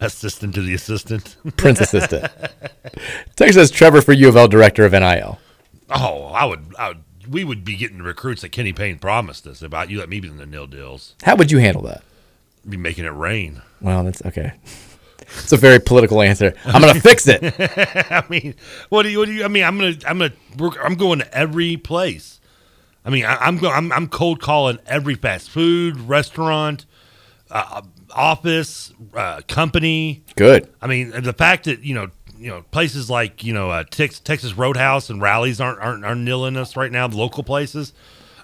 S1: assistant to the assistant.
S2: Prince assistant. Texas says Trevor for U of L director of NIL.
S1: Oh, I would. I would. We would be getting recruits that Kenny Payne promised us about. You let me be in the nil deals.
S2: How would you handle that?
S1: Be making it rain.
S2: Well, that's okay. It's a very political answer. I'm gonna fix it.
S1: I mean, what do you? What do you? I mean, I'm gonna. I'm gonna. Work, I'm going to every place. I mean, I, I'm going. I'm, I'm cold calling every fast food restaurant, uh, office, uh, company.
S2: Good.
S1: I mean, and the fact that you know, you know, places like you know, uh, Tex, Texas Roadhouse and rallies aren't aren't aren't nailing us right now. The local places,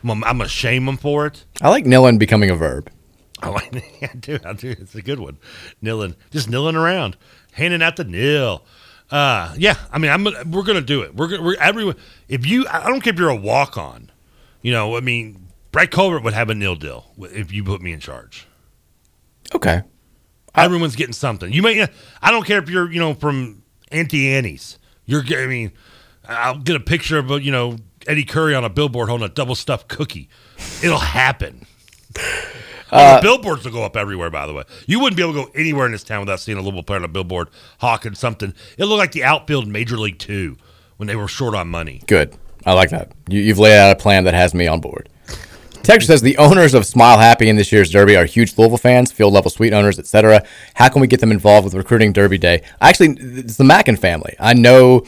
S1: I'm gonna- I'm gonna shame them for it.
S2: I like Nillen becoming a verb.
S1: Oh, I like, yeah, dude, I do. It's a good one. Nilling, just nilling around, handing out the nil. Uh, yeah, I mean, I'm gonna- we're gonna do it. We're gonna we're everyone. If you, I don't care if you're a walk on, you know, I mean, Brett Colbert would have a nil deal if you put me in charge.
S2: Okay.
S1: Everyone's getting something. You may. I don't care if you're, you know, from Auntie Annie's. You're. get- I mean, I'll get a picture of uh, you know Eddie Curry on a billboard holding a double stuffed cookie. It'll happen. Oh, the billboards will go up everywhere. By the way, you wouldn't be able to go anywhere in this town without seeing a Louisville player on a billboard hawking something. It looked like the outfield in Major League Two when they were short on money.
S2: Good. I like that. You, you've laid out a plan that has me on board. Texture says the owners of Smile Happy in this year's Derby are huge Louisville fans, field level suite owners, etc. How can we get them involved with recruiting Derby Day? Actually, it's the Mackin family. I know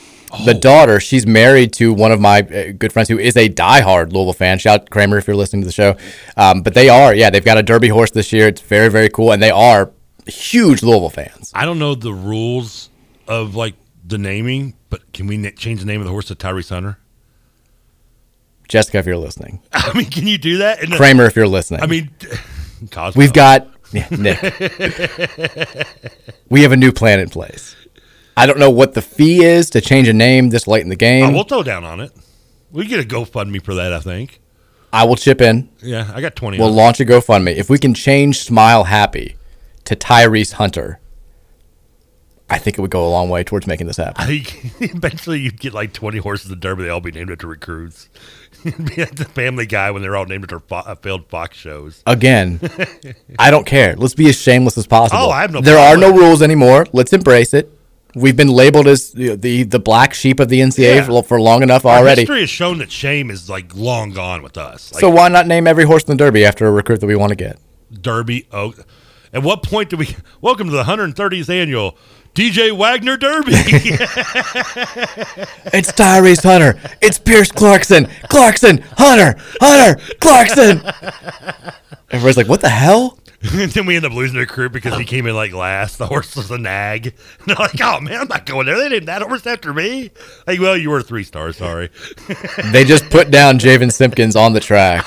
S2: the
S1: Oh.
S2: daughter. She's married to one of my uh, good friends who is a diehard Louisville fan. Shout out Kramer if you're listening to the show. Um, but they are, yeah, they've got a Derby horse this year. It's very, very cool, and they are huge Louisville fans.
S1: I don't know the rules of like the naming, but can we na- change the name of the horse to Tyrese Hunter?
S2: Jessica, if you're listening,
S1: I mean, can you do that? And the-
S2: Kramer, if you're listening.
S1: I mean, Cosmo.
S2: we've got yeah, Nick. we have a new plan in place. I don't know what the fee is to change a name this late in the
S1: Oh,
S2: game.
S1: we'll throw down on it. We get a GoFundMe for that, I think.
S2: I will chip in.
S1: Yeah, I got 20
S2: We'll
S1: on it.
S2: launch a GoFundMe. If we can change Smile Happy to Tyrese Hunter, I think it would go a long way towards making this happen.
S1: I think eventually you'd get like 20 horses in Derby. They all be named after recruits. It'd be like the family guy when they're all named after fo- uh, failed Fox shows.
S2: Again, I don't care. Let's be as shameless as possible.
S1: Oh, I have no
S2: There
S1: problem
S2: are no
S1: with
S2: rules anymore. Let's embrace it. We've been labeled as the the, the black sheep of the NCAA
S1: Yeah.
S2: for, for long enough
S1: Our
S2: already.
S1: history has shown that shame is like long gone with us. Like
S2: so why not name every horse in the Derby after a recruit that we want to get?
S1: oh, Derby Oak. At what point do we? Welcome to the 130th annual DJ Wagner Derby.
S2: it's Tyrese Hunter. It's Pierce Clarkson. Clarkson, Hunter, Hunter, Clarkson. Everybody's like, what the hell?
S1: and then we end up losing the crew because he came in like last. The horse was a nag. And they're like, oh man, I'm not going there. They didn't that horse after me. Like, well, you were a three star. Sorry.
S2: they just put down Javen Simpkins on the track.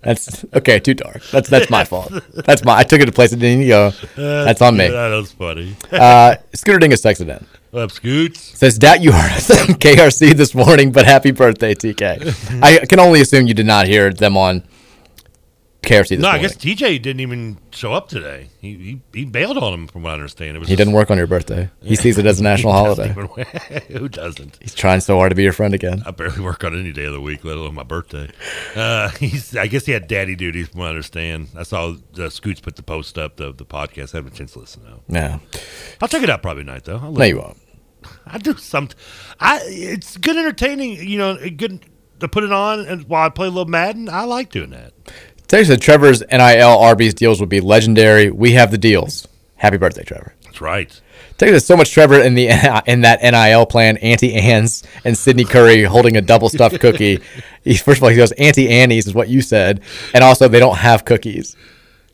S2: That's okay. Too dark. That's that's my fault. That's my. I took it to place it didn't go. That's on me.
S1: That was funny.
S2: uh, Scooter Dingus texted in.
S1: What up, Scoots?
S2: Says doubt you heard us on KRC this morning, but happy birthday, TK. I can only assume you did not hear them on KRC this
S1: no, I
S2: morning.
S1: guess TJ didn't even show up today. He he, he bailed on him, from what I understand. It was
S2: he
S1: just-
S2: didn't work on your birthday. He sees it as a national
S1: He doesn't
S2: holiday.
S1: even- Who doesn't?
S2: He's trying so hard to be your friend again.
S1: I barely work on any day of the week, let alone my birthday. Uh, he's, I guess he had daddy duties, from what I understand. I saw uh, Scoots put the post up, the, the podcast. I haven't since listened, though.
S2: Yeah.
S1: I'll check it out probably tonight, though. I'll
S2: No, you won't.
S1: I do some. I It's good entertaining, you know, it good to put it on and while I play a little Madden. I like doing that.
S2: Terry said Trevor's NIL RB's deals would be legendary. We have the deals. Happy birthday, Trevor.
S1: That's right.
S2: Take this so much Trevor in the in that NIL plan, Auntie Anne's and Sidney Curry holding a double stuffed cookie. He, first of all, he goes, Auntie Annie's is what you said. And also they don't have cookies.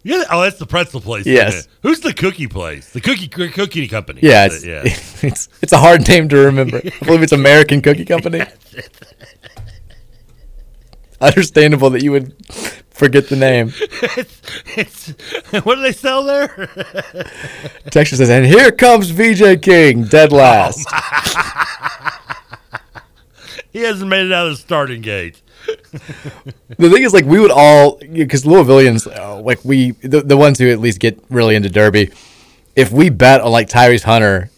S1: Yeah. Oh, that's the pretzel place.
S2: Yes.
S1: isn't it? Who's the cookie place? The cookie cookie company.
S2: Yeah,
S1: That's
S2: it's,
S1: it,
S2: it's it's a hard name to remember. I believe it's American Cookie Company. Understandable that you would forget the name.
S1: it's, it's what do they sell there?
S2: Texture says, and here comes VJ King, dead
S1: Oh,
S2: last.
S1: he hasn't made it out of the starting gate.
S2: the thing is, like, we would all because Louisvillians, uh, like we the, the ones who at least get really into Derby. If we bet on like Tyrese Hunter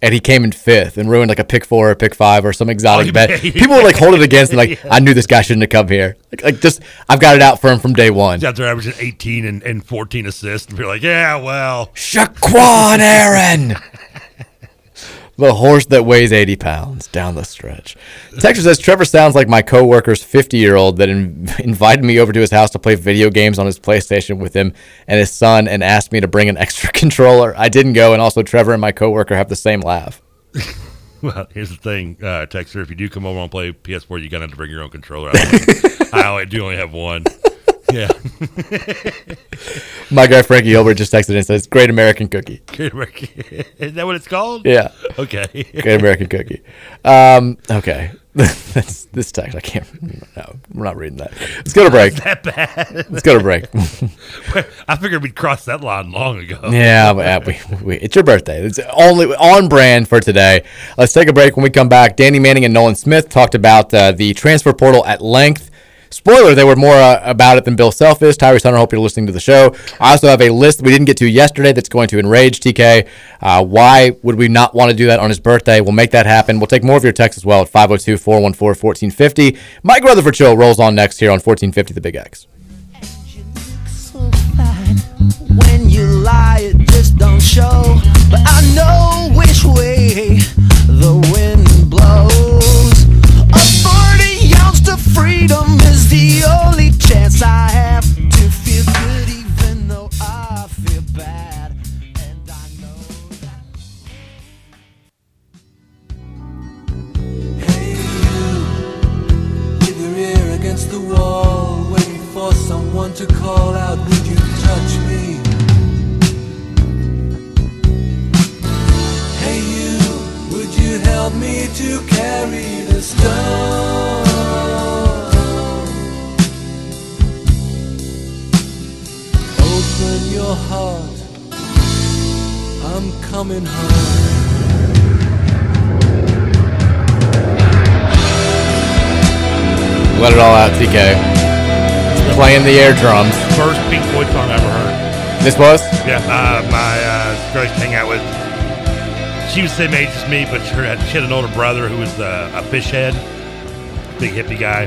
S2: and he came in fifth and ruined like a pick four or pick five or some exotic
S1: you
S2: bet,
S1: bet.
S2: people would like hold it against and like, I knew this guy shouldn't have come here. Like, like just I've got it out for him from day one.
S1: He's out there averaging 18 and, and 14 assists, and you're like, yeah, well.
S2: Shaquan Aaron. The horse that weighs 80 pounds down the stretch. Texas says Trevor sounds like my coworker's 50 year old that in- invited me over to his house to play video games on his PlayStation with him and his son and asked me to bring an extra controller. I didn't go, and also Trevor and my coworker have the same laugh.
S1: Well, here's the thing, uh, Texter. If you do come over and play PS4, you're gonna have to bring your own controller. I, I only, do only have one. Yeah,
S2: My guy Frankie Hilbert just texted and says, Great American Cookie.
S1: Good work. is that what it's called?
S2: Yeah.
S1: Okay.
S2: Great American Cookie. Um, okay. That's this text. I can't. No, we're not reading that. Let's go to break.
S1: That bad.
S2: Let's go to break.
S1: I figured we'd crossed that line long ago.
S2: Yeah, but, uh, we, we, it's your birthday. It's only on brand for today. Let's take a break. When we come back, Danny Manning and Nolan Smith talked about uh, the transfer portal at length. Spoiler, they were more uh, about it than Bill Self is. Tyrese Hunter, hope you're listening to the show. I also have a list we didn't get to yesterday that's going to enrage TK. Uh, why would we not want to do that on his birthday? We'll make that happen. We'll take more of your texts as well at 502 414 1450. Mike Rutherford Show rolls on next here on 1450 The Big X.
S3: When you lie, it just don't show. But I know which way the wind blows. A 40 ounce to freedom is the only chance I have to feel good, even though I feel bad. And I know that. Hey, you, with your ear against the wall, waiting for someone to call out, would you touch me? Hey you, would you help me to carry the stone? Open your heart, I'm coming home.
S2: Let it all out, TK. Playing the air drums.
S1: First Pink Floyd song I ever heard.
S2: This was?
S1: Yeah, uh, my uh, girl I used to hang out with. She was the same age as me, but her, she had an older brother who was uh, a fish head, big hippie guy,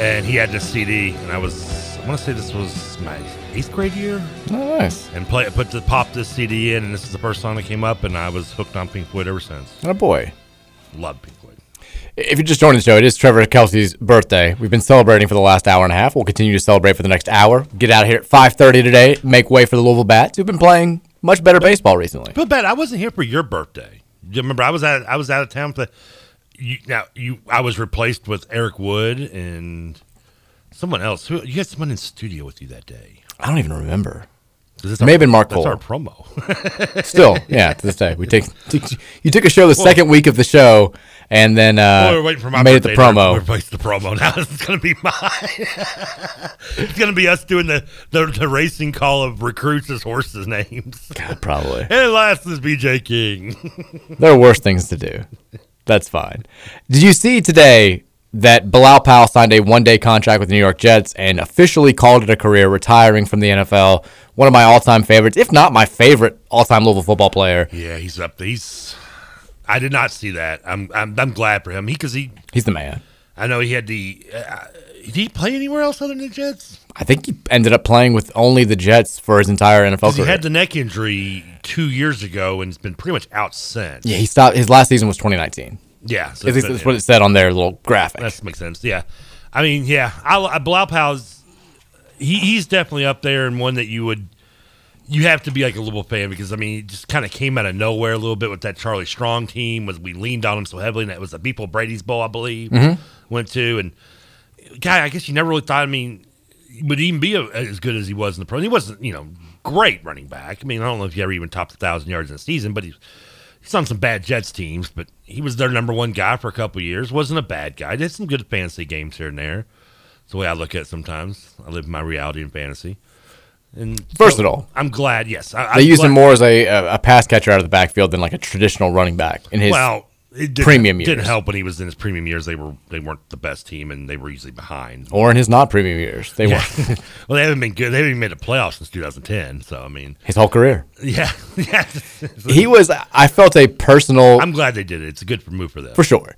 S1: and he had this CD. And I was, I want to say this was my eighth grade year.
S2: Nice.
S1: And play, put the pop this CD in, and this is the first song that came up, and I was hooked on Pink Floyd ever since.
S2: Oh boy.
S1: Love Pink Floyd.
S2: If you're just joining the show, it is Trevor Kelsey's birthday. We've been celebrating for the last hour and a half. We'll continue to celebrate for the next hour. Get out of here at 5:30 today. Make way for the Louisville Bats, who've been playing Much better baseball recently.
S1: But bet I wasn't here for your birthday. You remember I was out I was out of town for you now you I was replaced with Eric Wood and someone else. Who you had someone in studio with you that day.
S2: I don't even remember. It may have been Mark
S1: That's
S2: Cole.
S1: our promo.
S2: Still, yeah, to this day, we take you took a show the second week of the show, and then uh,
S1: Well, we're waiting for my
S2: made it the
S1: birthday to
S2: promo.
S1: replace the promo. Now it's going to be mine. it's going to be us doing the, the the racing call of recruits as horses' names.
S2: God, probably.
S1: and last is BJ King.
S2: There are worse things to do. That's fine. Did you see today that Bilal Powell signed a one day contract with the New York Jets and officially called it a career, retiring from the NFL? One of my all time favorites, if not my favorite all time Louisville football player.
S1: yeah, he's up. there. He's. I did not see that. I'm I'm, I'm glad for him. He because he
S2: He's the man.
S1: I know he had the. Uh, did he play anywhere else other than the Jets?
S2: I think he ended up playing with only the Jets for his entire NFL
S1: Because he
S2: career.
S1: had the neck injury two years ago and has been pretty much out since.
S2: yeah, he stopped. His last season was 2019.
S1: Yeah, so
S2: At least
S1: it's-
S2: that's what it said on their little graphic.
S1: That makes sense. Yeah, I mean, yeah, I, I Blaupau's he, he's definitely up there and one that you would you have to be like a Louisville fan because I mean, he just kind of came out of nowhere a little bit with that Charlie Strong team. Was we leaned on him so heavily, and that was the Beeple Brady's Bowl, I believe,
S2: Mhm.
S1: went to. And guy, I guess you never really thought. I mean, he would even be a, as good as he was in the pro. He wasn't, you know, great running back. I mean, I don't know if he ever even topped a thousand yards in a season, but he. He's on some bad Jets teams, but he was their number one guy for a couple of years. wasn't a bad guy. Did some good fantasy games here and there. It's the way I look at it sometimes. I live my reality and fantasy. And so
S2: Versatile.
S1: I'm glad. Yes, I,
S2: they
S1: I'm
S2: used him
S1: glad-
S2: more as a, a, a pass catcher out of the backfield than like a traditional running back in his
S1: well, it didn't,
S2: premium years.
S1: didn't help when he was in his premium years. They were they weren't the best team, and they were usually behind.
S2: Or in his not premium years. They
S1: Yeah.
S2: were
S1: well, they haven't been good. They haven't even made the playoffs since 2010. So I mean,
S2: his whole career.
S1: yeah, yeah.
S2: He was, I felt a personal,
S1: I'm glad they did it. It's a good move for them.
S2: for sure.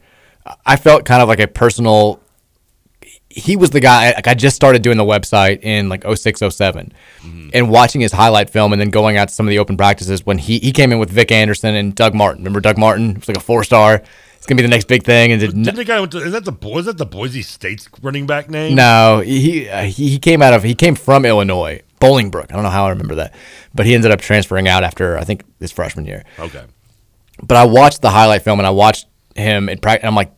S2: I felt kind of like a personal, he was the guy, like I just started doing the website in like 06, 07 and watching his highlight film and then going out to some of the open practices when he, he came in with Vic Anderson and Doug Martin. Remember Doug Martin? It was like a four star. It's going to be the next big thing. And did
S1: Didn't the guy went to, is that the Bo- is that the Boise State's running back name?
S2: No, he uh, he he came out of he came from Illinois, Bolingbrook. I don't know how I remember that, but he ended up transferring out after I think his freshman year.
S1: Okay.
S2: But I watched the highlight film and I watched him in practice. And I'm like,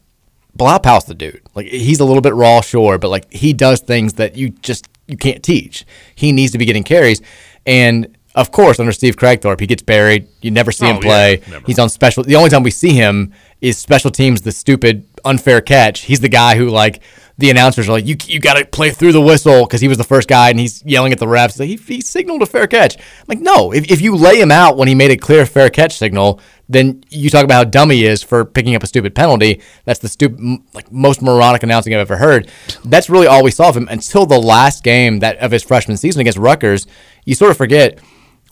S2: Blaupau's the dude. Like he's a little bit raw, sure, but like he does things that you just you can't teach. He needs to be getting carries, and of course under Steve Cragthorpe, he gets buried. You never see him
S1: Oh, yeah,
S2: play.
S1: never.
S2: He's on special. The only time we see him is special teams. The stupid unfair catch. He's the guy who like the announcers are like, you you got to play through the whistle because he was the first guy and he's yelling at the refs. Like, he he signaled a fair catch. I'm like no, if if you lay him out when he made a clear fair catch signal, then you talk about how dumb he is for picking up a stupid penalty. That's the stupid like most moronic announcing I've ever heard. That's really all we saw of him until the last game that of his freshman season against Rutgers. You sort of forget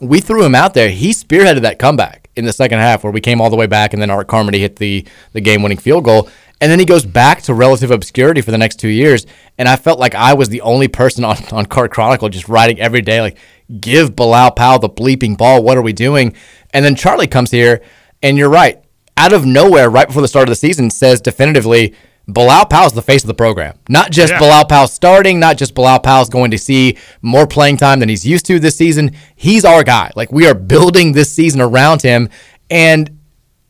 S2: we threw him out there. He spearheaded that comeback in the second half where we came all the way back and then Art Carmody hit the, the game winning field goal. And then he goes back to relative obscurity for the next two years. And I felt like I was the only person on, on Card Chronicle just writing every day, like, give Bilal Powell the bleeping ball. What are we doing? And then Charlie comes here, and you're right. Out of nowhere, right before the start of the season, says definitively, Bilal Powell's the face of the program. Not just
S1: Yeah.
S2: Bilal Powell starting, not just Bilal Powell's going to see more playing time than he's used to this season. He's our guy. Like we are building this season around him. And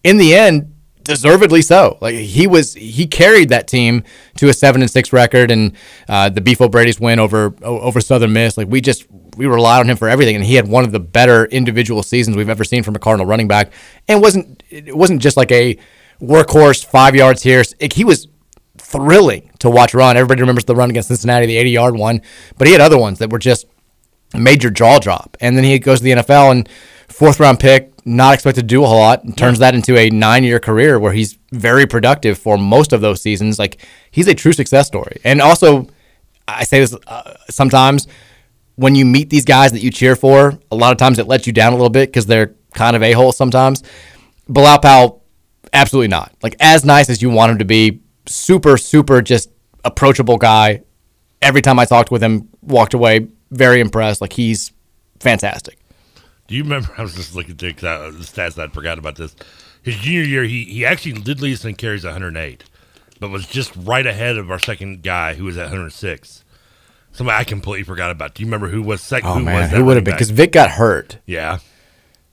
S2: in the end, deservedly so. Like he was he carried that team to a seven and six record and uh, the Beefo Brady's win over o- over Southern Miss. Like we just we relied on him for everything and he had one of the better individual seasons we've ever seen from a Cardinal running back. And it wasn't it wasn't just like a workhorse five yards here. Like, he was thrilling to watch run. Everybody remembers the run against Cincinnati, the 80 yard one, but he had other ones that were just made your jaw drop. And then he goes to the NFL and fourth round pick, not expected to do a whole lot, and turns that into a nine year career where he's very productive for most of those seasons. Like he's a true success story. And also, I say this uh, sometimes when you meet these guys that you cheer for, a lot of times it lets you down a little bit because they're kind of a hole sometimes. Bilal Powell, absolutely not. Like as nice as you want him to be, super, super just approachable guy. Every time I talked with him, walked away very impressed. Like he's fantastic.
S1: Do you remember? I was just looking at the the stats. I'd forgotten about this. His junior year, he he actually did lead us in carries 108, but was just right ahead of our second guy who was at 106. Somebody I completely forgot about. Do you remember who was second?
S2: Oh
S1: who
S2: man,
S1: was that
S2: who would have
S1: running
S2: been?
S1: back?
S2: Because Vic got hurt.
S1: yeah,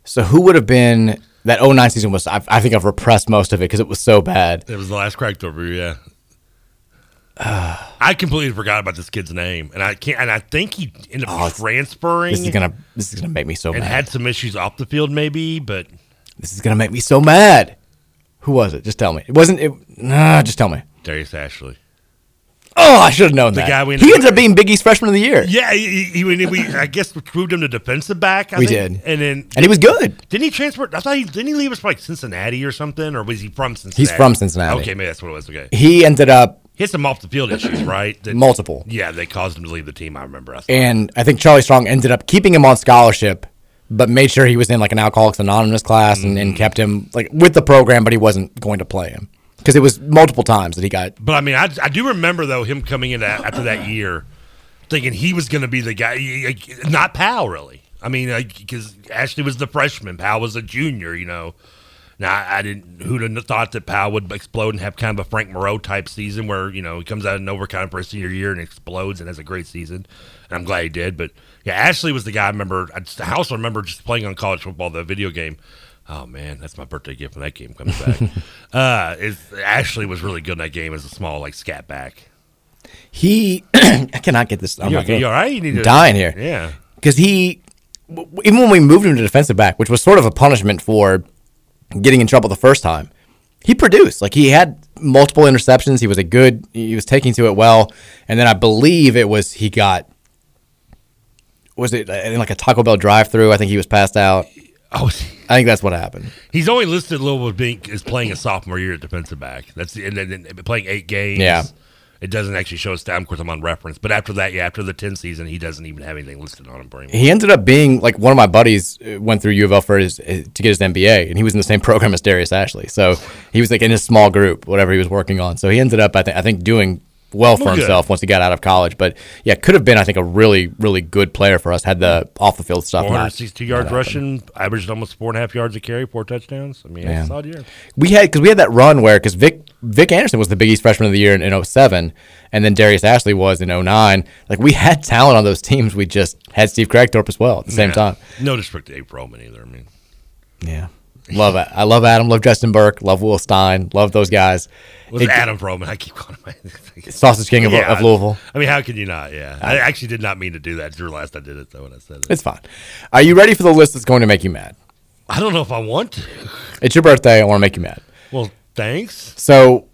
S2: So who would have been that 09 season was? I, I think I've repressed most of it because it was so bad.
S1: It was the last cracked over, yeah. I completely forgot about this kid's name, and I can't. And I think he ended up transferring.
S2: This Oh, is gonna this is gonna make me so
S1: and
S2: mad.
S1: had some issues off the field, maybe. But
S2: this is gonna make me so mad. Who was it? Just tell me. It wasn't. It, nah, just tell me.
S1: Darius Ashley,
S2: Oh, I should have known
S1: The
S2: that.
S1: guy we
S2: he ended up being Biggie's freshman of the year.
S1: yeah, he, he, we- we I guess we moved him to defensive back. I
S2: We did.
S1: think. and then
S2: And he was good.
S1: Didn't he transfer? I thought he didn't he leave us for like Cincinnati or something, or was he from Cincinnati?
S2: He's from Cincinnati.
S1: Okay, maybe that's what it was. Okay,
S2: He ended up
S1: he had some off the field issues, right? That-
S2: Multiple.
S1: Yeah, they caused him to leave the team. I remember. I think.
S2: and I think Charlie Strong ended up keeping him on scholarship, but made sure he was in like an Alcoholics Anonymous class and,
S1: Mm.
S2: and kept him like with the program, but he wasn't going to play him because it was multiple times that he got.
S1: But I mean, I, I do remember though him coming in that, after that year, thinking he was going to be the guy. he- he- Not Powell really. I mean, because Ashley was the freshman, Powell was a junior. You know, now I, I didn't. Who'd have thought that Powell would explode and have kind of a Frank Moreau type season where you know he comes out of nowhere kind of for his senior year and explodes and has a great season. And I'm glad he did. But yeah, Ashley was the guy. I remember. I, just, I also remember just playing on college football, the video game. Oh man, that's my birthday gift when that game comes back. uh, it's, Ashley was really good in that game as a small like scat back.
S2: He, I cannot get this.
S1: You
S2: not
S1: okay?
S2: good.
S1: You all right? You need to-
S2: "Oh, dying here.
S1: Yeah.
S2: because he, w- w- even when we moved him to defensive back, which was sort of a punishment for getting in trouble the first time, he produced. Like he had multiple interceptions. He was a good. He was taking to it well. And then I believe it was he got. Was it uh, in like a Taco Bell drive-through? I think he was passed out.
S1: Oh,
S2: I think that's what happened.
S1: He's only listed Louisville as being as playing a sophomore year at defensive back. That's the, and then and playing eight games.
S2: Yeah.
S1: It doesn't actually show his time. Of course, I'm on reference, but after that, yeah, after the ten season, he doesn't even have anything listed on him. For him.
S2: He ended up being like one of my buddies uh, went through U of L for his, uh, to get his MBA, and he was in the same program as Darius Ashley. So he was like in his small group, whatever he was working on. So he ended up, I think, I think doing well for
S1: Well, good.
S2: himself once he got out of college. But yeah, could have been, I think, a really, really good player for us had the off the field stuff. not-
S1: 462 yards rushing, averaged almost four and a half yards a carry, four touchdowns. I mean,
S2: Yeah.
S1: it's a solid year.
S2: We had because we had that run where because Vic Vic Anderson was the Big East freshman of the year in, in 07, and then Darius Ashley was in 09. Like we had talent on those teams. We just had Steve Cragthorpe as well at the same
S1: Yeah.
S2: time.
S1: No disrespect to Abe Roman either. I mean,
S2: Yeah. Love it. I love Adam. Love Justin Burke. Love Will Stein. Love those guys.
S1: was
S2: It-
S1: Adam Roman? I keep calling him
S2: Sausage King of- of Louisville.
S1: I mean, how could you not? Yeah, I actually did not mean to do that. It's your last I did it though when I said it.
S2: It's fine. Are you ready for the list that's going to make you mad?
S1: I don't know if I want to.
S2: It's your birthday. I want to make you mad.
S1: Well, thanks.
S2: So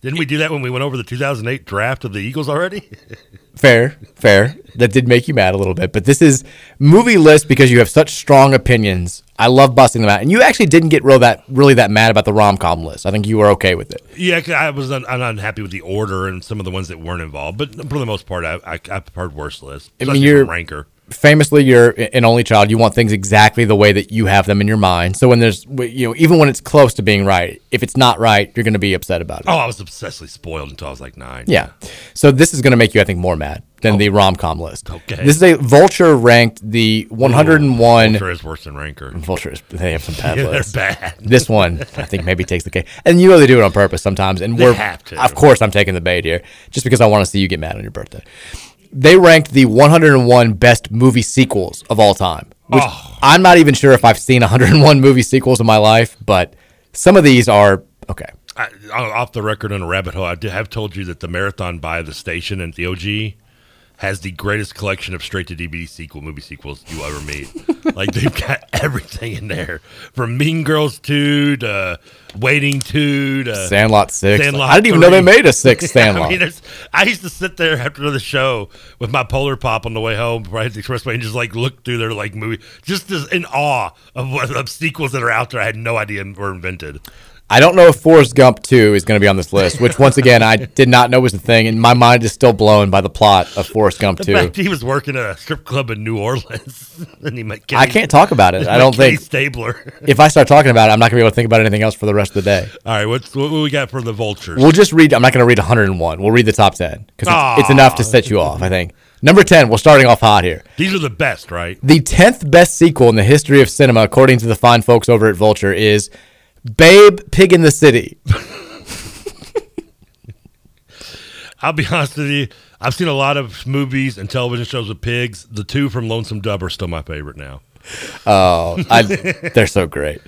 S1: Didn't we do that when we went over the 2008 draft of the Eagles already?
S2: fair, fair. That did make you mad a little bit, but this is movie list because you have such strong opinions. I love busting them out, and you actually didn't get real that really that mad about the rom com list. I think you were okay with it.
S1: yeah, 'cause I was un- I'm unhappy with the order and some of the ones that weren't involved, but for the most part, I I, I preferred worse list.
S2: I
S1: especially
S2: mean, you're
S1: from ranker.
S2: Famously, you're a- an only child. You want things exactly the way that you have them in your mind. So when there's, you know, even when it's close to being right, if it's not right, you're going to be upset about it.
S1: Oh, I was obsessively spoiled until I was like nine.
S2: Yeah. So this is going to make you, I think, more mad than the rom com list.
S1: Oh. Okay.
S2: This is a Vulture ranked the 101.
S1: Vulture is worse than Ranker.
S2: Vulture is, they have some bad
S1: Yeah, they're
S2: lists.
S1: bad.
S2: This one, I think, maybe takes the cake. And you know they do it on purpose sometimes. And
S1: They
S2: we're,
S1: have to.
S2: of course, I'm taking the bait here just because I want to see you get mad on your birthday. They ranked the 101 best movie sequels of all time, which
S1: Oh.
S2: I'm not even sure if I've seen 101 movie sequels in my life, but some of these are okay.
S1: I, I- off the record in a rabbit hole, I did have told you that the marathon by the station and the OG has the greatest collection of straight to DVD sequel movie sequels you ever meet. like they've got everything in there, from Mean Girls two to Waiting two to
S2: Sandlot six. I didn't even know they made a sixth Sandlot.
S1: I, mean, there's- I used to sit there after the show with my Polar Pop on the way home, right at the expressway, and just like look through their like movie, just as in awe of what of sequels that are out there. I had no idea were invented.
S2: I don't know if Forrest Gump 2 is going to be on this list, which once again I did not know was the thing, and my mind is still blown by the plot of Forrest Gump
S1: The
S2: 2.
S1: fact he was working at a strip club in New Orleans, and he met
S2: I
S1: Kenny-
S2: can't talk about
S1: he
S2: it. I
S1: met
S2: don't
S1: Kenny
S2: think
S1: Stabler.
S2: If I start talking about it, I'm not going to be able to think about anything else for the rest of the day.
S1: All right, what's what, we got for the vultures?
S2: We'll just read. I'm not going to read 101. We'll read the top 10 because it's, it's
S1: Aw.
S2: enough to set you off. I think number 10. We're starting off hot here.
S1: These are the best, right?
S2: The 10th best sequel in the history of cinema, according to the fine folks over at Vulture, is Babe Pig in the City.
S1: I'll be honest with you. I've seen a lot of movies and television shows with pigs. The two from Lonesome Dove are still my favorite now.
S2: Oh, I, they're so great.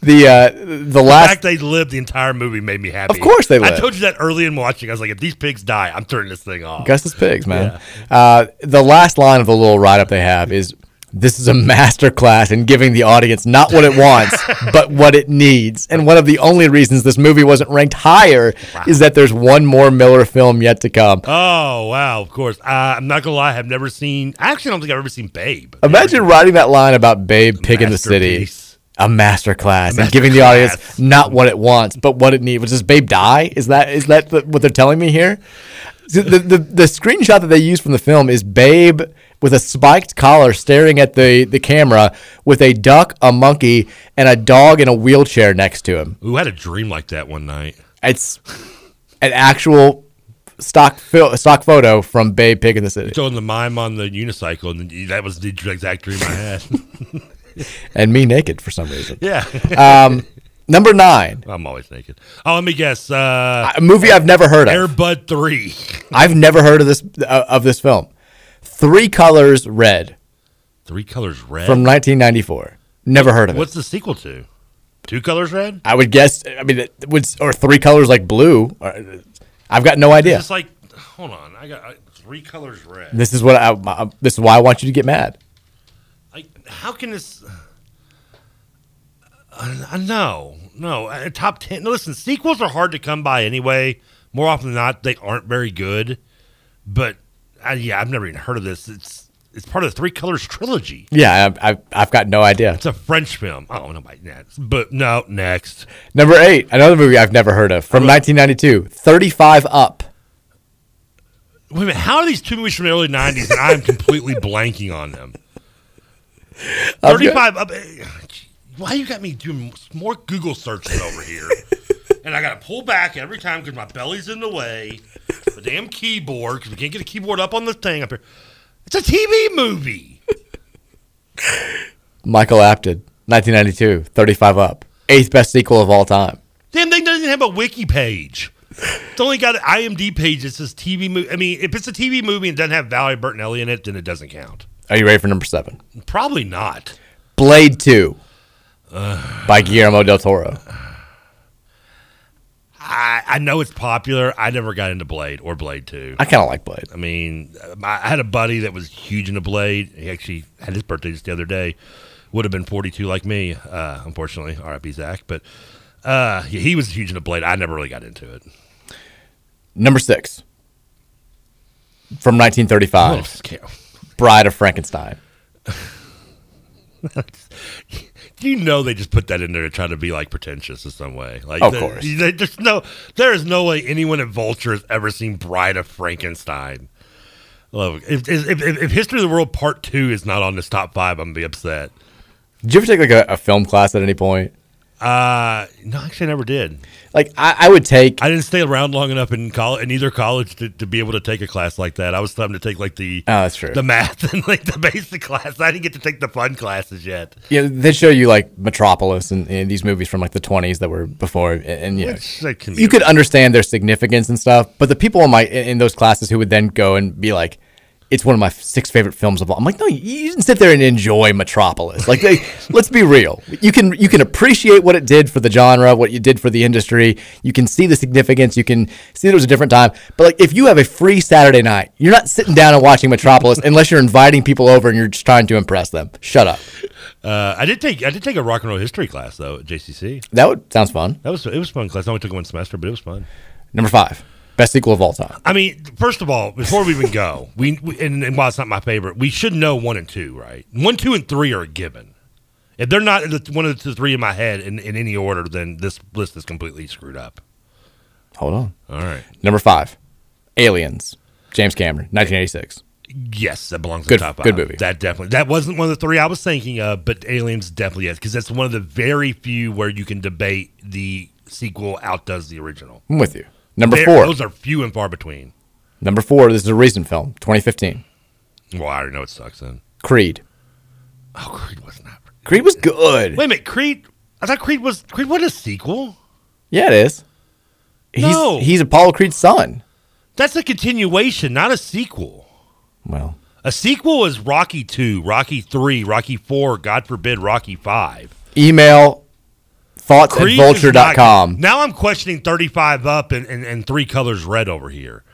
S2: The uh, the last
S1: fact they lived the entire movie made me happy.
S2: Of course they
S1: I
S2: lived.
S1: told you that early in watching. I was like, if these pigs die, I'm turning this thing off.
S2: Gus's pigs, man. Uh, the last line of the little write up they have is this is a master class in giving the audience not what it wants, but what it needs. And one of the only reasons this movie wasn't ranked higher is that there's one more Miller film yet to come.
S1: Oh wow! Of course, uh, I'm not gonna lie. I've never seen. I actually don't think I've ever seen Babe.
S2: Imagine writing that line about Babe Pig in the City. A master class and giving the audience not what it wants, but what it needs. Does Babe die? Is that is that the, what they're telling me here? So The, the, the screenshot that they use from the film is Babe with a spiked collar staring at the, the camera with a duck, a monkey, and a dog in a wheelchair next to him.
S1: Ooh, I had a dream like that one night.
S2: It's an actual stock fil- stock photo from Babe Pig in the City.
S1: It's on the mime on the unicycle, and then- that was the exact dream I had.
S2: and me naked for some reason.
S1: Yeah.
S2: um, number nine,
S1: I'm always naked. Oh, let me guess. Uh,
S2: a movie I've never heard of.
S1: Air Bud Three.
S2: I've never heard of this uh, of this film. Three Colors Red
S1: Three colors red.
S2: from 1994. Never heard of it.
S1: What's the sequel to? Two colors red.
S2: I would guess. I mean, it would or three colors like blue. or- I've got no idea.
S1: It's like, hold on. I got uh, three colors red.
S2: This is what I, I- This is why I want you to get mad.
S1: I, how can this? Uh, uh, no, no. Uh, top ten. Listen, sequels are hard to come by anyway. More often than not, they aren't very good. But uh, yeah, I've never even heard of this. It's it's part of the Three Colors trilogy.
S2: Yeah, I, I, I've got no idea.
S1: It's a French film. Oh nobody. Yeah, but no, next.
S2: Number eight, another movie I've never heard of from 1992. 35 Up.
S1: Wait a minute. How are these two movies from the early '90s, and I'm completely blanking on them?
S2: I'm
S1: Thirty-five. Up, eh, why you got me doing more Google searches over here? and I got to pull back every time because my belly's in the way. The damn keyboard because we can't get a keyboard up on the thing up here. It's a TV movie.
S2: Michael Apted, 1992. 35 Up. Eighth best sequel of all time.
S1: Damn thing doesn't even have a wiki page. It's only got an IMDb page that says TV movie. I mean, if it's a TV movie and doesn't have Valerie Bertinelli in it, then it doesn't count.
S2: Are you ready for number seven?
S1: Probably not.
S2: Blade 2 by Guillermo del Toro.
S1: I, I know it's popular. I never got into Blade or Blade Two.
S2: I kinda like Blade.
S1: I mean, I I had a buddy that was huge into Blade. He actually had his birthday just the other day. Would have been 42 like me, uh, unfortunately. R.I.P. Zach, but uh, he he was huge into Blade. I never really got into it.
S2: Number six from
S1: Oh,
S2: 1935.
S1: scale.
S2: Bride of Frankenstein.
S1: You know, they just put that in there to try to be like pretentious in some way. Like,
S2: Of
S1: they-
S2: course.
S1: they- there's no, there is no way anyone at Vulture has ever seen Bride of Frankenstein. Love it. if, if, if, if History of the World Part Two is not on this top five, I'm gonna be upset.
S2: Did you ever take like a, a film class at any point?
S1: Uh, no, actually, I never did.
S2: Like, I, I would take.
S1: I didn't stay around long enough in college, in either college, to, to be able to take a class like that. I was starting to take like the
S2: Oh, that's true.
S1: the math and like the basic class. I didn't get to take the fun classes yet.
S2: Yeah, they show you like Metropolis and, and these movies from like the 20s that were before, and, and you, know,
S1: Which that can be
S2: you could understand their significance and stuff. But the people in my in in those classes who would then go and be like, "It's one of my f- six favorite films of all," I'm like, "No, you- you didn't sit there and enjoy Metropolis." Like, they, let's be real. You can you can appreciate what it did for the genre, what you did for the industry. You can see the significance. You can see that it was a different time. But like, if you have a free Saturday night, you're not sitting down and watching Metropolis unless you're inviting people over and you're just trying to impress them. Shut up.
S1: Uh, I did take I did take a rock and roll history class though at JCC.
S2: That would sounds fun.
S1: That was it was a fun class. I only took one semester, but it was fun.
S2: Number five, best sequel of all time.
S1: I mean, first of all, before we even go, we, we and, and while it's not my favorite, we should know one and two, right? One, two, and three are a given. If they're not in the, one of the three in my head in, in any order, then this list is completely screwed up.
S2: Hold on.
S1: All right.
S2: Number five, Aliens. James Cameron, 1986.
S1: Yes, that belongs
S2: Good-
S1: to the top five.
S2: good movie.
S1: That definitely. That wasn't one of the three I was thinking of, but Aliens definitely is because that's one of the very few where you can debate the sequel outdoes the original.
S2: I'm with you. Number
S1: They're-
S2: four.
S1: Those are few and far between.
S2: Number four. This is a recent film, 2015.
S1: Well, I already know it sucks. Then
S2: Creed.
S1: oh, Creed was not.
S2: Creed was good.
S1: Wait a minute, Creed. I thought Creed was Creed. What a sequel.
S2: Yeah, it is. He's,
S1: No.
S2: he's Apollo Creed's son.
S1: That's a continuation, not a sequel.
S2: Well,
S1: A sequel is Rocky 2, Rocky 3, Rocky 4, God forbid, Rocky 5.
S2: Email thoughts at
S1: Creed is not-
S2: vulture.com.
S1: Now I'm questioning 35 up and, and, and three colors red over here.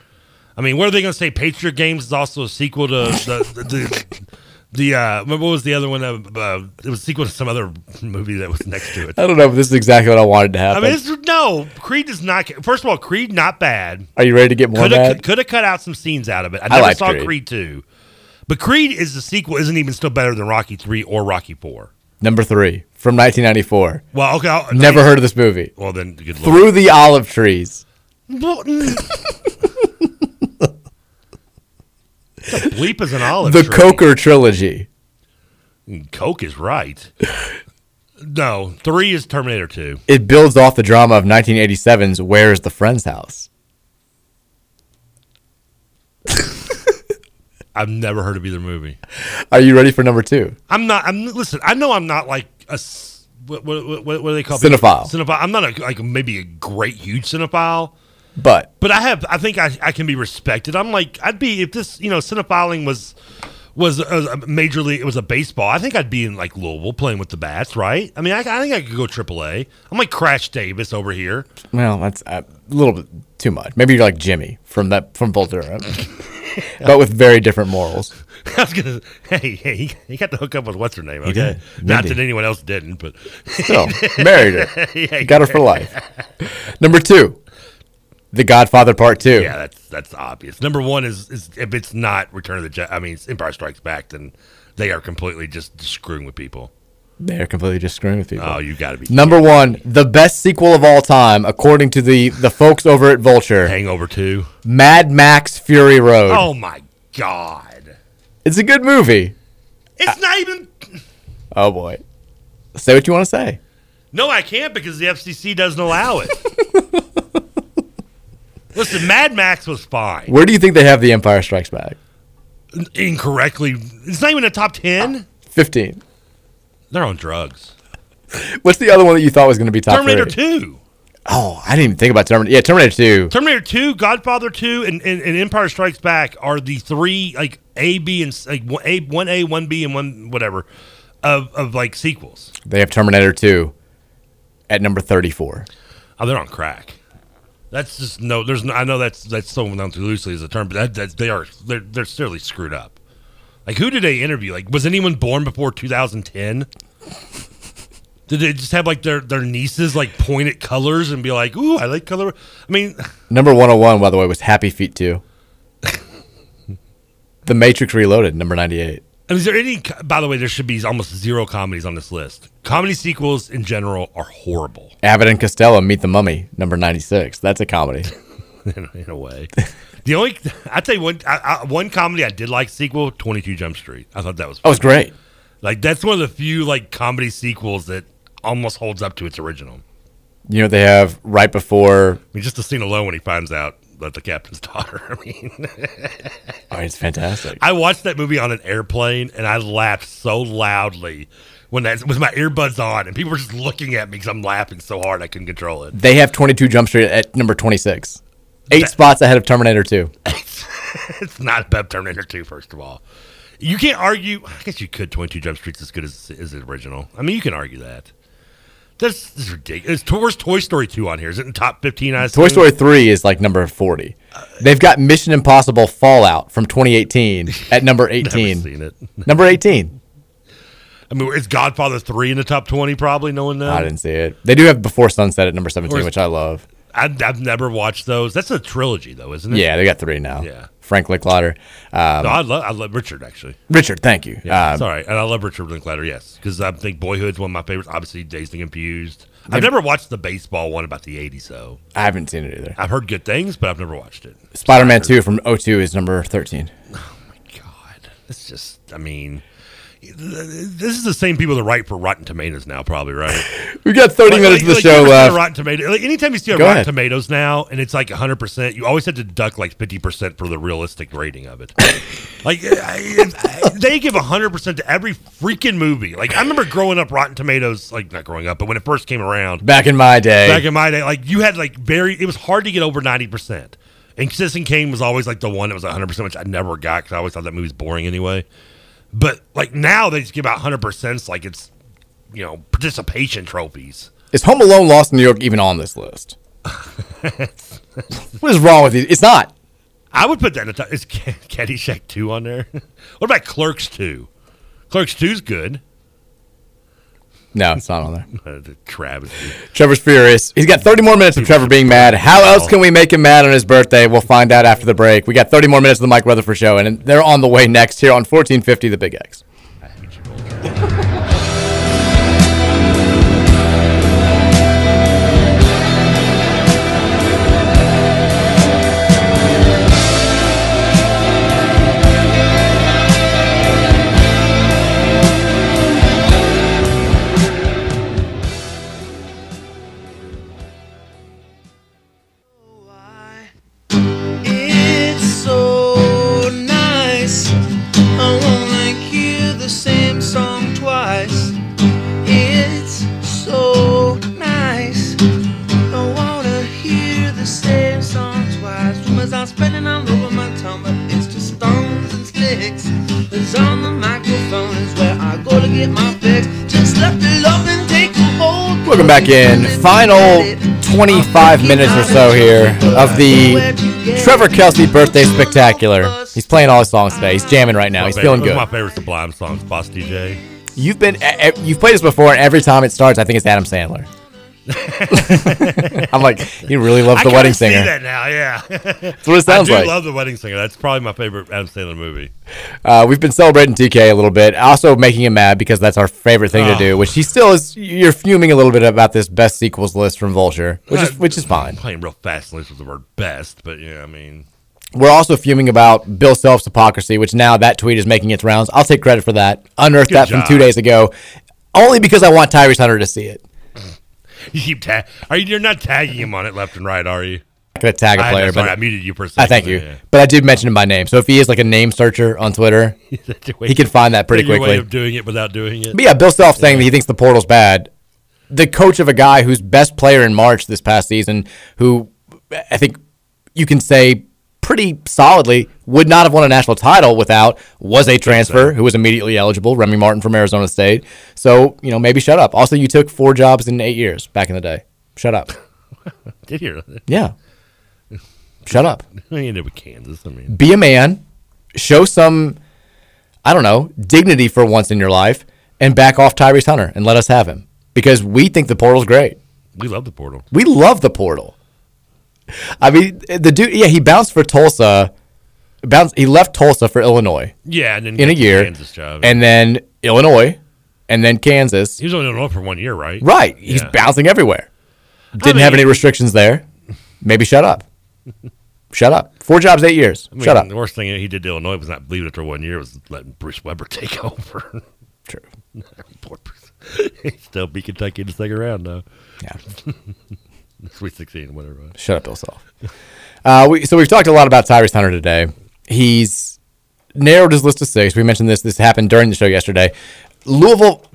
S1: I mean, what are they going to say? Patriot Games is also a sequel to the. the, the The uh, what was the other one? Uh, uh, it was a sequel to some other movie that was next to it.
S2: I don't know if this is exactly what I wanted to
S1: I
S2: happen.
S1: mean, it's, no, Creed is not. First of all, Creed not bad.
S2: Are you ready to get more
S1: Could
S2: mad?
S1: have could have cut out some scenes out of it. I
S2: I
S1: never
S2: like
S1: saw
S2: Creed.
S1: Creed. two, but Creed is the sequel. Isn't even still better than Rocky three or Rocky four.
S2: Number three from 1994.
S1: Well, okay, I'll-
S2: Never
S1: I-
S2: heard of this movie.
S1: Well, then, good lord.
S2: Through the olive trees.
S1: Well, mm. The bleep is an olive.
S2: the
S1: tree.
S2: Coker trilogy.
S1: Coke is right. No, three is Terminator two.
S2: It builds off the drama of 1987's Where is the Friend's House?
S1: I've never heard of either movie.
S2: Are you ready for number two?
S1: I'm not. I'm listen. I know I'm not like a s- what what what, what do they call
S2: Cinephile.
S1: People? Cinephile. I'm not a, like maybe a great huge cinephile,
S2: but
S1: but I have. I think I, I can be respected. I'm like I'd be if this you know cinephiling was was a, a major league. It was a baseball. I think I'd be in like Louisville playing with the bats. Right. I mean I, I think I could go triple A. I'm like Crash Davis over here.
S2: Well, that's a little bit too much. Maybe you're like Jimmy from that from Volterra, but with very different morals.
S1: I was gonna, hey, hey, he, he got to hook up with what's her name? Okay,
S2: did.
S1: not
S2: Mindy.
S1: that anyone else didn't, but
S2: Still, married her. Got her for life. Number two, The Godfather Part Two.
S1: Yeah, that's that's obvious. Number one is, is if it's not Return of the Jedi, I mean it's Empire Strikes Back, then they are completely just screwing with people.
S2: They're completely just screwing with people.
S1: Oh, you got to be
S2: Number one, the best sequel of all time, according to the the folks over at Vulture.
S1: Hangover Two.
S2: Mad Max Fury Road.
S1: Oh my god,
S2: It's a good movie. Uh,
S1: it's not even.
S2: Oh boy. Say what you want to say.
S1: No, I can't because the FCC doesn't allow it. Listen, Mad Max was fine.
S2: Where do you think they have The Empire Strikes Back?
S1: Incorrectly, it's not even a top ten.
S2: Fifteen.
S1: They're on drugs.
S2: What's the other one that you thought was going to be top
S1: Terminator
S2: three?
S1: Two.
S2: Oh, I didn't even think about Terminator. Yeah, Terminator Two.
S1: Terminator Two, Godfather Two, and, and, and Empire Strikes Back are the three like A, B, and like one A, one A, one B, and one whatever of of like sequels.
S2: They have Terminator Two at number thirty-four.
S1: Oh, they're on crack. That's just no. There's no, I know that's that's so down too loosely as a term, but that, that they are they're they're seriously screwed up. Like who did they interview? Like was anyone born before 2010? Did they just have like their their nieces like point at colors and be like, "Ooh, I like color." I mean,
S2: Number one hundred one, by the way, was Happy Feet Two. the Matrix Reloaded, number ninety-eight.
S1: And Is there any? By the way, there should be almost zero comedies on this list. Comedy sequels in general are horrible
S2: Abbott and Costello Meet the Mummy, number ninety-six. That's a comedy.
S1: in, in a way. The only I tell you one I, I, one comedy I did like sequel Twenty Two Jump Street. I thought that was
S2: That was great.
S1: Like that's one of the few like comedy sequels that almost holds up to its original. I
S2: You know what they have right before?
S1: mean, just the scene alone when he finds out that the captain's daughter. I mean,
S2: Oh, it's fantastic.
S1: I watched that movie on an airplane and I laughed so loudly when that with my earbuds on and people were just looking at me because I'm laughing so hard I couldn't control it.
S2: They have twenty-two Jump Street at number twenty-six. Eight
S1: That-
S2: spots ahead of Terminator Two.
S1: it's not about Terminator 2, first of all. You can't argue. I guess you could. 22 Jump Street's as good as, as the original. I mean, you can argue that. That's, that's ridiculous. It's, where's Toy Story 2 on here? Is it in top 15? I
S2: Toy
S1: assume?
S2: Story 3 is like number 40. They've got Mission Impossible Fallout from 2018 at number 18.
S1: seen it.
S2: Number 18.
S1: I mean, is Godfather 3 in the top 20 probably? No one knows.
S2: I didn't see it. They do have Uh, Before Sunset at number 17,
S1: Where's-
S2: which I love.
S1: I've, I've never watched those. That's a trilogy, though, isn't it?
S2: Yeah, they got three now.
S1: Yeah.
S2: Frank Licklotter. Um,
S1: no, I love I love Richard actually.
S2: Richard, thank you.
S1: Yeah,
S2: Um,
S1: it's all right. and I love Richard Linklater. Yes, because I think Boyhood's one of my favorites. Obviously, Dazed and Confused. I've
S2: They've-
S1: never watched the baseball one about the '80s, though.
S2: I haven't seen it either.
S1: I've heard good things, but I've never watched it.
S2: Spider Man 2 from 02 is number 13.
S1: It's just, I mean, th- this is the same people that write for Rotten Tomatoes now, probably, right?
S2: We got 30 minutes of the show
S1: you ever see a
S2: left.
S1: Rotten Tomato, like, anytime you see a
S2: Go
S1: Rotten
S2: ahead.
S1: Tomatoes now and it's like 100%, you always have to deduct like 50% for the realistic rating of it. like, I, I- they give 100% to every freaking movie. Like, I remember growing up, Rotten Tomatoes, like, not growing up, but when it first came around,
S2: Back in my day.
S1: back in my day, like you had like very it was hard to get over ninety percent. And Citizen Kane was always like the one that was 100, percent which I never got because I always thought that movie was boring anyway. But like now they just give out 100 percent like it's you know participation trophies.
S2: Is Home Alone Lost in New York even on this list? what is wrong with you? It's not.
S1: I would put that in the top. Is Ca- Caddyshack 2 on there? what about Clerks 2? Clerks 2's good.
S2: No, it's not on there.
S1: Uh, the Travis.
S2: Trevor's furious. He's got 30 more minutes of Trevor being mad. How else can we make him mad on his birthday? We'll find out after the break. We got 30 more minutes of the Mike Rutherford Show, and they're on the way next here on 1450 The Big X.
S3: It's so nice. I wanna hear the same song twice. It's so nice. I wanna hear the same song twice. Rumors are spinning all over my tongue, but it's just stones and sticks. It's on the microphone is where I go to get my fix. Just let the love and take a hold.
S2: Welcome back in. Final 25 minutes or so here of the Trevor Kelsey Birthday Spectacular. He's playing all his songs today. He's jamming right now.
S1: My
S2: He's
S1: favorite-
S2: feeling
S1: one
S2: good.
S1: of my favorite Sublime songs, Boss DJ.
S2: You've been eh, eh, you've played this before, and every time it starts, I think it's Adam Sandler. I'm like, he really loves
S1: I
S2: the
S1: kinda
S2: Wedding
S1: see
S2: Singer.
S1: that now, yeah.
S2: That's what it sounds
S1: I do
S2: like.
S1: love The Wedding Singer. That's probably my favorite Adam Sandler movie.
S2: Uh, we've been celebrating TK a little bit, also making him mad because that's our favorite thing to
S1: Oh.
S2: do. Which he still is. You're fuming a little bit about this best sequels list from Vulture, which is which is fine.
S1: Playing real fast and loose with the word best, but yeah, I mean,
S2: We're also fuming about Bill Self's hypocrisy, which now that tweet is making its rounds. I'll take credit for that. Unearthed
S1: Good
S2: that from
S1: job.
S2: two days ago, only because I want Tyrese Hunter to see it.
S1: you keep tag. Are you? You're not tagging him on it left and right, are you?
S2: I'm not gonna tag a
S1: I-
S2: player,
S1: sorry,
S2: but
S1: I muted you for a
S2: I
S1: second
S2: thank
S1: there,
S2: you,
S1: yeah.
S2: but I did mention him by name. So if he is like a name searcher on Twitter,
S1: That's your way-
S2: he can find that pretty
S1: your Way
S2: quickly.
S1: of doing it without doing it.
S2: But yeah, Bill Self saying that he thinks the portal's bad. The coach of a guy who's best player in March this past season, who I think you can say pretty solidly would not have won a national title without, was a transfer who was immediately eligible, Remy Martin from Arizona State. So, you know, maybe shut up. Also, you took four jobs in eight years back in the day. Shut up.
S1: Did hear that?
S2: Yeah. Shut up.
S1: He ended with Kansas. I mean,
S2: Be a man. Show some, I don't know, dignity for once in your life and back off Tyrese Hunter and let us have him because we think the portal's great.
S1: we love the portal.
S2: We love the portal. I mean, the dude, yeah, he bounced for Tulsa. Bounced, he left Tulsa for Illinois.
S1: Yeah, and then
S2: in a
S1: got the
S2: year,
S1: Kansas job.
S2: and then Illinois, and then Kansas.
S1: He was only in Illinois for one year, right?
S2: Right, he's
S1: Yeah.
S2: bouncing everywhere. Didn't have
S1: mean-
S2: any restrictions there. Maybe shut up. shut up. Four jobs, eight years.
S1: I mean,
S2: shut up.
S1: The worst thing he did to Illinois was not leaving after one year. Was letting Bruce Weber take over.
S2: True.
S1: Poor Bruce. He'd Still be Kentucky in the second round though.
S2: Yeah.
S1: Sweet sixteen, whatever. it was.
S2: Shut up, Bill Self. Uh, we, so we've talked a lot about Tyrese Hunter today. He's narrowed his list to six. We mentioned this. This happened during the show yesterday. Louisville,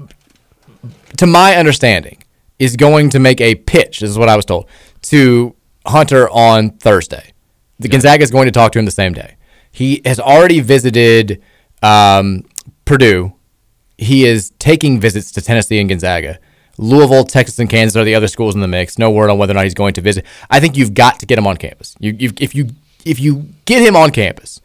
S2: to my understanding, is going to make a pitch. This is what I was told to Hunter on Thursday. The Gonzaga is going to talk to him the same day. He has already visited um, Purdue. He is taking visits to Tennessee and Gonzaga. Louisville, Texas, and Kansas are the other schools in the mix. No word on whether or not he's going to visit. I think you've got to get him on campus. You, you've, if you if you get him on campus,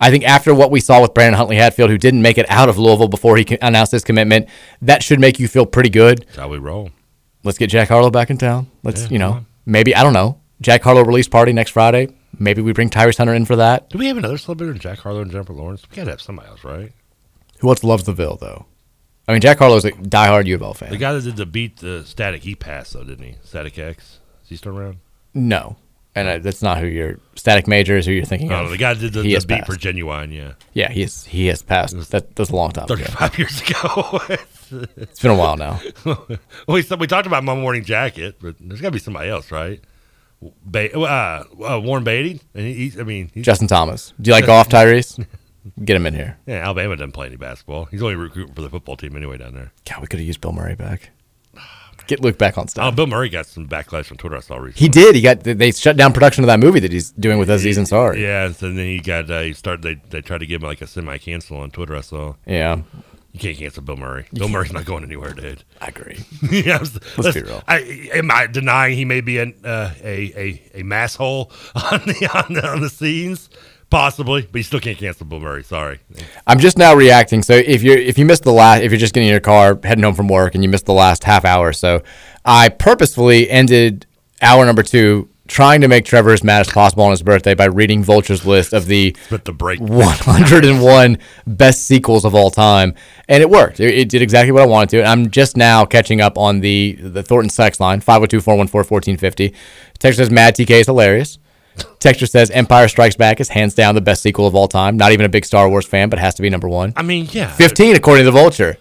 S2: I think after what we saw with Brandon Huntley Hatfield, who didn't make it out of Louisville before he co- announced his commitment, that should make you feel pretty good.
S1: That's how we roll.
S2: Let's get Jack Harlow back in town. Let's
S1: Yeah,
S2: you
S1: come
S2: know maybe I don't know Jack Harlow release party next Friday. Maybe we bring Tyrese Hunter in for that.
S1: Do we have another celebrity than Jack Harlow and Jennifer Lawrence? We gotta have somebody else, right?
S2: Who else loves the Ville though? I mean, Jack Harlow's a diehard U of L fan.
S1: The guy that did the beat, the Static, he passed though, didn't he? Static X. Is he still around?
S2: No, and uh, that's not who your Static Major is. Who you're thinking
S1: No,
S2: of?
S1: Oh, the guy that did the,
S2: He
S1: the
S2: has
S1: beat
S2: passed.
S1: for Genuine. Yeah,
S2: Yeah, he is. He has passed. That, that was a long time. ago.
S1: thirty-five years ago. uh,
S2: It's been a while now.
S1: well, we, we talked about my morning jacket, but there's got to be somebody else, right? Ba- uh, uh, Warren Beatty, and he, he's- I mean, he's,
S2: Justin Thomas. Do you like golf, Tyrese? Get him in here.
S1: Yeah, Alabama doesn't play any basketball. He's only recruiting for the football team anyway down there.
S2: God, we could have used Bill Murray back. Get Luke back on stuff.
S1: Oh, Bill Murray got some backlash on Twitter. I saw recently.
S2: He did. He got they shut down production of that movie that he's doing with Aziz Ansari.
S1: Yeah, and so then he got uh, he started. They they tried to give him like a semi cancel on Twitter. I saw.
S2: Yeah.
S1: You can't cancel Bill Murray. Bill Murray's not going anywhere, dude.
S2: I agree.
S1: yeah, let's,
S2: Let's be real.
S1: I, am I denying he may be an, uh, a a a mass hole on the, on the on the scenes? Possibly, but you still can't cancel Bill Murray. Sorry.
S2: I'm just now reacting. So if you if you missed the last if you're just getting in your car heading home from work and you missed the last half hour or so, I purposefully ended hour number two trying to make Trevor as mad as possible on his birthday by reading Vulture's list of the
S1: Spit the break.
S2: 101 best sequels of all time, and it worked. It, it did exactly what I wanted to. And I'm just now catching up on the the Thornton Sex line 502-414-1450. Texture says Mad TK is hilarious. Texture says Empire Strikes Back is hands down the best sequel of all time. Not even a big Star Wars fan, but has to be number one.
S1: I mean, yeah.
S2: 15, according to the Vulture.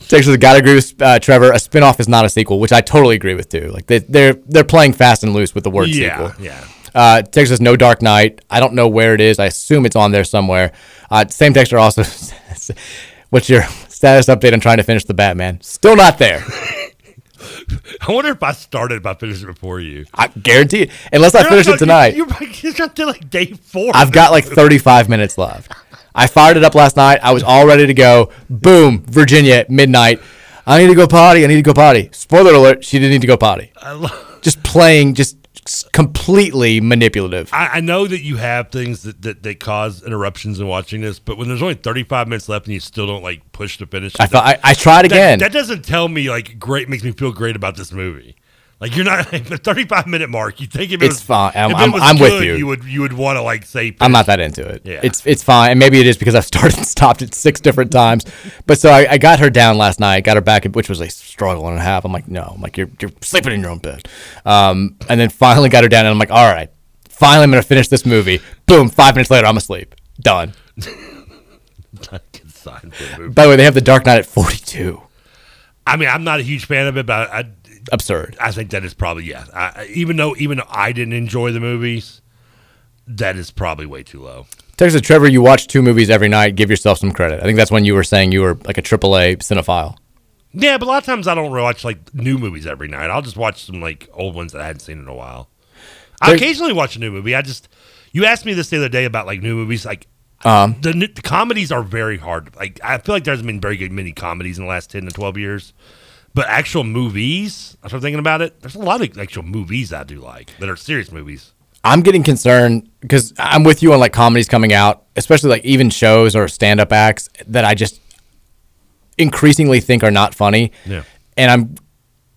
S2: Texture says, gotta agree with uh, Trevor. A spinoff is not a sequel, which I totally agree with too. Like they, they're they're playing fast and loose with the word
S1: Yeah,
S2: sequel.
S1: yeah.
S2: Uh, Texture says, no Dark Knight. I don't know where it is. I assume it's on there somewhere. Uh, same Texture also. says, What's your status update on trying to finish the Batman? Still not there.
S1: I wonder if I started by finishing before you.
S2: I guarantee it. Unless I finish it tonight.
S1: You're, like- you're not till like day four.
S2: I've got like 35 minutes left. I fired it up last night. I was all ready to go. Boom, Virginia at midnight. I need to go potty. I need to go potty. Spoiler alert, she didn't need to go potty. Just playing, just s- completely manipulative.
S1: I, I know that you have things that, that, that cause interruptions in watching this, but when there's only 35 minutes left and you still don't like push to finish,
S2: I thought- I- I tried
S1: that-
S2: again.
S1: That, doesn't tell me like great makes me feel great about this movie. Like you're not the 35 minute mark. You think if it
S2: It's
S1: was,
S2: fine. I'm-
S1: if it
S2: I'm-
S1: was
S2: I'm with
S1: good,
S2: you.
S1: You would you would want to like say
S2: I'm not that into it.
S1: Yeah.
S2: It's it's fine. And maybe it is because I've started and stopped it six different times. But so I, I got her down last night, got her back, which was a struggle and a half. I'm like, no, I'm like, you're, you're sleeping in your own bed. Um, and then finally got her down, and I'm like, all right, finally I'm going to finish this movie. Boom, five minutes later, I'm asleep. Done. By the way, they have The Dark Knight at 42.
S1: I mean, I'm not a huge fan of it, but I,
S2: Absurd.
S1: I think that is probably yeah. I, I- even though even though I didn't enjoy the movies, that is probably way too low.
S2: Text to Trevor, you watch two movies every night. Give yourself some credit. I think that's when you were saying you were like a AAA cinephile.
S1: Yeah, but a lot of times I don't watch like new movies every night. I'll just watch some like old ones that I hadn't seen in a while. I
S2: There-
S1: occasionally watch a new movie. I just you asked me this the other day about like new movies. Like
S2: Um,
S1: the, new, the comedies are very hard. Like I feel like there's been very good many comedies in the last ten to twelve years. But actual movies, as I'm thinking about it, there's a lot of actual movies I do like that are serious movies.
S2: I'm getting concerned because I'm with you on like comedies coming out, especially like even shows or stand up acts that I just increasingly think are not funny.
S1: Yeah.
S2: And I'm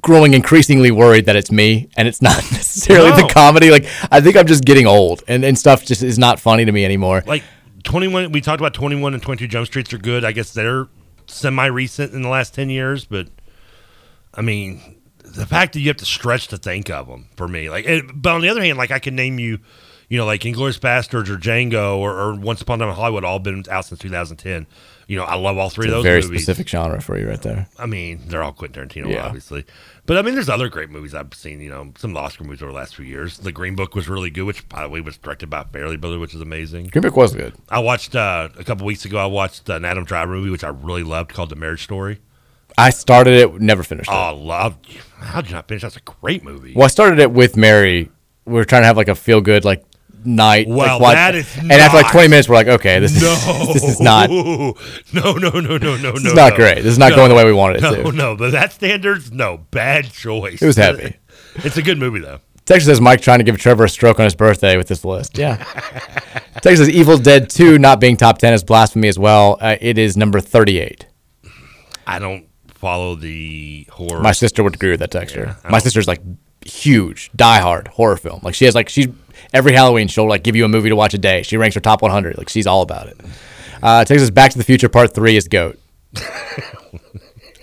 S2: growing increasingly worried that it's me and it's not necessarily
S1: No.
S2: the comedy. Like, I think I'm just getting old and, and stuff just is not funny to me anymore.
S1: Like twenty one, we talked about twenty one and twenty two Jump Streets are good. I guess they're semi recent in the last ten years, but I mean, the fact that you have to stretch to think of them for me, like, it, but on the other hand, like I can name you, you know, like Inglorious Bastards or Django or, or Once Upon a Time in Hollywood, all been out since two thousand ten. You know, I love all three
S2: It's
S1: of
S2: a
S1: those
S2: very
S1: movies.
S2: specific genre for you right there.
S1: I mean, they're all Quentin Tarantino,
S2: Yeah.
S1: obviously. But I mean, there's other great movies I've seen. You know, some of the Oscar movies over the last few years. The Green Book was really good, which by the way was directed by Fairly Brother, which is amazing.
S2: Green Book was good.
S1: I watched uh, a couple weeks ago. I watched an Adam Driver movie, which I really loved, called The Marriage Story.
S2: I started it, never finished it.
S1: Oh, love! How'd you not finish? That's a great movie.
S2: Well, I started it with Mary. We were trying to have like a feel good like night.
S1: Well,
S2: like, watch-
S1: that is
S2: and after like
S1: not-
S2: 20 minutes, we're like, okay, this
S1: no,
S2: is this is not
S1: no, no, no, no, no, no.
S2: This is not great. This is not going the way we wanted it
S1: No,
S2: to.
S1: no, but that standards, no, bad choice.
S2: It was heavy.
S1: It's a good movie though.
S2: Texas says Mike trying to give Trevor a stroke on his birthday with this list. Yeah. Texas says Evil Dead 2 not being top 10 is blasphemy as well. Uh, it is number 38.
S1: I don't follow the horror.
S2: My sister would agree with that texture.
S1: I
S2: My
S1: don't-
S2: sister's like huge, diehard horror film. Like she has like she's every Halloween she'll like give you a movie to watch a day. She ranks her top 100. Like she's all about it. Uh, Texas Back to the Future Part 3 is GOAT.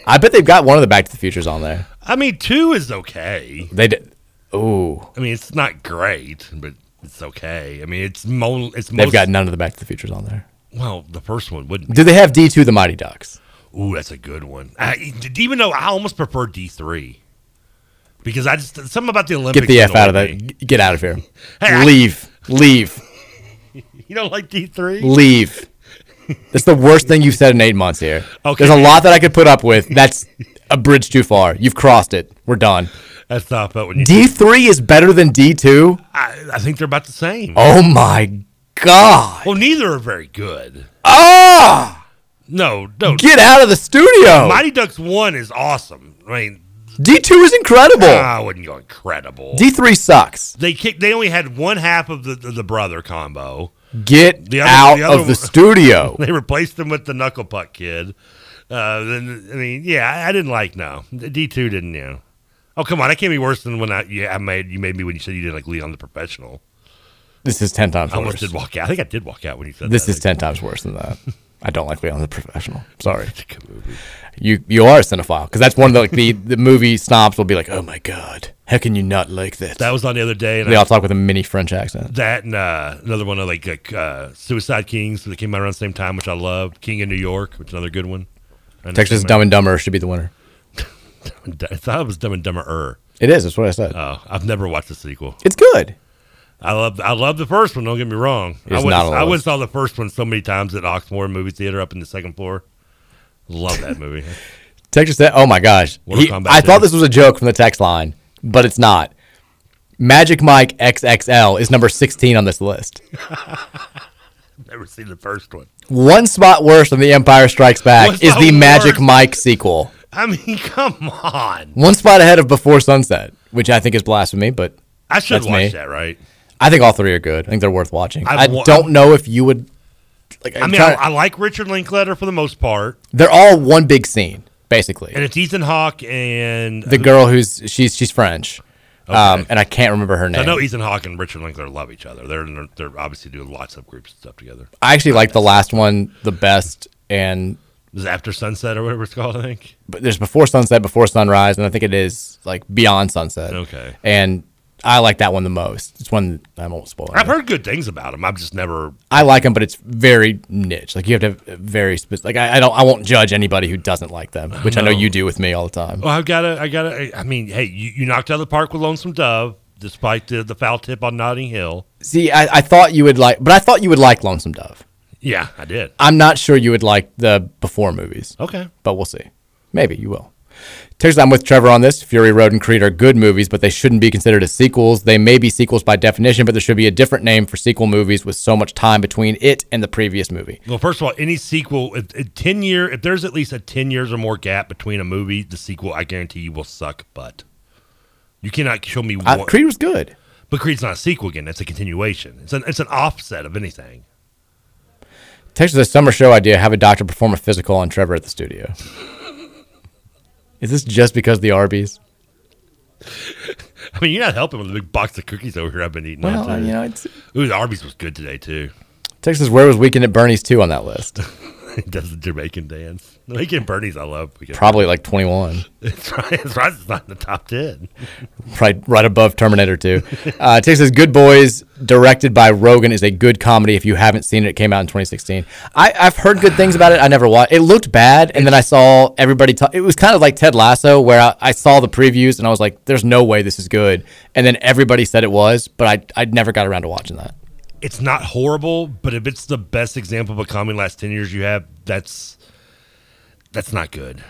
S2: I bet they've got one of the Back to the Futures on there.
S1: I mean, two is okay.
S2: They did. Ooh.
S1: I mean, it's not great, but it's okay. I mean, it's mo- it's
S2: They've
S1: most-
S2: got none of the Back to the Futures on there.
S1: Well, the first one wouldn't.
S2: Do they have D2 the Mighty Ducks?
S1: Ooh, that's a good one. I, even though I almost prefer D three, because I just something about the Olympics.
S2: Get the F out of
S1: annoyed
S2: that.
S1: me.
S2: G- Get out of here.
S1: Hey, I-
S2: leave. leave.
S1: You don't like D three?
S2: Leave. That's the worst thing you've said in eight months here. Okay. There's a lot that I could put up with. That's a bridge too far. You've crossed it. We're done.
S1: That's tough. But when you
S2: D three is better than D two.
S1: I, I think they're about the same.
S2: Oh my god.
S1: Well, neither are very good.
S2: Ah.
S1: No, no.
S2: Get out of the studio.
S1: Mighty Ducks one is awesome. I mean,
S2: D two is incredible.
S1: I wouldn't go incredible.
S2: D three sucks.
S1: They kicked. They only had one half of the the, the brother combo.
S2: Get
S1: The other-
S2: out
S1: the other
S2: of
S1: one-
S2: the studio.
S1: they replaced him with the knuckle puck kid. Uh, then I mean, yeah, I, I didn't like no D two didn't you? know. Oh come on, I can't be worse than when I yeah I made you made me when you said you didn't like Leon the professional.
S2: This is ten times
S1: I almost
S2: worse.
S1: did walk out. I think I did walk out when you said
S2: This
S1: that.
S2: is ten times worse than that. I don't like Leon the Professional. Sorry. You you are a cinephile because that's one of the, like the the movie snobs will be like, oh my god, how can you not like this?
S1: That was on the other day. And
S2: They
S1: I-
S2: all talk with a mini French accent.
S1: That and uh, another one of like, like uh, Suicide Kings that came out around the same time, which I love. King of New York, which is another good one. And
S2: Texas
S1: it came
S2: Dumb and Dumber should be the winner.
S1: out- I thought it was Dumb and Dumber.
S2: It is. That's what I said.
S1: Oh, I've never watched the sequel.
S2: It's good.
S1: I love I love the first one. Don't get me wrong.
S2: It's
S1: I went,
S2: not a
S1: I
S2: lot.
S1: went saw the first one so many times at Oxmoor movie theater up in the second floor. Love that movie.
S2: Texas. Tech- Oh my gosh.
S1: Mortal
S2: He-
S1: Kombat
S2: I thought
S1: 10.
S2: this was a joke from the text line, but it's not. Magic Mike XXL is number sixteen on this list.
S1: never seen the first one.
S2: One spot worse than The Empire Strikes
S1: One
S2: Back is
S1: spot
S2: the Magic
S1: worse.
S2: Mike sequel.
S1: I mean, come on.
S2: One spot ahead of Before Sunset, which I think is blasphemy, but
S1: I should
S2: that's
S1: watch
S2: me.
S1: that, right?
S2: I think all three are good. I think they're worth watching.
S1: I've
S2: I
S1: wa-
S2: don't know if you would. Like,
S1: I
S2: I'm
S1: mean, I,
S2: trying-
S1: I like Richard Linkletter for the most part,
S2: they're all one big scene, basically.
S1: and it's Ethan Hawke and
S2: The girl who's she's she's French, um, and I can't remember her
S1: So
S2: name.
S1: I know Ethan Hawke and Richard Linklater love each other. They're they're, they're obviously doing lots of groups and stuff together.
S2: I actually like the last one the best, and
S1: Is it After Sunset or whatever it's called? I think.
S2: but there's before sunset, before sunrise, and I think it is like beyond sunset.
S1: Okay.
S2: and I like that one the most. It's one I won't spoil.
S1: I've heard good things about him. I've just never.
S2: I like them, but it's very niche. Like you have to have a very specific. Like I, I don't. I won't judge anybody who doesn't like them, which I know
S1: No.
S2: you do with me all the time.
S1: Oh, I've got to. I got to. I mean, hey, you, you knocked out of the park with Lonesome Dove, despite the the foul tip on Notting Hill.
S2: See, I, I thought you would like, but I thought you would like Lonesome Dove.
S1: Yeah, I did.
S2: I'm not sure you would like the before movies.
S1: Okay.
S2: But we'll see. Maybe you will. Texas, I'm with Trevor on this. Fury Road and Creed are good movies, but they shouldn't be considered as sequels. They may be sequels by definition, but there should be a different name for sequel movies with so much time between it and the previous movie.
S1: Well, first of all, any sequel, if, if ten year, if there's at least a ten years or more gap between a movie, the sequel, I guarantee you will suck butt. You cannot show me
S2: Uh,
S1: one.
S2: Creed was good.
S1: but Creed's not a sequel again. It's a continuation. It's an it's an offset of anything.
S2: Texas, a summer show idea have a doctor perform a physical on Trevor at the studio. Is this just because of the Arby's?
S1: I mean, you're not helping with the big box of cookies over here I've been eating. all
S2: Well,
S1: day.
S2: you know, it's-
S1: Ooh, the Arby's was good today too.
S2: Texas, where was Weekend at Bernie's 2 on that list?
S1: it does the Jamaican dance. The Jamaican Bernie's, I love. We get-
S2: Probably like 21.
S1: It's right. It's right. It's not in the top ten.
S2: right, right above Terminator 2. Uh, Texas says, Good Boys, directed by Rogan, is a good comedy. If you haven't seen it, it came out in 2016. I, I've heard good things about it. I never watched it. looked bad. And then I saw everybody talk. It was kind of like Ted Lasso, where I, I saw the previews and I was like, there's no way this is good. And then everybody said it was, but I, I never got around to watching that.
S1: It's not horrible, but if it's the best example of a comedy in the last ten years you have, that's that's not good.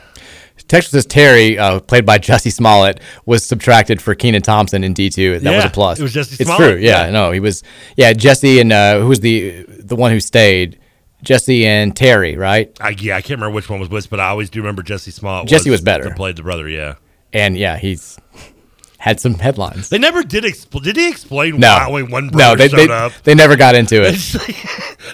S2: Texas says Terry, uh, played by Jesse Smollett, was subtracted for Keenan Thompson in D two. That was a
S1: Yeah,
S2: plus.
S1: it was Jesse
S2: It's
S1: Smollett.
S2: true. Yeah, no, he was. Yeah, Jesse and uh, who was the the one who stayed? Jesse and Terry, right?
S1: I yeah, I can't remember which one was which, but I always do remember Jesse Smollett.
S2: Jesse was better.
S1: that Played the brother. Yeah.
S2: And yeah, he's had some headlines.
S1: They never did explain. Did he explain
S2: No,
S1: why only one brother
S2: no, they
S1: showed
S2: they,
S1: up?
S2: they never got into it.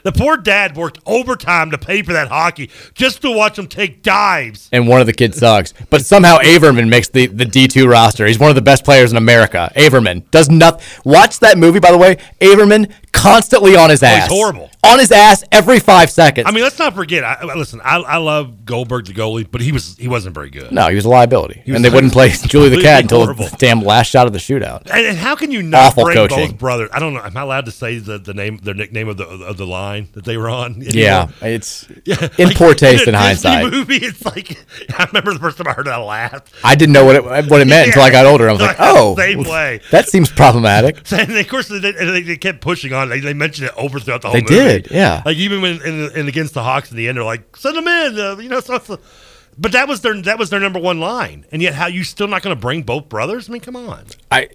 S1: the poor dad worked overtime to pay for that hockey just to watch him take dives.
S2: and one of the kids sucks. But somehow Averman makes the, the D2 roster. He's one of the best players in America. Averman does nothing. Watch that movie, by the way. Averman constantly on his
S1: Oh, he's
S2: ass.
S1: horrible.
S2: On his ass every five seconds.
S1: I mean, let's not forget. I, I- listen, I, I love Goldberg the goalie, but he was he wasn't very good.
S2: no, he was a liability.
S1: He was-
S2: and they wouldn't play Julie the
S1: completely
S2: Cat until
S1: horrible.
S2: the damn Bam last shot of the shootout.
S1: And, and how can you not
S2: Awful
S1: bring
S2: coaching.
S1: those brothers? I don't know. Am I allowed to say the, the name, the nickname of the of the line that they were on?
S2: Yeah,
S1: anymore?
S2: it's in poor taste in
S1: a Disney
S2: hindsight.
S1: Movie, it's like I remember the first time I heard that laugh.
S2: I didn't know what it what it meant until I got older. I was like, oh,
S1: Same way.
S2: that seems problematic.
S1: And of course, they, they, they kept pushing on. They, they mentioned it over throughout the whole.
S2: They
S1: movie.
S2: did, yeah.
S1: Like even when in, in against the Hawks in the end, they're like, "Send them in," uh, you know. So, so- but that was their that was their number one line, and yet how you still not going to bring both brothers? I mean, come on.
S2: I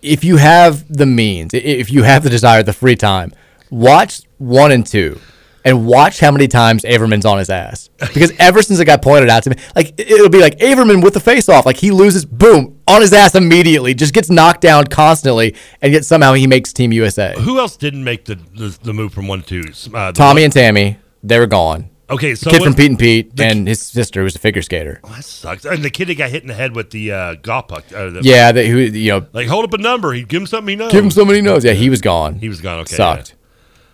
S2: if you have the means, i- if you have the desire, the free time, watch one and two, and watch how many times Averman's on his ass. Because ever since it got pointed out to me, like i- it'll be like Averman with the face off, like he loses, boom, on his ass immediately, just gets knocked down constantly, and yet somehow he makes Team USA.
S1: Who else didn't make the the, the move from one to two? Uh, the-
S2: Tommy and Tammy, they were gone.
S1: Okay,
S2: The
S1: so
S2: kid
S1: what- Oh,
S2: from Pete and Pete and his sister was a figure skater.
S1: That sucks. And the kid that got hit in the head with the uh, golf puck. Uh, the-
S2: Yeah, that who you know,
S1: like hold up a number. He give him something he knows.
S2: give him somebody he knows. Yeah, he was gone.
S1: Oh. He was gone. Okay, Oh,
S2: sucked.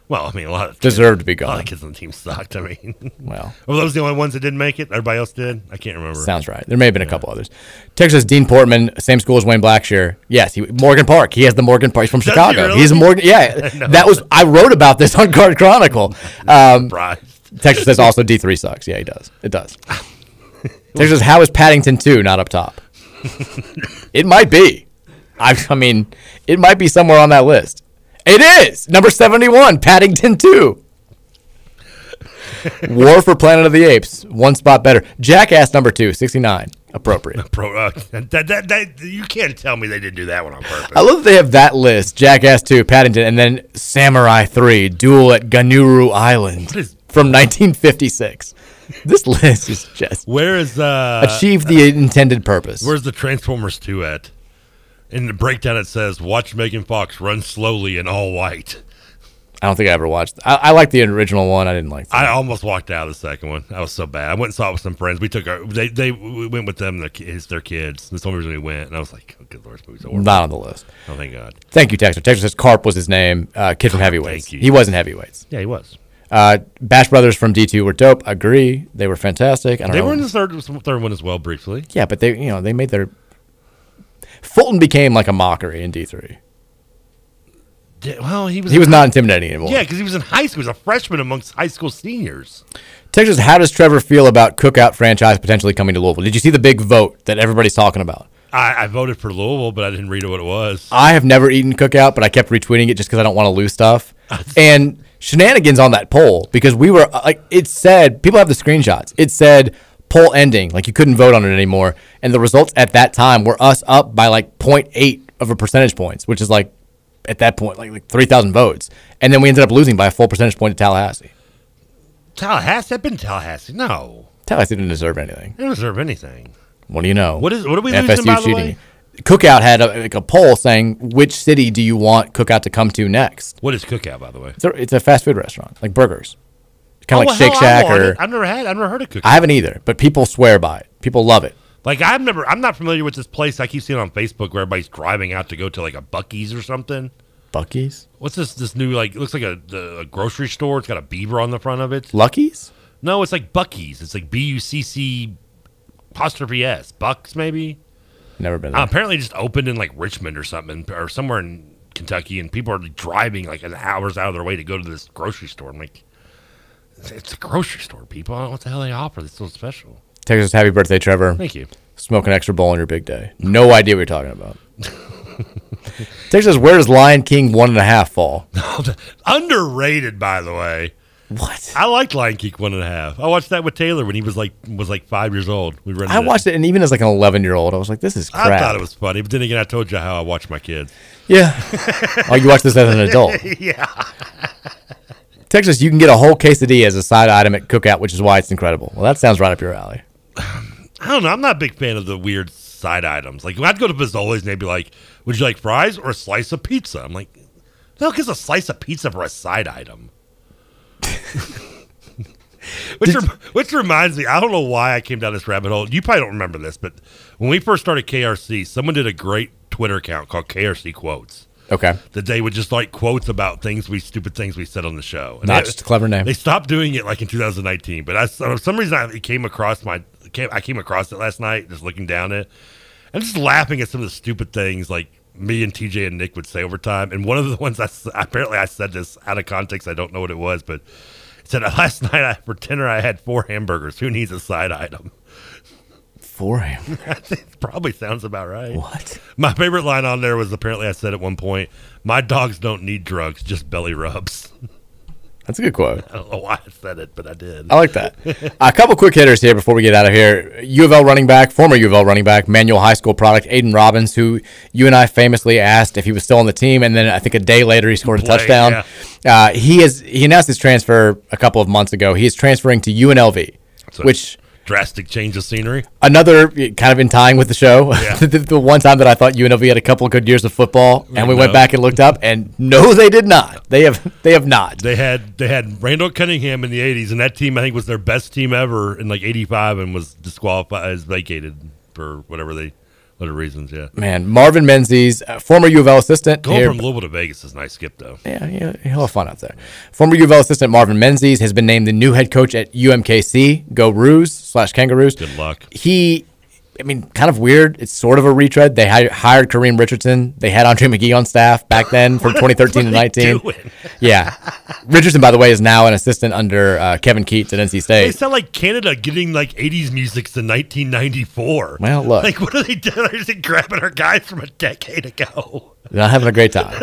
S1: Well, I mean, a lot of
S2: Deserved to be
S1: A lot
S2: gone.
S1: of kids on the team sucked. I mean,
S2: well,
S1: were those the only ones that didn't make it? Everybody else did. I can't remember.
S2: Sounds right. There may have been a couple others. Texas Dean Portman, same school as Wayne Blackshear. Yes, he, Morgan Park. He has the Morgan Park. He's from
S1: Does he
S2: Chicago.
S1: really?
S2: He's a Morgan. Yeah, that was I wrote about this on Guard Chronicle. Um, Texas says also D three sucks. Yeah, he does. It does. Texas says how is Paddington two not up top? it might be. I, I mean, it might be somewhere on that list. It is number seventy one. Paddington two. War for Planet of the Apes, one spot better. Jackass number two, 69. Appropriate.
S1: Pro, uh, that, that, that, you can't tell me they didn't do that one on purpose.
S2: I love that they have that list Jackass 2, Paddington, and then Samurai 3, Duel at Ganuru Island from 1956. This list is just.
S1: Where is. Uh,
S2: Achieved the intended purpose.
S1: Where's the Transformers 2 at? In the breakdown, it says, watch Megan Fox run slowly in all white.
S2: I don't think I ever watched. I, I like the original one. I didn't like
S1: I almost walked out of the second one. I was so bad. I went and saw it with some friends. We took our they they we went with them. Their kids, their kids. That's the only reason we went. And I was like, oh, good lord, this movie's over.
S2: Not on the list.
S1: Oh thank God.
S2: Thank you, Texter. Texter says Carp was his name. Uh, kid
S1: Ah,
S2: from Heavyweights. He wasn't Heavyweights.
S1: Yeah, he was.
S2: Uh, Bash Brothers from D2 were dope. Agree. They were fantastic. I don't
S1: They
S2: know.
S1: were in the third third one as well briefly.
S2: Yeah, but they, you know, they made their. Fulton became like a mockery in D three.
S1: Did- well, he was
S2: He was not intimidating anymore.
S1: Yeah, because he was in high school. He was a freshman amongst high school seniors.
S2: Texas, how does Trevor feel about Cookout franchise potentially coming to Louisville? Did you see the big vote that everybody's talking about?
S1: I, I voted for Louisville, but I didn't read what it was.
S2: I have never eaten Cookout, but I kept retweeting it just because I don't want to lose stuff. and shenanigans on that poll because we were uh, like, it said people have the screenshots. It said poll ending, like you couldn't vote on it anymore, and the results at that time were us up by like 0.8 of a percentage points, which is like at that point like, like 3,000 votes, and then we ended up losing by a full percentage point to Tallahassee.
S1: Tallahassee. I've been to Tallahassee. No,
S2: Tallahassee didn't deserve anything.
S1: they don't deserve anything.
S2: What do you know?
S1: What is- what are we losing, by the way?
S2: Cookout had a, like a poll saying which city do you want Cookout to come to next.
S1: What is Cookout, by the way?
S2: It's a, it's a fast food restaurant, like burgers, kind of
S1: Oh,
S2: like
S1: well,
S2: Shake
S1: hell, I
S2: Shack
S1: want
S2: or
S1: it. I've never had. I've never heard of Cookout.
S2: I haven't either, but people swear by it. People love it.
S1: Like I've never, I'm not familiar with this place. I keep seeing on Facebook where everybody's driving out to go to like a Bucky's or something.
S2: Bucky's,
S1: What's this? This new like it looks like a, the, a grocery store. It's got a beaver on the front of it.
S2: Lucky's.
S1: No, it's like Bucky's. It's like B U C C apostrophe S. Bucks maybe.
S2: Never been
S1: Uh,
S2: there.
S1: apparently, just opened in like Richmond or something or somewhere in Kentucky, and people are like, driving like an hours out of their way to go to this grocery store. I'm like, it's, it's a grocery store, people. I don't know what the hell they offer that's so special.
S2: Texas, happy birthday, Trevor.
S1: Thank you.
S2: Smoke an extra bowl on your big day. No idea what you're talking about. Texas, where does Lion King one and a half fall?
S1: Underrated, by the way.
S2: What?
S1: I liked Lion King one and a half. I watched that with Taylor when he was like was like five years old. We rented
S2: I watched it, and even as like an 11 year old, I was like, this is crap.
S1: I thought it was funny, but then again, I told you how I watch my kids.
S2: Yeah. oh, you watch this as an adult.
S1: yeah.
S2: Texas, you can get a whole quesadilla as a side item at Cookout, which is why it's incredible. Well, that sounds right up your alley.
S1: I don't know. I'm not a big fan of the weird side items. Like when I'd go to Pizzoli's and they'd be like, "Would you like fries or a slice of pizza?" I'm like, "No, gives a slice of pizza for a side item." which rem- which reminds me, I don't know why I came down this rabbit hole. You probably don't remember this, but when we first started KRC, someone did a great Twitter account called KRC Quotes.
S2: Okay.
S1: That they would just like quotes about things we stupid things we said on the show.
S2: Not
S1: I-
S2: just a clever name.
S1: They stopped doing it like in 2019, but I, for some reason I it came across my came, I came across it last night just looking down it, and just laughing at some of the stupid things like me and TJ and Nick would say over time. And one of the ones I s- apparently I said this out of context. I don't know what it was, but it said last night I, for dinner I had four hamburgers. Who needs a side item?
S2: Four hamburgers.
S1: That probably sounds about right.
S2: What?
S1: My favorite line on there was apparently I said at one point, "My dogs don't need drugs, just belly rubs."
S2: That's a good quote.
S1: I don't know why I said it, but I did.
S2: I like that. a couple quick hitters here before we get out of here. U of L running back, former U of L running back, Manual High School product, Aiden Robbins, who you and I famously asked if he was still on the team, and then I think a day later he scored a
S1: Play,
S2: touchdown. Uh, he is he announced his transfer a couple of months ago. He is transferring to UNLV,
S1: So,
S2: which
S1: drastic change of scenery.
S2: another eh, kind of in tying with the show.
S1: Yeah.
S2: the, the one time that I thought UNLV had a couple of good years of football, and we went
S1: no.
S2: back and looked up, and no, they did not. They have they have not.
S1: They had they had Randall Cunningham in the '80s, and that team I think was their best team ever in like '85, and was disqualified, is vacated for whatever they, whatever reasons. Yeah,
S2: Man, Marvin Menzies, uh, former U of L assistant
S1: Going
S2: here
S1: from Louisville to Vegas is a nice skip though.
S2: Yeah, yeah, he'll have fun out there. Former U of L assistant Marvin Menzies has been named the new head coach at UMKC. Go Roos slash Kangaroos.
S1: Good luck.
S2: He, I mean, kind of weird. It's sort of a retread. They hi- hired Kareem Richardson. They had Andre McGee on staff back then from
S1: What are
S2: 2013 to
S1: they
S2: 19.
S1: doing?
S2: yeah, Richardson, by the way, is now an assistant under uh, Kevin Keats at NC
S1: They
S2: State.
S1: sound like Canada getting like '80s music to 1994.
S2: Well, look.
S1: like what are they doing? They're just grabbing our guys from a decade ago.
S2: They're not having a great time.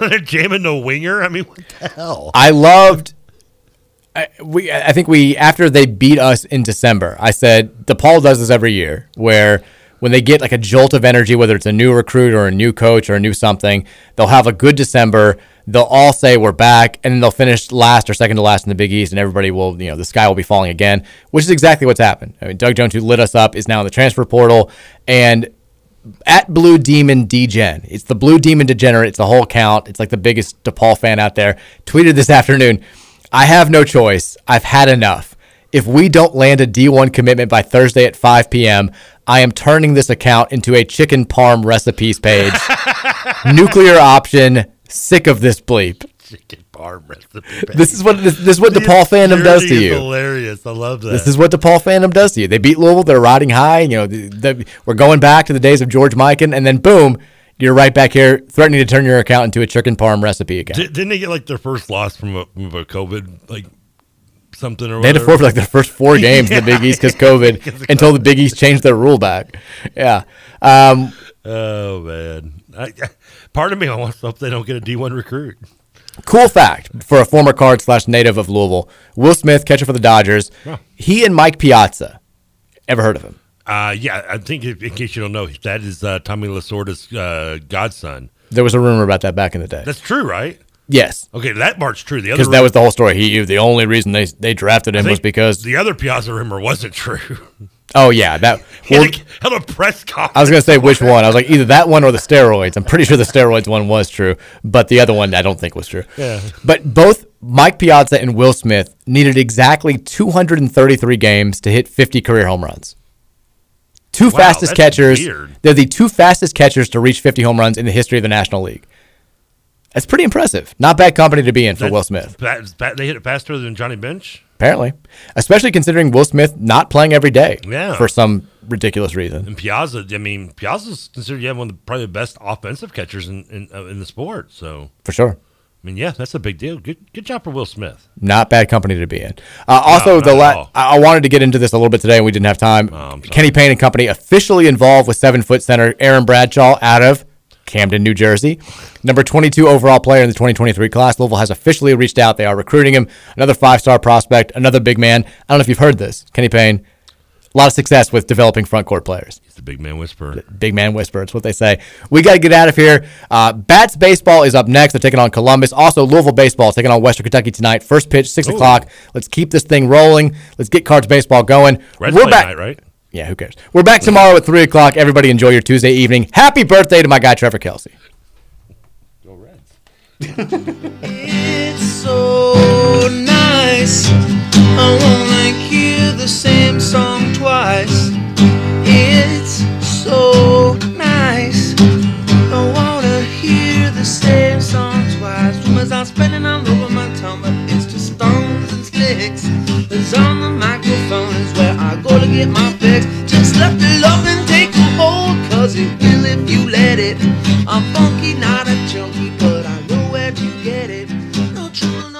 S1: They're jamming the winger. I mean, what the hell?
S2: I loved. I, we I think we after they beat us in December, I said DePaul does this every year, where when they get like a jolt of energy, whether it's a new recruit or a new coach or a new something, they'll have a good December. They'll all say we're back, and then they'll finish last or second to last in the Big East, and everybody will, you know, the sky will be falling again, which is exactly what's happened. I mean, Doug Jones, who lit us up, is now in the transfer portal, and at Blue Demon DGen. It's the Blue Demon Degenerate. It's the whole count. It's like the biggest DePaul fan out there. Tweeted this afternoon I have no choice. I've had enough. If we don't land a D1 commitment by Thursday at 5 p.m., I am turning this account into a chicken parm recipes page. Nuclear option. Sick of this bleep.
S1: Chicken parm recipe.
S2: This is what this, this is what
S1: The
S2: DePaul fandom does to
S1: obscurity is
S2: you.
S1: Hilarious. I love that.
S2: This is what DePaul fandom does to you. They beat Louisville. They're riding high. You know, the, the, we're going back to the days of George Mikan, and then boom, you're right back here threatening to turn your account into a chicken parm recipe again.
S1: Di- didn't they get like their first loss from a, from a COVID like something or
S2: they had to
S1: whatever?
S2: forfeit like their first four games in the
S1: Yeah.
S2: Big East because COVID,
S1: 'Cause of
S2: until the Big East changed their rule back. Yeah. Um,
S1: Oh man, I, I, part of me I want to hope they don't get a D one recruit.
S2: Cool fact for a former card slash native of Louisville, Will Smith, catcher for the Dodgers.
S1: Huh.
S2: He and Mike Piazza. Ever heard of him?
S1: Uh, yeah, I think if, in case you don't know, that is uh, Tommy Lasorda's uh, godson.
S2: There was a rumor about that back in the day.
S1: That's true, right?
S2: Yes,
S1: Okay, that part's true. The other
S2: because that was the whole story. He the only reason they they drafted
S1: I
S2: him was
S1: think
S2: because
S1: the other Piazza rumor wasn't true.
S2: oh yeah that
S1: He
S2: well,
S1: had a- held a press conference.
S2: I was gonna say which one. I was like either that one or the steroids. I'm pretty sure the steroids one was true, but the other one I don't think was true.
S1: Yeah.
S2: But both Mike Piazza and Will Smith needed exactly 233 games to hit 50 career home runs. Two
S1: Wow,
S2: fastest
S1: that's
S2: catchers.
S1: weird.
S2: They're the two fastest catchers to reach 50 home runs in the history of the National League. That's pretty impressive. Not bad company to be in for
S1: That-
S2: Will Smith,
S1: that- that- they hit it faster than Johnny Bench.
S2: apparently. Especially considering Will Smith not playing every day
S1: Yeah.
S2: for some ridiculous reason.
S1: And Piazza, I mean, Piazza's considered yeah, one of the, probably the best offensive catchers in in, uh, in the sport. So,
S2: For sure.
S1: I mean, yeah, that's a big deal. Good good job for Will Smith.
S2: Not bad company to be in. Uh, also,
S1: No,
S2: the
S1: not
S2: la-
S1: at all.
S2: I I wanted to get into this a little bit today, and we didn't have time. Kenny Payne and company officially involved with seven foot center Aaron Bradshaw out of Camden, New Jersey, number 22 overall player in the 2023 class. Louisville has officially reached out. They are recruiting him. Another five star prospect, another big man. I don't know if you've heard this, Kenny Payne. A lot of success with developing front court players.
S1: He's the big man whisperer.
S2: Big man whisper. It's what they say. We got to get out of here. Uh, Bats baseball is up next. They're taking on Columbus. Also, Louisville baseball is taking on Western Kentucky tonight. First pitch, six o'clock. Let's keep this thing rolling. Let's get Cards baseball going.
S1: Reds
S2: We're
S1: play
S2: back.
S1: night, right?
S2: Yeah, who cares? We're back tomorrow at three o'clock. Everybody enjoy your Tuesday evening. Happy birthday to my guy Trevor Kelsey.
S3: It's so nice. I wanna hear the same song twice. It's so nice. I wanna hear the same song twice. Rumors are spinning all over my tongue, but it's just stones and sticks. It's on the microphone is where I go to get my fix. Just let the love and take a true